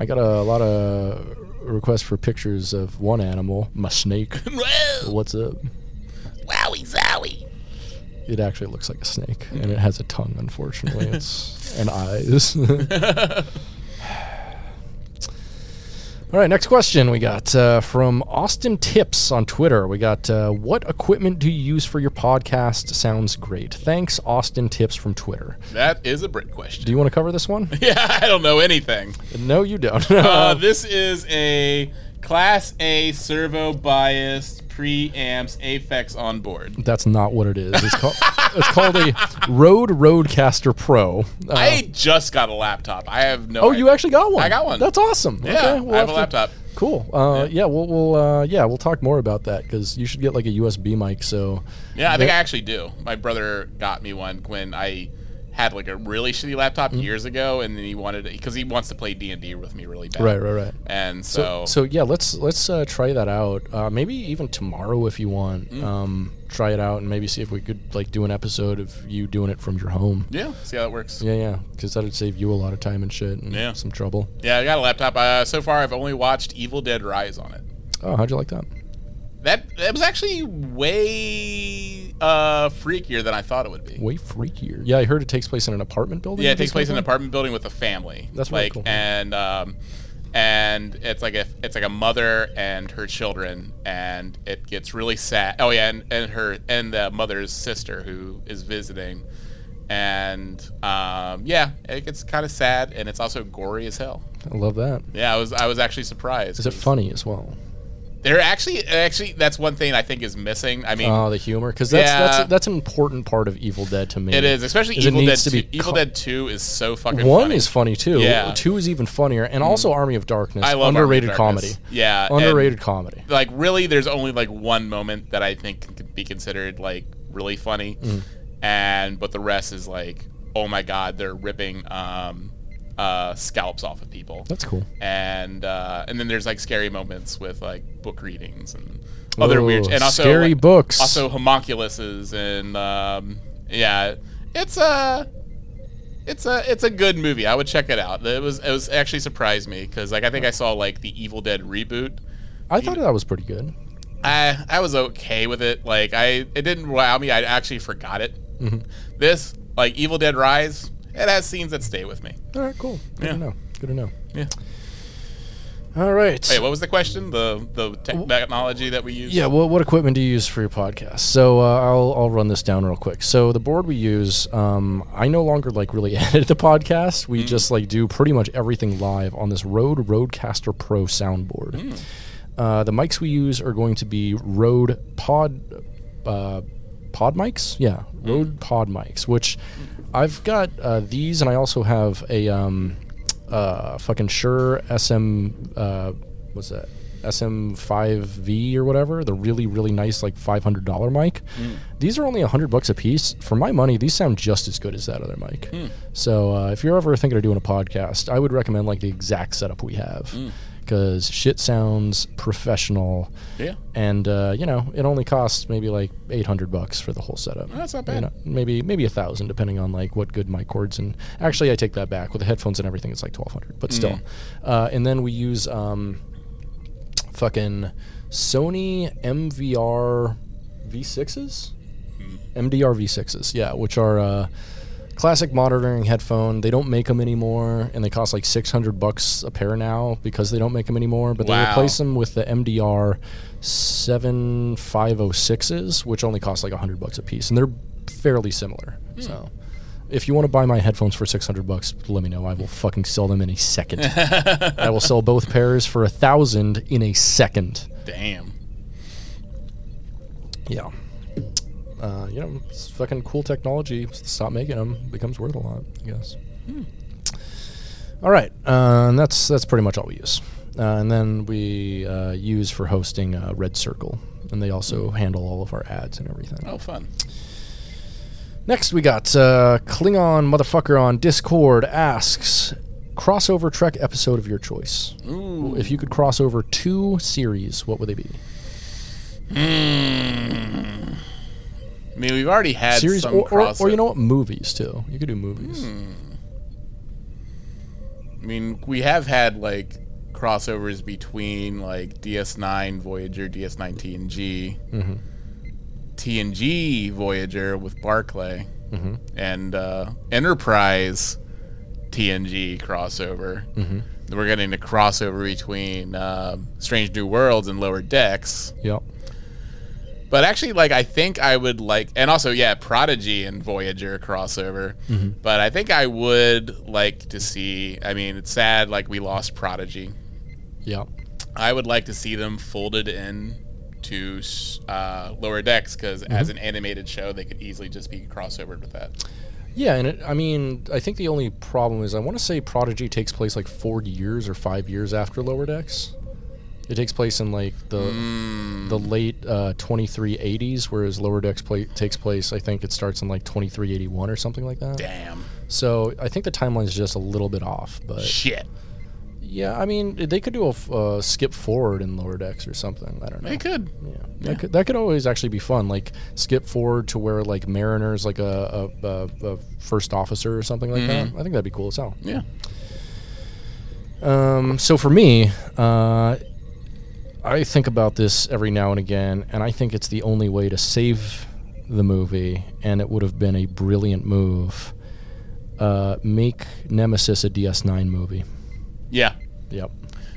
[SPEAKER 1] I got a lot of requests for pictures of one animal, my snake.
[SPEAKER 2] Whoa.
[SPEAKER 1] What's up?
[SPEAKER 2] Wowie zowie.
[SPEAKER 1] It actually looks like a snake, and it has a tongue, unfortunately. It's and eyes. All right, next question we got uh, from Austin Tips on Twitter. We got, uh, what equipment do you use for your podcast? Sounds great. Thanks, Austin Tips from Twitter.
[SPEAKER 2] That is a Brit
[SPEAKER 1] Do
[SPEAKER 2] question.
[SPEAKER 1] you want to cover this one?
[SPEAKER 2] Yeah, I don't know anything.
[SPEAKER 1] no, you don't. Um,
[SPEAKER 2] Uh, this is a Class A servo biased preamps Aphex on board.
[SPEAKER 1] That's not what it is. It's, called it's called a Rode Rodecaster Pro. Uh,
[SPEAKER 2] I just got a laptop. I have no.
[SPEAKER 1] oh, you actually got one.
[SPEAKER 2] I got one.
[SPEAKER 1] That's awesome.
[SPEAKER 2] Yeah,
[SPEAKER 1] okay, we'll
[SPEAKER 2] I have a
[SPEAKER 1] to-
[SPEAKER 2] laptop.
[SPEAKER 1] Cool. Uh, yeah. we'll, we'll uh, yeah we'll talk more about that because you should get like a USB mic. So
[SPEAKER 2] Yeah, I think I actually do. My brother got me one when I had like a really shitty
[SPEAKER 1] Mm-hmm.
[SPEAKER 2] laptop years ago, and then he wanted because he wants to play D and D with me really bad.
[SPEAKER 1] Right, right, right.
[SPEAKER 2] And
[SPEAKER 1] So,
[SPEAKER 2] so,
[SPEAKER 1] so yeah, let's let's uh, try that out. Uh, maybe even tomorrow if you want.
[SPEAKER 2] Mm.
[SPEAKER 1] Um, try it out and maybe see if we could like do an episode of you doing it from your home.
[SPEAKER 2] yeah, see how that works.
[SPEAKER 1] Yeah, yeah, because that'd save you a lot of time and shit and
[SPEAKER 2] Yeah.
[SPEAKER 1] some trouble.
[SPEAKER 2] Yeah, I got a laptop. Uh, so far, I've only watched Evil Dead Rise on it.
[SPEAKER 1] Oh, how'd you like that?
[SPEAKER 2] That that was actually way uh, freakier than I thought it would be.
[SPEAKER 1] Way freakier. Yeah, I heard it takes place in an apartment building.
[SPEAKER 2] Yeah, it
[SPEAKER 1] or
[SPEAKER 2] takes place in an
[SPEAKER 1] something?
[SPEAKER 2] apartment building with a family.
[SPEAKER 1] That's really
[SPEAKER 2] like,
[SPEAKER 1] cool.
[SPEAKER 2] And um, and it's like a it's like a mother and her children, and it gets really sad. Oh yeah, and, and her and the mother's sister who is visiting, and um, yeah, it gets kind of sad, and it's also gory as hell.
[SPEAKER 1] I love that.
[SPEAKER 2] Yeah, I was I was actually surprised.
[SPEAKER 1] Is it funny as well?
[SPEAKER 2] They're actually actually that's one thing I think is missing. I mean,
[SPEAKER 1] Oh, the humor, because that's,
[SPEAKER 2] Yeah.
[SPEAKER 1] that's that's an important part of Evil Dead to me.
[SPEAKER 2] it is especially
[SPEAKER 1] Is it
[SPEAKER 2] Evil Dead.
[SPEAKER 1] needs to
[SPEAKER 2] Two,
[SPEAKER 1] be
[SPEAKER 2] Evil
[SPEAKER 1] co-
[SPEAKER 2] Dead Two is so fucking.
[SPEAKER 1] One
[SPEAKER 2] funny.
[SPEAKER 1] is funny too.
[SPEAKER 2] Yeah. Mm-hmm.
[SPEAKER 1] Two is even funnier, and also Army of Darkness.
[SPEAKER 2] I love Army of
[SPEAKER 1] underrated
[SPEAKER 2] Darkness.
[SPEAKER 1] comedy.
[SPEAKER 2] Yeah, and-
[SPEAKER 1] underrated comedy.
[SPEAKER 2] like really there's only like one moment that I think could be considered like really funny
[SPEAKER 1] Mm-hmm.
[SPEAKER 2] and but the rest is like oh my god they're ripping um uh scalps off of people
[SPEAKER 1] That's cool.
[SPEAKER 2] and uh and then there's like scary moments with like book readings and other
[SPEAKER 1] Ooh,
[SPEAKER 2] weird and also
[SPEAKER 1] scary
[SPEAKER 2] like,
[SPEAKER 1] books.
[SPEAKER 2] also homunculuses and um yeah it's uh it's a it's a good movie. I would check it out. It was it was actually surprised me because like I think I saw like the Evil Dead reboot,
[SPEAKER 1] I thought that was pretty good.
[SPEAKER 2] I I was okay with it. Like I, it didn't wow me. I actually forgot it.
[SPEAKER 1] Mm-hmm.
[SPEAKER 2] This like Evil Dead Rise, it has scenes that stay with me.
[SPEAKER 1] All right, cool. Good
[SPEAKER 2] Yeah.
[SPEAKER 1] to know. Good to know.
[SPEAKER 2] Yeah.
[SPEAKER 1] All right.
[SPEAKER 2] Wait, what was the question? The the tech- technology that we use.
[SPEAKER 1] Yeah, well, what equipment do you use for your podcast? So uh, I'll, I'll run this down real quick. So the board we use, um, I no longer like really edit the podcast. We just like do pretty much everything live on this Rode Rodecaster Pro soundboard. Uh, the mics we use are going to be Rode Pod uh, Pod mics. Yeah, Rode Pod mics. Which I've got uh, these, and I also have a um, uh, fucking Shure SM. Uh, what's that? SM5V or whatever, the really really nice like $500 mic.
[SPEAKER 2] Mm.
[SPEAKER 1] These are only 100 bucks a piece. For my money, these sound just as good as that other mic.
[SPEAKER 2] Mm.
[SPEAKER 1] So, uh, if you're ever thinking of doing a podcast, I would recommend like the exact setup we have
[SPEAKER 2] Mm.
[SPEAKER 1] cuz shit sounds professional
[SPEAKER 2] Yeah.
[SPEAKER 1] and uh, you know, it only costs maybe like 800 bucks for the whole setup.
[SPEAKER 2] That's not
[SPEAKER 1] You
[SPEAKER 2] bad.
[SPEAKER 1] know, maybe maybe a 1000 depending on like what good mic cords and actually I take that back with the headphones and everything it's like 1200, but still.
[SPEAKER 2] Mm.
[SPEAKER 1] Uh, and then we use um, fucking Sony MVR V6s, MDR V6s, yeah, which are uh, classic monitoring headphone. They don't make them anymore, and they cost like six hundred bucks a pair now because they don't make them anymore. But they
[SPEAKER 2] Wow.
[SPEAKER 1] replace them with the MDR seven five oh sixes, which only cost like hundred bucks a piece, and they're fairly similar. So. If you want to buy my headphones for 600 bucks, let me know. I will fucking sell them in a second. I will sell both pairs for a thousand in a second.
[SPEAKER 2] Damn.
[SPEAKER 1] Yeah. Uh, you know, it's fucking cool technology. Stop making them; becomes worth a lot, I guess. All right, uh, and that's that's pretty much all we use. Uh, and then we uh, use for hosting uh, Red Circle, and they also handle all of our ads and everything.
[SPEAKER 2] Oh, fun.
[SPEAKER 1] Next, we got uh, Klingon motherfucker on Discord asks crossover Trek episode of your choice.
[SPEAKER 2] Ooh.
[SPEAKER 1] If you could cross over two series, what would they be?
[SPEAKER 2] I mean, we've already had
[SPEAKER 1] series
[SPEAKER 2] some
[SPEAKER 1] or, or, or
[SPEAKER 2] crossover.
[SPEAKER 1] you know what? Movies too. You could do movies.
[SPEAKER 2] I mean, we have had like crossovers between like DS9 Voyager, DS9 TNG, TNG Voyager with Barclay, and uh, Enterprise TNG crossover. Mm-hmm. We're getting a crossover between uh, Strange New Worlds and Lower Decks.
[SPEAKER 1] Yep.
[SPEAKER 2] But actually, like I think I would like, and also yeah, Prodigy and Voyager crossover.
[SPEAKER 1] Mm-hmm.
[SPEAKER 2] But I think I would like to see. I mean, it's sad like we lost Prodigy.
[SPEAKER 1] Yep.
[SPEAKER 2] I would like to see them folded in to s- uh, Lower Decks because
[SPEAKER 1] Mm-hmm.
[SPEAKER 2] as an animated show, they could easily just be crossovered with that.
[SPEAKER 1] Yeah, and it, I mean, I think the only problem is I want to say Prodigy takes place like four years or five years after Lower Decks. It takes place in like the the late uh, 2380s, whereas Lower Decks pla takes place. I think it starts in like 2381 or something like that.
[SPEAKER 2] Damn.
[SPEAKER 1] So I think the timeline is just a little bit off, but
[SPEAKER 2] Shit.
[SPEAKER 1] yeah, I mean they could do a f- uh, skip forward in Lower Decks or something. I don't know.
[SPEAKER 2] They could.
[SPEAKER 1] Yeah. That, could, that could always actually be fun. Like skip forward to where like Mariner's like a, a, a, a first officer or something like that. I think that'd be cool as hell.
[SPEAKER 2] Yeah.
[SPEAKER 1] Um, so for me, uh, I think about this every now and again, and I think it's the only way to save the movie, and it would have been a brilliant move. Uh, make Nemesis a DS9 movie.
[SPEAKER 2] Yeah.
[SPEAKER 1] Yep.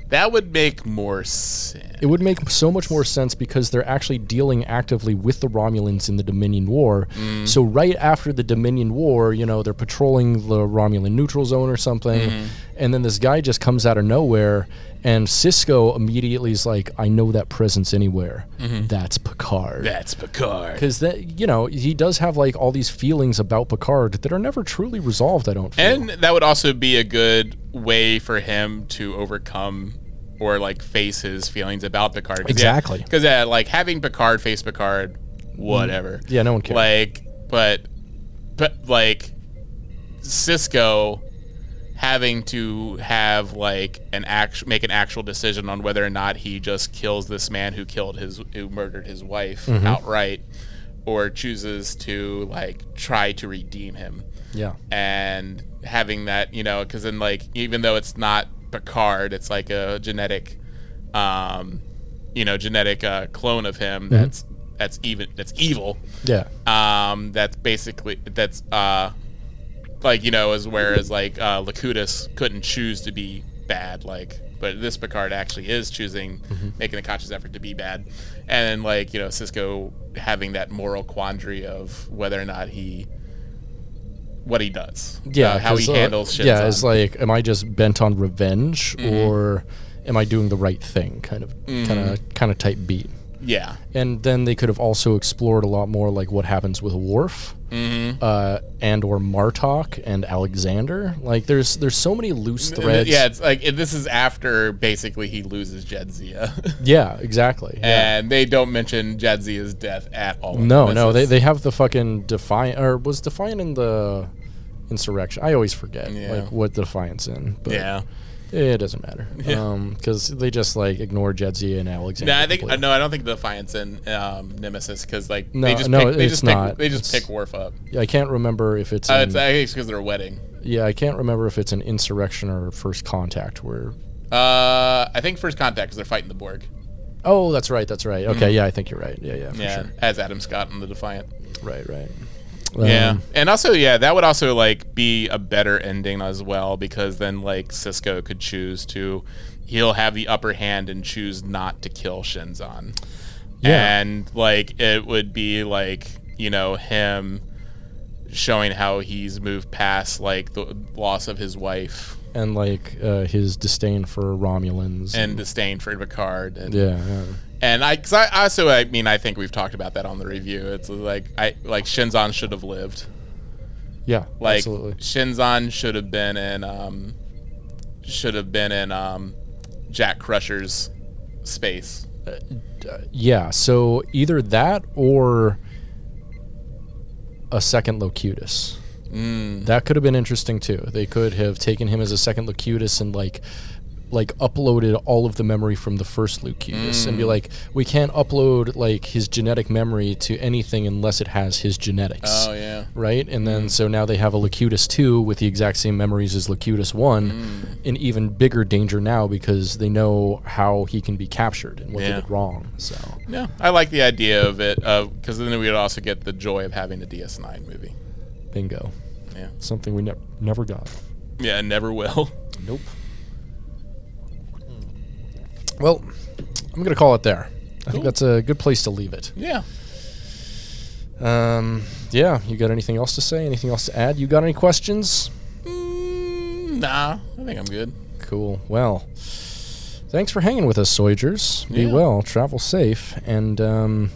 [SPEAKER 2] That would make more sense.
[SPEAKER 1] It would make so much more sense because they're actually dealing actively with the Romulans in the Dominion War.
[SPEAKER 2] Mm.
[SPEAKER 1] So right after the Dominion War, you know, they're patrolling the Romulan neutral zone or something,
[SPEAKER 2] Mm-hmm.
[SPEAKER 1] and then this guy just comes out of nowhere, and Cisco immediately is like, "I know that presence anywhere.
[SPEAKER 2] Mm-hmm.
[SPEAKER 1] That's Picard."
[SPEAKER 2] That's Picard.
[SPEAKER 1] because that you know he does have like all these feelings about Picard that are never truly resolved. I don't feel.
[SPEAKER 2] And that would also be a good way for him to overcome or like face his feelings about Picard.
[SPEAKER 1] Exactly.
[SPEAKER 2] Because like having Picard face Picard, whatever.
[SPEAKER 1] Mm, yeah, no one cares.
[SPEAKER 2] Like, but, but like, Cisco having to have like an act make an actual decision on whether or not he just kills this man who killed his who murdered his wife
[SPEAKER 1] Mm-hmm.
[SPEAKER 2] outright, or chooses to like try to redeem him
[SPEAKER 1] yeah,
[SPEAKER 2] and having that, you know, because then like even though it's not Picard, it's like a genetic, um, you know, genetic uh, clone of him that's that's even that's evil.
[SPEAKER 1] yeah,
[SPEAKER 2] Um, that's basically that's uh, like you know, as whereas like uh, Lacutus couldn't choose to be bad, like. But this Picard actually is choosing,
[SPEAKER 1] Mm-hmm.
[SPEAKER 2] making a conscious effort to be bad, and then like you know Cisco having that moral quandary of whether or not he, what he does,
[SPEAKER 1] yeah.
[SPEAKER 2] uh, how he
[SPEAKER 1] 'cause, uh,
[SPEAKER 2] handles shit. Mm-hmm.
[SPEAKER 1] Yeah, it's like, am I just bent on revenge or am I doing the right thing? Kind of, kind of, kind of type beat.
[SPEAKER 2] yeah,
[SPEAKER 1] And then they could have also explored a lot more like what happens with Worf,
[SPEAKER 2] Mm-hmm.
[SPEAKER 1] uh, and or Martok and Alexander. Like, there's there's so many loose threads.
[SPEAKER 2] yeah. It's like it, this is after basically he loses Jadzia,
[SPEAKER 1] yeah, exactly. Yeah.
[SPEAKER 2] and they don't mention Jadzia's death at all.
[SPEAKER 1] No,
[SPEAKER 2] This
[SPEAKER 1] no,
[SPEAKER 2] is-
[SPEAKER 1] they, they have the fucking defiant or was defiant in the insurrection. I always forget
[SPEAKER 2] Yeah.
[SPEAKER 1] like what defiance in, but
[SPEAKER 2] yeah.
[SPEAKER 1] Eh, it doesn't matter because they just like ignore Jedzia and Alexander.
[SPEAKER 2] No, I think uh,
[SPEAKER 1] completely.
[SPEAKER 2] no, I don't think Defiance and um, Nemesis because like
[SPEAKER 1] No,
[SPEAKER 2] they just
[SPEAKER 1] no,
[SPEAKER 2] pick, they
[SPEAKER 1] it's
[SPEAKER 2] just
[SPEAKER 1] not.
[SPEAKER 2] pick they just
[SPEAKER 1] It's-
[SPEAKER 2] pick Worf up.
[SPEAKER 1] Yeah, I can't remember if it's,
[SPEAKER 2] Uh,
[SPEAKER 1] in,
[SPEAKER 2] it's I think because they're wedding.
[SPEAKER 1] yeah, I can't remember if it's an insurrection or first contact where.
[SPEAKER 2] Uh, I think first contact because they're fighting the Borg.
[SPEAKER 1] Oh, that's right, that's right. Okay, yeah, I think you're right. Yeah, yeah, for
[SPEAKER 2] Mm-hmm. Yeah, as Adam Scott in the Defiant.
[SPEAKER 1] sure. Right, right.
[SPEAKER 2] yeah,
[SPEAKER 1] Um,
[SPEAKER 2] and also yeah, that would also like be a better ending as well because then like Cisco could choose to, he'll have the upper hand and choose not to kill Shinzon.
[SPEAKER 1] Yeah.
[SPEAKER 2] and like it would be like you know him showing how he's moved past like the loss of his wife
[SPEAKER 1] and like uh, his disdain for Romulans.
[SPEAKER 2] and disdain for Picard and
[SPEAKER 1] yeah, yeah.
[SPEAKER 2] and I, cause I also I mean I think we've talked about that on the review it's like I like Shinzon should have lived
[SPEAKER 1] yeah
[SPEAKER 2] like
[SPEAKER 1] absolutely.
[SPEAKER 2] Shinzon should have been in um should have been in um Jack Crusher's space
[SPEAKER 1] Yeah, so either that or a second Locutus.
[SPEAKER 2] Mm.
[SPEAKER 1] That could have been interesting too. They could have taken him as a second Locutus and like like uploaded all of the memory from the first Locutus and be
[SPEAKER 2] Mm.
[SPEAKER 1] like, we can't upload like his genetic memory to anything unless it has his genetics.
[SPEAKER 2] oh mm. yeah
[SPEAKER 1] Right? And then so now they have a Locutus 2 with the exact same memories as Locutus 1
[SPEAKER 2] Mm.
[SPEAKER 1] in even bigger danger now because they know how he can be captured and what
[SPEAKER 2] Yeah.
[SPEAKER 1] they did wrong. So
[SPEAKER 2] yeah I like the idea of it because then we would also get the joy of having a DS9 movie
[SPEAKER 1] Bingo.
[SPEAKER 2] Yeah.
[SPEAKER 1] Something we never never got.
[SPEAKER 2] Yeah, never will.
[SPEAKER 1] Nope. Hmm. Well, I'm gonna call it there. I think that's a good place to leave it.
[SPEAKER 2] Yeah.
[SPEAKER 1] Um, yeah. You got anything else to say? Anything else to add? You got any questions?
[SPEAKER 2] Mm, nah, I think I'm good.
[SPEAKER 1] Cool. Well, thanks for hanging with us, Soyagers. Be
[SPEAKER 2] Yeah.
[SPEAKER 1] well, travel safe, and um,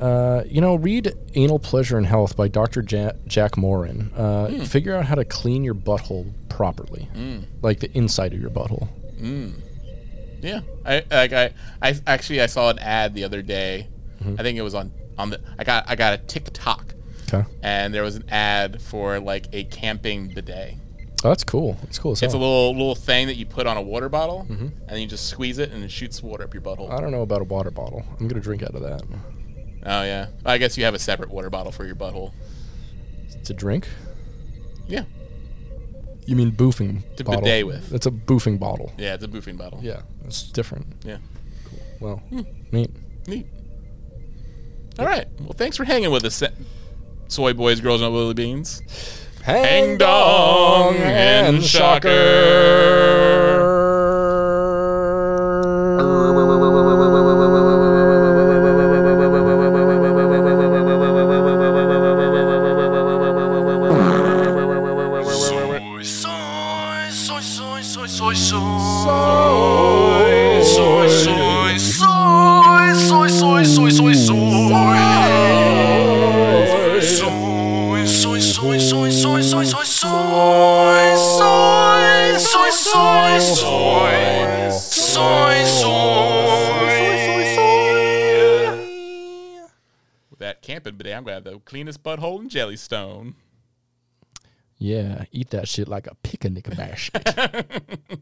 [SPEAKER 1] uh, you know, read "Anal Pleasure and Health" by Dr. Ja- Jack Morin. Uh,
[SPEAKER 2] Hmm.
[SPEAKER 1] Figure out how to clean your butthole properly, like the inside of your butthole.
[SPEAKER 2] Yeah, I like I, I actually I saw an ad the other day. I think it was on on the I got I got a TikTok
[SPEAKER 1] Okay.
[SPEAKER 2] and there was an ad for like a camping bidet.
[SPEAKER 1] Oh, that's cool. That's cool. as
[SPEAKER 2] It's a
[SPEAKER 1] hell.
[SPEAKER 2] little little thing that you put on a water bottle and you just squeeze it and it shoots water up your butthole.
[SPEAKER 1] I don't know about a water bottle. I'm gonna drink out of that.
[SPEAKER 2] oh yeah, I guess you have a separate water bottle for your butthole.
[SPEAKER 1] To drink?
[SPEAKER 2] Yeah,
[SPEAKER 1] You mean boofing
[SPEAKER 2] To
[SPEAKER 1] bottle?
[SPEAKER 2] bidet with.
[SPEAKER 1] That's a boofing bottle.
[SPEAKER 2] yeah, it's a boofing bottle.
[SPEAKER 1] Yeah, it's different.
[SPEAKER 2] yeah.
[SPEAKER 1] Well,
[SPEAKER 2] Hmm.
[SPEAKER 1] neat.
[SPEAKER 2] Neat. All right. Well, thanks for hanging with us, eh, soy boys, girls, and lily beans. Hang dong and
[SPEAKER 4] Soy, soy, soy, soy, soy, soy. Soy, soy, soy, soy, soy, soy, soy, soy. Soy, soy, soy, soy, soy, soy, soy, soy. Soy, soy, soy, soy. Soy, soy.
[SPEAKER 2] With that camping bidet, I'm gonna have the cleanest butthole in Jellystone.
[SPEAKER 1] Yeah, eat that shit like a picnic basket.